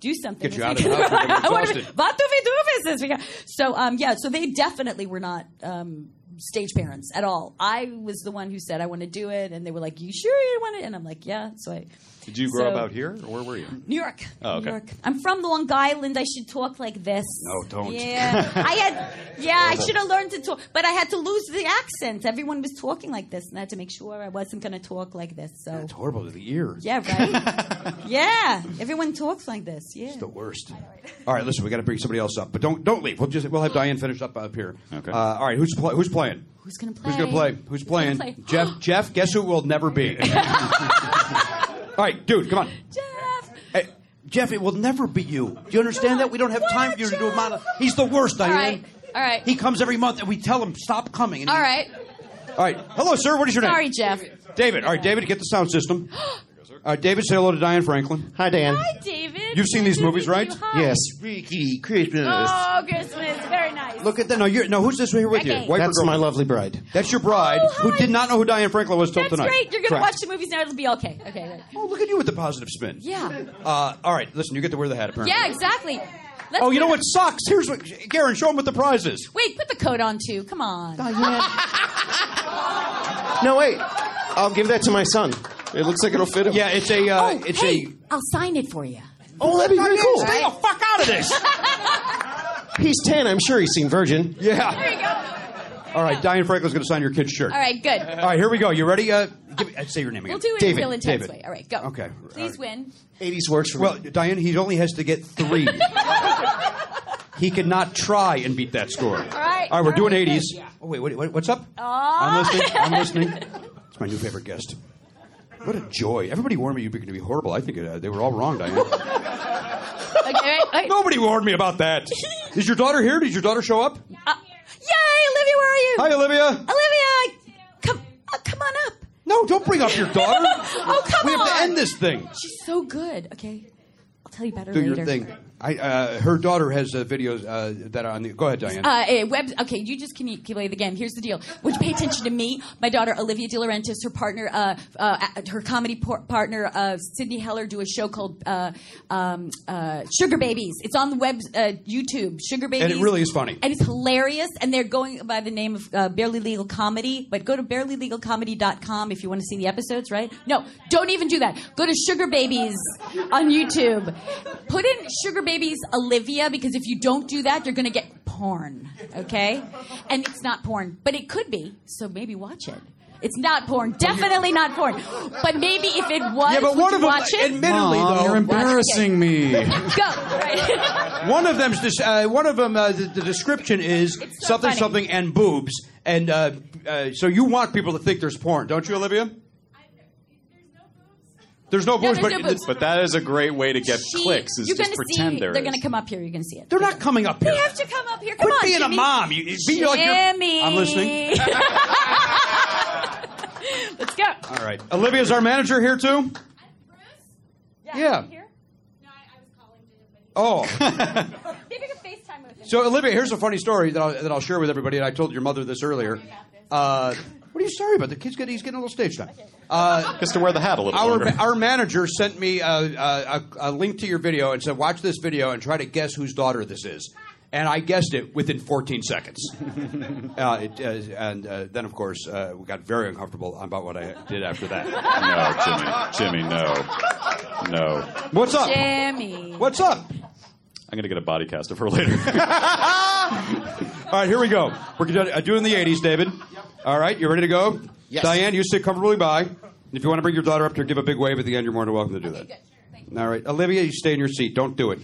do something. Get you out of the house, you're gonna be [laughs] I wanna be- exhausted. what do we do with this? We got- So, um, yeah, so they definitely were not um, stage parents at all. I was the one who said, I want to do it. And they were like, You sure you want it? And I'm like, Yeah. So I, Did you grow So- up out here, or where were you? New York. Oh, okay. New York. I'm from Long Island. I should talk like this. No, don't. Yeah. I had, yeah, I Horrible. should have learned to talk, but I had to lose the accent. Everyone was talking like this, and I had to make sure I wasn't going to talk like this. So, It's horrible to the ear. yeah, right? [laughs] yeah. Everyone talks like this. Yeah. The worst. All right, listen, we got to bring somebody else up, but don't don't leave. We'll just we'll have Diane finish up up here. Okay. Uh, all right, who's pl- who's playing? Who's gonna play? Who's gonna play? Who's playing? play? Jeff. Jeff. Guess who will never be. all right, dude, come on. Jeff. Hey, Jeff, it will never be you. Do you understand that? We don't have time for you to do a model. He's the worst, Diane. right, all right. He comes every month, and we tell him stop coming. And All he- right. All right. Hello, sir. What is your Sorry, name? Jeff. David. All right, David, get the sound [gasps] system. All right, David, say hello to Diane Franklin. Hi, Diane. David. You've seen these movies, right? Hi. Yes. Freaky Christmas. Oh, Christmas. Very nice. Look at that. No, you're, no who's this here with you? Becky. Wife or That's girlfriend? my lovely bride. That's your bride, who did not know who Diane Franklin was till Oh, That's tonight. great. You're going to Correct. watch the movies now. It'll be okay. Okay. right. Oh, look at you with the positive spin. Yeah. Uh, all right, listen, you get to wear the hat, apparently. Yeah, exactly. Let's Oh, you know do what it. sucks? Here's what, Garen, show them what the prize is. Wait, put the coat on too. Come on. No, wait. I'll give that to my son. It looks like it'll fit him. Yeah, it's a. Uh, it's Oh, hey, I'll sign it for you. Oh, that'd be very cool. Stay the fuck out of this. a. [laughs] He's ten. I'm sure he's seen Virgin. Yeah. There you go. All right, Diane Franklin's going to sign your kid's shirt. All right, good. All right, here we go. You ready? Uh, give me, uh, say your name again. We'll do it David. in a real intense David. way. All right, go. Okay. Please win. 80s works for well, Diane, he only has to get three. he could not try and beat that score. All right. All right, we're All doing right, 80s. good. Oh, wait, wait, wait, what's up? I'm Aw. listening. I'm [laughs] listening. It's my new favorite guest. What a joy. Everybody warned me you were going to be horrible. I think uh, they were all wrong, [laughs] Diane. okay, wait, [laughs] wait. Nobody warned me about [laughs] that. Is your daughter here? Did your daughter show up? Uh, Yay, Olivia, where are you? Hi, Olivia. Olivia, come, uh, come on up. No, don't bring [laughs] up your daughter. oh, come we on. have to end this thing. She's so good. Okay, I'll tell you better Do later. your thing. I, uh, her daughter has uh, videos uh, that are on the. Go ahead, Diane. Uh, eh, web, okay, you just can play the game. Here's the deal. Would you pay attention to me? My daughter Olivia De Laurentiis, her partner, uh, uh, her comedy por- partner uh, Sydney Heller, do a show called uh, um, uh, Sugar Babies. It's on the web, uh, YouTube. Sugar Babies, And it really is funny. and it's hilarious. And they're going by the name of uh, Barely Legal Comedy. But go to barelylegalcomedy.com if you want to see the episodes. Right? No, don't even do that. Go to Sugar Babies on YouTube. Put in Sugar Babies Olivia because if you don't do that, you're going to get porn. Okay? And it's not porn, but it could be. So maybe watch it. It's not porn. Definitely not porn. But maybe if it was, Yeah, but would one you of them- watch it? admittedly, Mom, though, you're embarrassing me. Go. Right. [laughs] One of them's dis- uh, one of them. Uh, the, the description is something, funny. something, and boobs. And uh, uh, so you want people to think there's porn, don't you, Olivia? There's no boobs, there's but no boobs. But that is a great way to get She- clicks. Is you're just gonna pretend see, there They're is. going to come up here. You're going to see it. they're not coming up here. They have to come up here. Come Quit on, being Jimmy. a mom. You, you- be like your- Jimmy. I'm listening. [laughs] Let's go. All right, Olivia's our manager here too. Yeah. Oh, Maybe I can FaceTime with him. so Olivia, here's a funny story that I'll, that I'll share with everybody, and I told your mother this earlier. Uh, what are you sorry about? The kid's getting he's getting a little stage time. Uh, Just to wear the hat a little our, longer. Our manager sent me a, a, a, a link to your video and said, "Watch this video and try to guess whose daughter this is." And I guessed it within 14 seconds. uh, it, uh, and uh, then, of course, uh, we got very uncomfortable about what I did after [laughs] that. No, Jimmy. Jimmy, no. No. What's up? Jimmy. What's up? I'm going to get a body cast of her [laughs] later. All right, here we go. We're gonna- uh, doing the 80s, David. All right, you ready to go? Yes. Diane, you sit comfortably by. And if you want to bring your daughter up to give a big wave at the end, you're more than welcome to do that. All right, Olivia, you stay in your seat. Don't do it.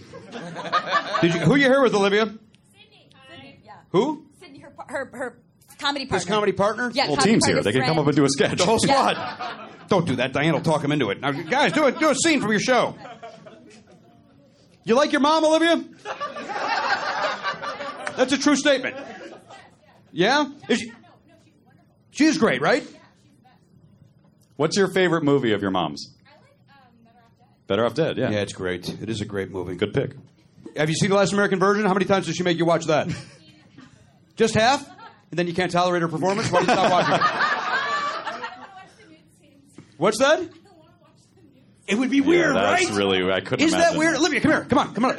Did you, who you here with, Olivia? Sydney. Who? Sydney, her, par- her, her comedy partner. His comedy partner? Yeah, Whole comedy team's here. partner's They can come friend. up and do a sketch. The whole Yeah. squad. Don't do that. Diane will talk him into it. Now, guys, do it. Do a scene from your show. You like your mom, Olivia? That's a true statement. Yeah? Is she, she's great, right? What's your favorite movie of your mom's? um, Better Off Dead, yeah. Yeah, it's great. It is a great movie. Good pick. Have you seen The Last American Virgin? How many times did she make you watch [laughs] that? Just half? And then you can't tolerate her performance? Why do you stop watching it? What's that? It would be weird, yeah, that's right? really, I couldn't Is that imagine. weird? Olivia, come here. Come on, come on.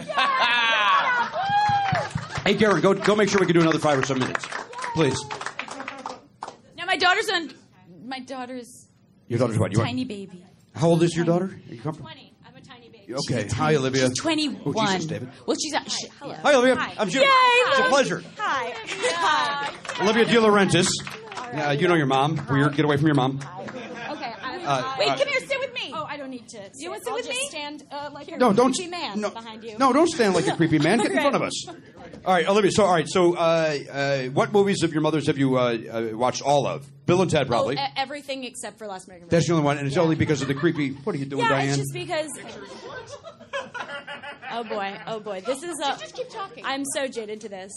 hey, Garen, go go make sure we can do another five or seven minutes, please. Now, my daughter's on. My daughter's Your daughter's what? You want- tiny baby. How old is your daughter? Are you comfortable? Twenty. I'm a tiny baby. Okay. Hi, Olivia. She's 21. Oh, Jesus, David. Well, she's. Hi, she, hello. Hi, Olivia. I'm Jim. Yay! It's a pleasure. Hi. Hi. Olivia De Laurentiis. Uh, you know your mom. Weird. Get away from your mom. Okay. I'm, Uh, Wait, uh, come here, sit with me. Oh, I don't need to. You want to sit I'll with just me? Stand uh, like a No, don't. creepy man no, behind you. no, don't stand like a creepy man. Get in Okay. front of us. All right, Olivia. So, all right. So, uh, uh, what movies of your mother's have you uh, uh, watched all of? Bill and Ted, probably. eh. Oh, e- everything except for Last American. That's the only one, and it's only because of the creepy. What are you doing, yeah, Diane? it's just because. Oh boy! Oh boy! This is a. Just keep talking. I'm so jaded to this.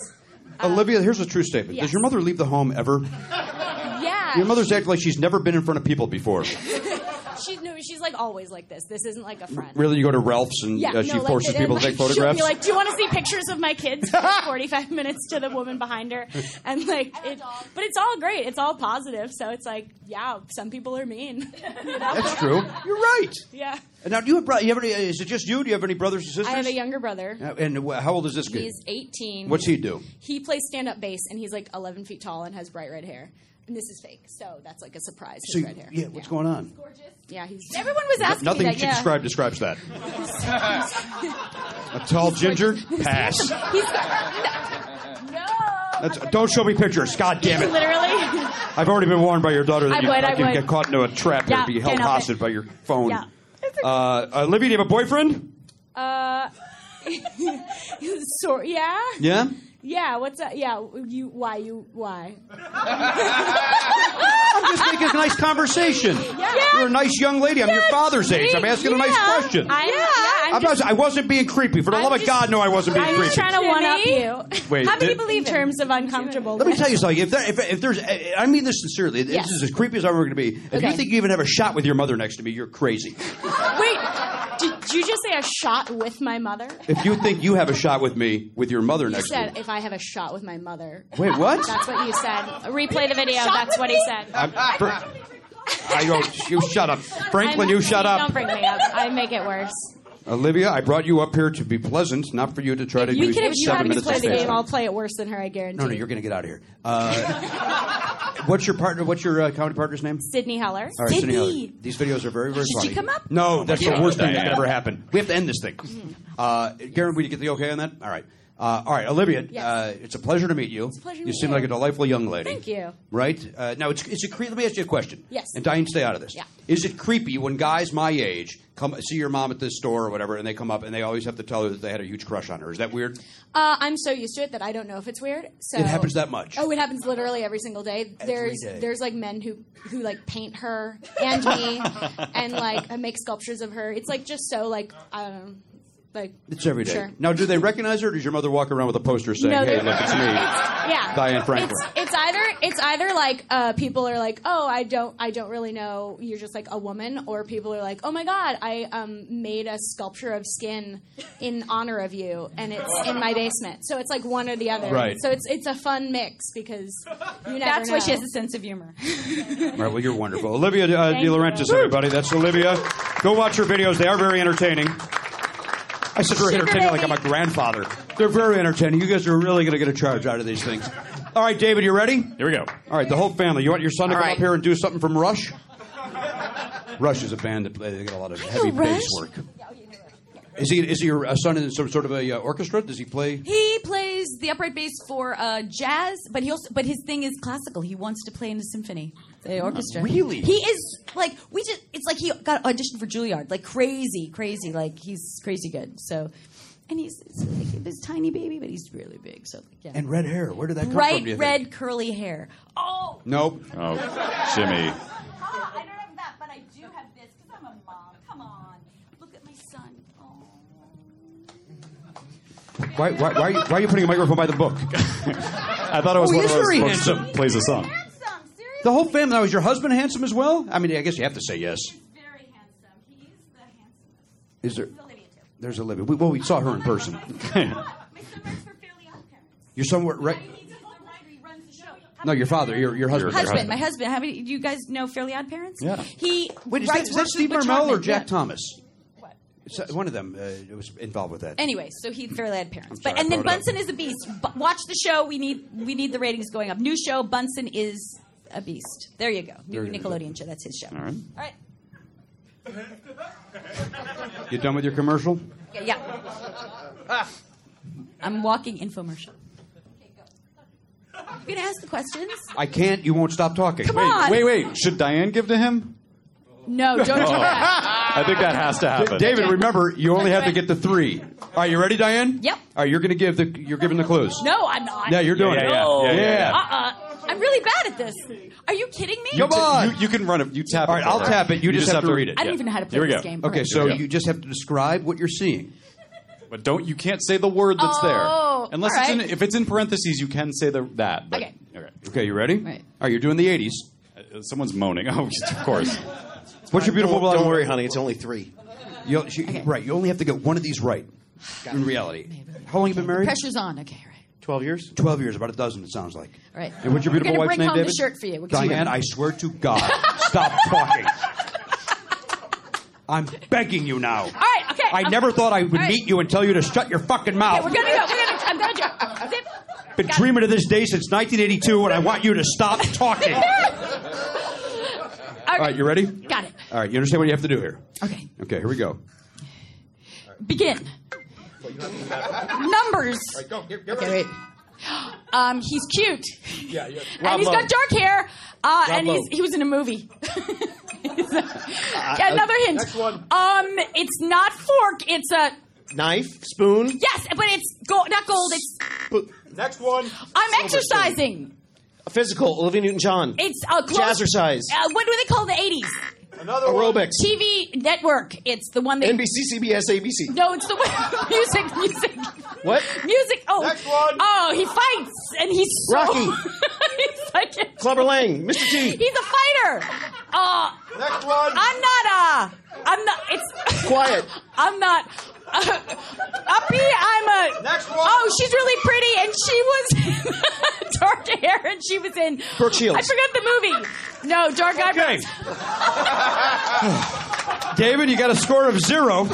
Olivia, here's a true statement. Does yes. your mother leave the home ever? Yeah. Your mother's acting like she's never been in front of people before. She no, she's like always like this. This isn't like a friend. Really, you go to Ralph's and Yeah, uh, she no, like, forces they- people to take like, photographs. [laughs] She'll be like, "Do you want to see pictures of my kids?" For like, Forty-five minutes to the woman behind her, and like, it, but it's all great. It's all positive. So it's like, yeah, some people are mean. you know? That's true. [laughs] You're right. Yeah, And now, do you have, bro- you have any? uh, Is it just you? Do you have any brothers and I sisters? have a younger brother. Uh, And wh- how old is this kid? He's eighteen. What's he do? He plays stand-up bass, and he's like eleven feet tall and has bright red hair. And this is fake, so that's like a surprise. His So you- red hair. yeah, what's going on? Yeah, he's. Everyone was asking Nothing that me that. you yeah. describe describes [laughs] that. described. A tall [laughs] ginger, pass. That's, don't show me pictures. God damn it! [laughs] [laughs] Literally. I've already been warned by your daughter that I you, would, that I you would. get caught into a trap Yeah, and be held can't help it. hostage by your phone. Yeah. Uh, Olivia, do you have a boyfriend? Uh, [laughs] sort. Uh, Yeah. Yeah. Yeah. What's up? Yeah. You. Why? You. Why? I'm just making a nice [laughs] conversation. You're a nice young lady. I'm your That's father's age. I'm great. asking a Yeah. nice question. I'm- yeah, I'm I'm not- just- I wasn't being creepy. For the love of God, no, I wasn't being I'm creepy. just trying to one up you. Wait, How many did- believe in terms of uncomfortable? Let me tell you something. If, there, if, if there's, I I mean this sincerely. This Yes. is as creepy as I'm ever going to be. If Okay. you think you even have a shot with your mother next to me, you're crazy. Wait. Did you just say a shot with my mother? If you think you have a shot with me with your mother You next to me, said if I have a shot with my mother. Wait, what? That's what you said. Replay the video. Shot That's with what me? he said. I'm- Fr- I go. You shut [laughs] up, Franklin. You shut up. Don't bring me up. I make it worse. Olivia, I brought you up here to be pleasant, not for you to try to You do can if you had seven me minutes play of the game. fame. I'll play it worse than her. I guarantee. No, no, you're going to get out of here. Uh, [laughs] what's your partner? What's your uh, comedy partner's name? Sydney Heller. All right, Sydney Elliott. These videos are very, very Should funny. she come up? Oh, Mm-hmm. No, that's the God. worst thing that Diane. could ever happen. We have to end this thing. Uh, Garen, will you get the okay on that? All right. Uh, all right, Olivia, uh, it's a pleasure to meet you. It's a pleasure to you meet seem you. like a delightful young lady. Thank you. Right? Uh, now, it's, it's a cre- let me ask you a question. Yes. And Diane, stay out of this. Yeah. Is it creepy when guys my age come see your mom at the store or whatever, and they come up and they always have to tell her that they had a huge crush on her? Is that weird? Uh, I'm so used to it that I don't know if it's weird. So It happens that much. Oh, it happens literally every single day. there's day. there's like men who who like paint her and [laughs] me and like I make sculptures of her. It's like just so like I don't know, like It's every day. Sure. Now, do they recognize her, or does your mother walk around with a poster saying, No, hey, they- look, it's me, yeah. Diane Franklin? It's, it's either it's either like uh, people are like, oh, I don't I don't really know. You're just like a woman, or people are like, oh my god, I um, made a sculpture of skin in honor of you, and it's in my basement. So it's like one or the other. Right. So it's it's a fun mix because you never That's why she know. has a sense of humor. All right, well, you're wonderful. Olivia uh, Thank De Laurentiis, you. everybody. That's Olivia. Go watch her videos. They are very entertaining. I said very Sugar entertaining like I'm baby. a grandfather. They're very entertaining. You guys are really going to get a charge out of these things. All right, David, you ready? Here we go. All right, the whole family. You want your son to All come right. up here and do something from Rush? Rush is a band that play. They get a lot of heavy bass Rush. work. Is he? Is he your uh, son in some sort of a uh, orchestra? Does he play? He plays the upright bass for uh, jazz, but he also, but his thing is classical. He wants to play in a symphony, the orchestra. really? He is like we just. It's like he got auditioned for Juilliard, like crazy, crazy. Like he's crazy good. So, and he's it's like this tiny baby, but he's really big. So yeah. And red hair. Where did that come from? bright do you think? red curly hair. [laughs] Nope. Oh, Jimmy. Look at my son. Oh. Why, why, why, are you, why are you putting a microphone by the book? I thought it was oh, one of he is those very books handsome. that plays a song. The whole family. Now, is your husband handsome as well? I mean, I guess you have to say yes. Is there? There's Olivia. We, well, we saw her in [laughs] person. [laughs] You're somewhere right. No, your father, your your husband. husband, my husband. How many? Do you guys know Fairly Odd Parents? Yeah. He Wait, is that, writes is that works with Steve Butch Marmel or Hartman. Jack Yeah. Thomas? So- one of them uh, was involved with that. Anyway, so he fairly had parents, sorry, but and I then brought it up. Bunsen is a beast. Bu- watch the show. We need we need the ratings going up. New show. Bunsen is a beast. There you go. New There you go. Nickelodeon show. That's his show. All right. All right. You done with your commercial? Yeah. yeah. I'm walking infomercial. You're gonna ask the questions? I can't. You won't stop talking. Come Wait, on. Wait, wait. Should Diane give to him? No, don't do Oh. that. I think that has to happen. David, remember, you only have to get the three. All right, you ready, Diane? Yep. All right, you're going to give the you're giving the clues. No, I'm not. Yeah, you're doing Yeah, it. yeah, yeah, yeah, yeah. Uh uh-uh. uh. i am really bad at this. Are you kidding me? Come on. You, you can run it. You tap All it. right, I'll for her. tap it. You, just, have, to read it. I don't even know how to play Here we this go. game. Okay, All so right. you just have to describe what you're seeing. But don't you can't say the word that's Oh, there. Unless all it's in, right. if it's in parentheses, you can say the, that. But, Okay. okay. Okay, you ready? Right. All right, you're doing the 80s. [laughs] Uh, Someone's moaning. Oh, of course. It's What's your beautiful don't, black Don't worry, woman? honey. It's only three. You'll, she, Right, you only have to get one of these right. In reality, how long you been married? Pressure's on. Okay, right. Twelve years. Twelve years, about a dozen. It sounds like. All right. And what's your We're beautiful gonna wife's bring name, home David? the shirt for you. We're gonna- Diane, I swear to God, [laughs] stop talking. I'm begging you now. All right. Okay. I I'm- never thought I would all right. meet you and tell you to shut your fucking Okay, mouth. we're gonna go. We're gonna. I'm gonna jump. Zip. Been [laughs] dreaming of this day since 1982, and I want you to [laughs] stop talking. All All right, you ready? Got it. All right, you understand what you have to do here. Okay. Okay, here we go. Begin. Numbers. Okay, wait. Um, he's cute. Yeah, yeah. [laughs] and he's got dark hair. Uh, Rob and he's, Lowe. he was in a movie. [laughs] Uh, Another hint. Next one. Um, it's not fork. It's a Knife, spoon. yes, but it's gold, not gold. It's Next one. I'm exercising. Physical. Olivia Newton-John. It's a close, Jazzercise. Uh, what do they call the '80s? Another Aerobics. TV network. It's the one that NBC, CBS, [laughs] ABC. No, it's the one. music, music, What? music. Oh, Next one. oh, he fights and he's so, Rocky. [laughs] he's like a- Clubber Lang. Mr. He's T. a fighter. Uh, Next one. I'm not a. I'm not. It's Quiet. I'm not. Uh, uppy, I'm a. Next one. Oh, she's really pretty, and she was [laughs] dark hair, and she was in. Brooke Shields. I forgot the movie. No, dark eyebrows. [sighs] David, you got a score of zero.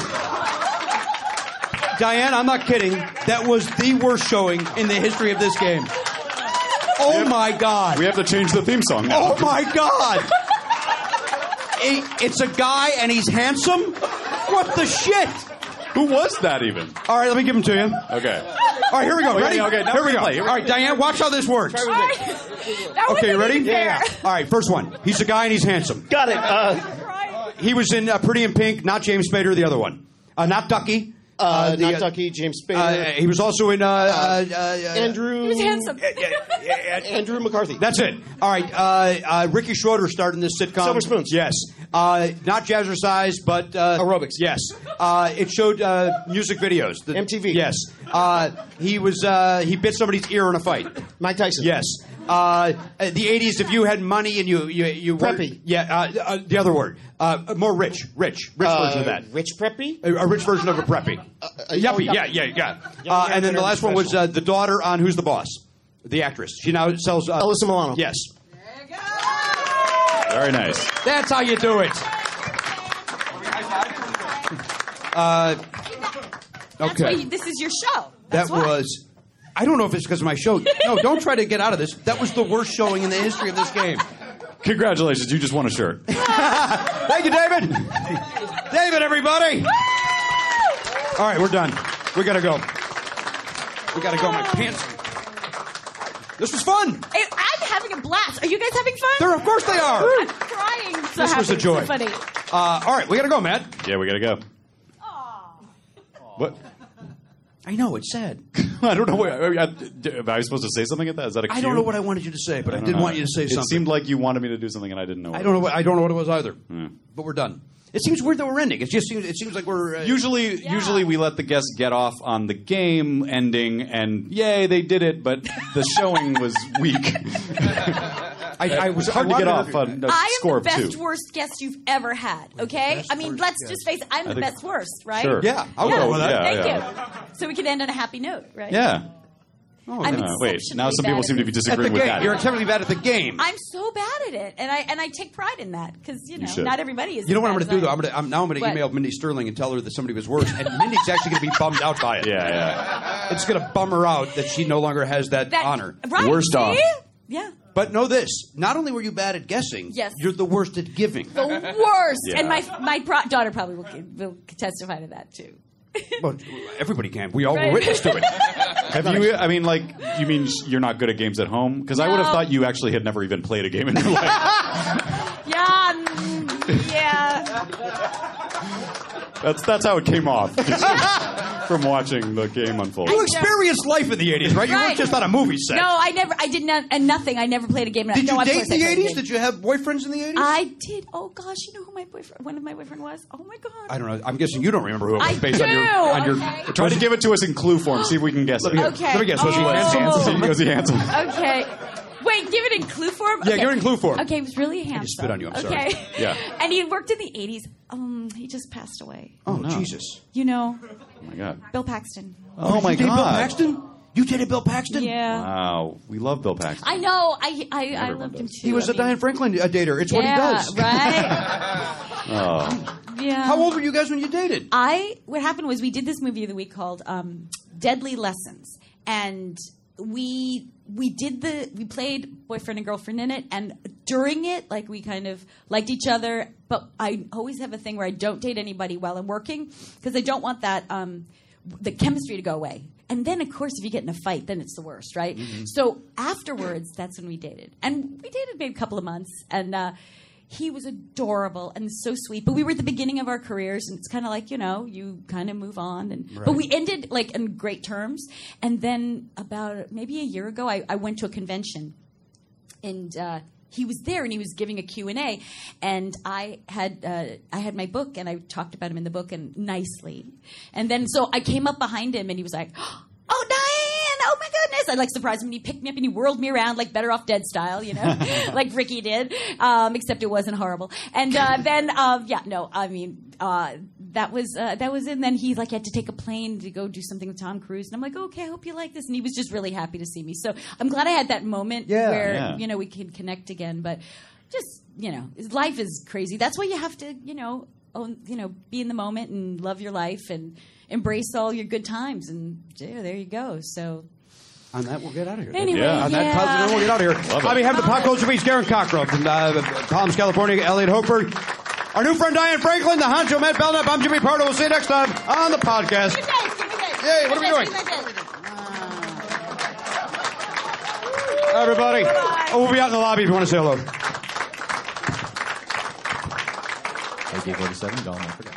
Diane, I'm not kidding. That was the worst showing in the history of this game. Oh my God. We have to change the theme song now. Oh my God. It- it's a guy and he's handsome? What the shit? Oh. Who was that even? All right, let me give him to you. Okay. All right, here we go. Okay, Ready? Oh, okay, now here we we can go. play. Here All we right, go. Diane, watch how this works. That okay, you wasn't ready? even fair. All right, first one. He's a guy and he's handsome. Got it. Uh, He was in uh, Pretty in Pink, not James Spader, the other one. Uh, not Ducky. Uh, uh, the, not uh, Ducky, James Spader. uh, he was also in. Uh, uh, uh, Andrew. He was handsome. Andrew McCarthy. that's it. All right. Uh, uh, Ricky Schroeder starred in this sitcom. Silver Spoons. Yes. Uh, not Jazzercise, but. Uh, Aerobics. Yes. Uh, it showed uh, music videos. The, MTV. Yes. Uh, he was. Uh, he bit somebody's ear in a fight. Mike Tyson. Yes. Uh, uh, the 80s, if you had money and you. you, you were- Preppy. yeah, uh, uh, the other word. Uh, more rich. Rich. Rich Uh, version of that. Rich Preppy. A, a rich version of a preppy. a yuppie, yuppie. Uh, yeah, yeah, yeah. Yuppie Uh, and then the American last one was uh, the daughter on Who's the Boss, the actress. She now sells. Uh, Alyssa Milano. Yes. Very nice. That's how you do it. Uh, That's why okay. you- this is your show. That That's why. was. I don't know if it's because of my show. No, don't try to get out of this. That was the worst showing in the history of this game. Congratulations, you just won a shirt. [laughs] Thank you, David. David, everybody. All right, we're done. We gotta go. We gotta go. My pants. This was fun. Hey, I'm having a blast. Are you guys having fun? There, of course they are. I'm crying. So This happy. was a It's joy. So funny. Uh, all right, we gotta go, Matt. Yeah, we gotta go. What? [laughs] I know it's sad. I don't know. What, I, I, am I supposed to say something at that? Is that a cue? I don't know what I wanted you to say, but I, don't did know. want you to say It something. seemed like you wanted me to do something, and I didn't know. I don't know. What, I don't know what it was either. Hmm. But we're done. It seems weird that we're ending. It just seems. It seems like we're uh, Usually, usually we let the guests get off on the game ending, and yay, they did it. But the showing was weak. [laughs] I, I was It's hard to get wanted off to- on a I am score the of two. best worst guest you've ever had. Okay, I mean, let's just face it. I'm I the think- best worst, right? Sure. Yeah, I'll go with that. Thank Yeah, you. [laughs] So we can end on a happy note, right? Yeah. Oh, I'm Uh, wait, now exceptionally some bad people at seem to be this. disagreeing At the with game. that. You're terribly bad at the game. I'm so bad at it, and I and I take pride in that because you You know should. not everybody is. You know what as I'm going to bad do though? I'm going as I to I'm, now I'm going to What? email Mindy Sterling and tell her that somebody was worse, and Mindy's actually going to be bummed out by it. Yeah, yeah. It's going to bum her out that she no longer has that, That- honor. Right, Worst see? off. Yeah, But know this: not only were you bad at guessing, Yes. you're the worst at giving. the worst. Yeah. And my my pro- daughter probably will, will testify to that too. Well, everybody can. We all Right. were witness [laughs] to it. Have you? I mean, like, you mean sh- you're not good at games at home? Because I would have No. thought you actually had never even played a game in your life. [laughs] Yeah, mm, yeah. That's that's how it came off [laughs] just from watching the game unfold. You experienced life in the '80s, right? You Right. weren't just on a movie set. No, I never. I did not. And nothing. I never played a game. Did no, you of date course in I the played a '80s? game. Did you have boyfriends in the '80s? Uh, I did. Oh gosh, you know who my boyfriend, one of my boyfriend was. Oh my god. I don't know. I'm guessing you don't remember who it was I based on do, your on your. okay. Try to give it to us in clue form. See if we can guess it. Okay. Let me guess. Was he Oh. handsome? Was he handsome? Okay. Wait, give it in clue form. Yeah, okay. give it in clue form. Okay, he was really handsome. spit on you, I'm sorry. Okay. [laughs] Yeah. And he worked in the '80s. Um, he just passed away. Oh, Jesus. You know, Oh my god. Bill Paxton. Oh, my god. Paxton? You dated Bill Paxton? Yeah. Wow. We love Bill Paxton. I know. I I, I Everyone loved him too. He was I a Diane Franklin uh, dater. It's what he Yeah, does. Right. [laughs] Oh. yeah. How old were you guys when you dated? I what happened was we did this movie of the week called um, Deadly Lessons, and we we did the we played boyfriend and girlfriend in it, and during it, like we kind of liked each other. But I always have a thing where I don't date anybody while I'm working because I don't want that um, the chemistry to go away. And then, of course, if you get in a fight, then it's the worst, right? Mhm. So afterwards, that's when we dated, and we dated maybe a couple of months, and. Uh, he was adorable and so sweet. But we were at the beginning of our careers, and it's kind of like you know, you kind of move on. And Right. but we ended like in great terms. And then about maybe a year ago, I, I went to a convention, and uh, he was there, and he was giving a Q and A, and I had uh, I had my book, and I talked about him in the book and nicely, and then so I came up behind him, and he was like. [gasps] Oh, Diane! Oh my goodness! I like surprised him, and he picked me up, and he whirled me around like Better Off Dead style, you know, like Ricky did. Um, except it wasn't horrible. And uh, then, uh, yeah, no, I mean, uh, that was uh, that was, and then he like had to take a plane to go do something with Tom Cruise, and I'm like, okay, I hope you like this, and he was just really happy to see me. So I'm glad I had that moment Yeah. where Yeah. you know we can connect again, but just you know, life is crazy. That's why you have to, you know. Own, you know, be in the moment and love your life and embrace all your good times, and yeah, there you go. So On that, we'll get out of here. Anyway, On yeah. that positive note, we'll get out of here. Love it. On behalf of the Pop Culture Beats, Garen Cockrell from uh, Palms, California, Elliot Hochberg. Our new friend Diane Franklin, the honcho Matt Belknap. I'm Jimmy Pardo. We'll see you next time on the podcast. Yay, what are we doing? Everybody. Oh, we'll be out in the lobby if you want to say hello. AK 47, gone, I forgot.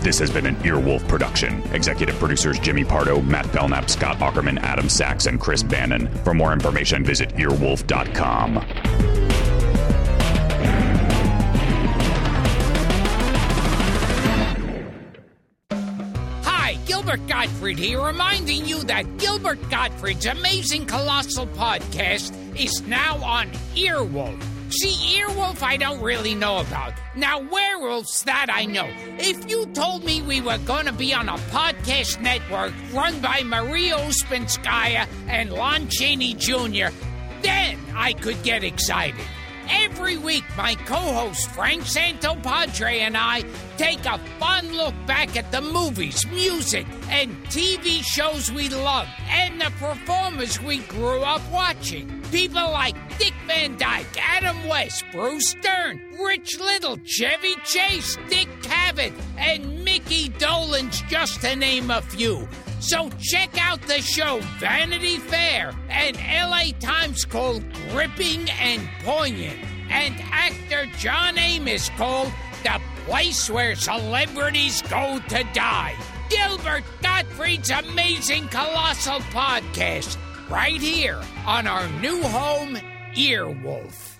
This has been an Earwolf production. Executive producers Jimmy Pardo, Matt Belknap, Scott Ackerman, Adam Sachs, and Chris Bannon. For more information, visit earwolf.com. Hi, Gilbert Gottfried here, reminding you that Gilbert Gottfried's amazing colossal podcast is now on Earwolf. See, Earwolf, I don't really know about. Now, werewolves, that I know. If you told me we were going to be on a podcast network run by Maria Ospinskaya and Lon Chaney Jr., then I could get excited. Every week, my co host Frank Santopadre and I take a fun look back at the movies, music, and TV shows we love and the performers we grew up watching. People like Dick Van Dyke, Adam West, Bruce Stern, Rich Little, Chevy Chase, Dick Cavett, and Mickey Dolenz, just to name a few. So check out the show Vanity Fair and LA Times called Gripping and Poignant, and actor John Amos called The Place Where Celebrities Go to Die. Gilbert Gottfried's amazing colossal podcast, right here on our new home, Earwolf.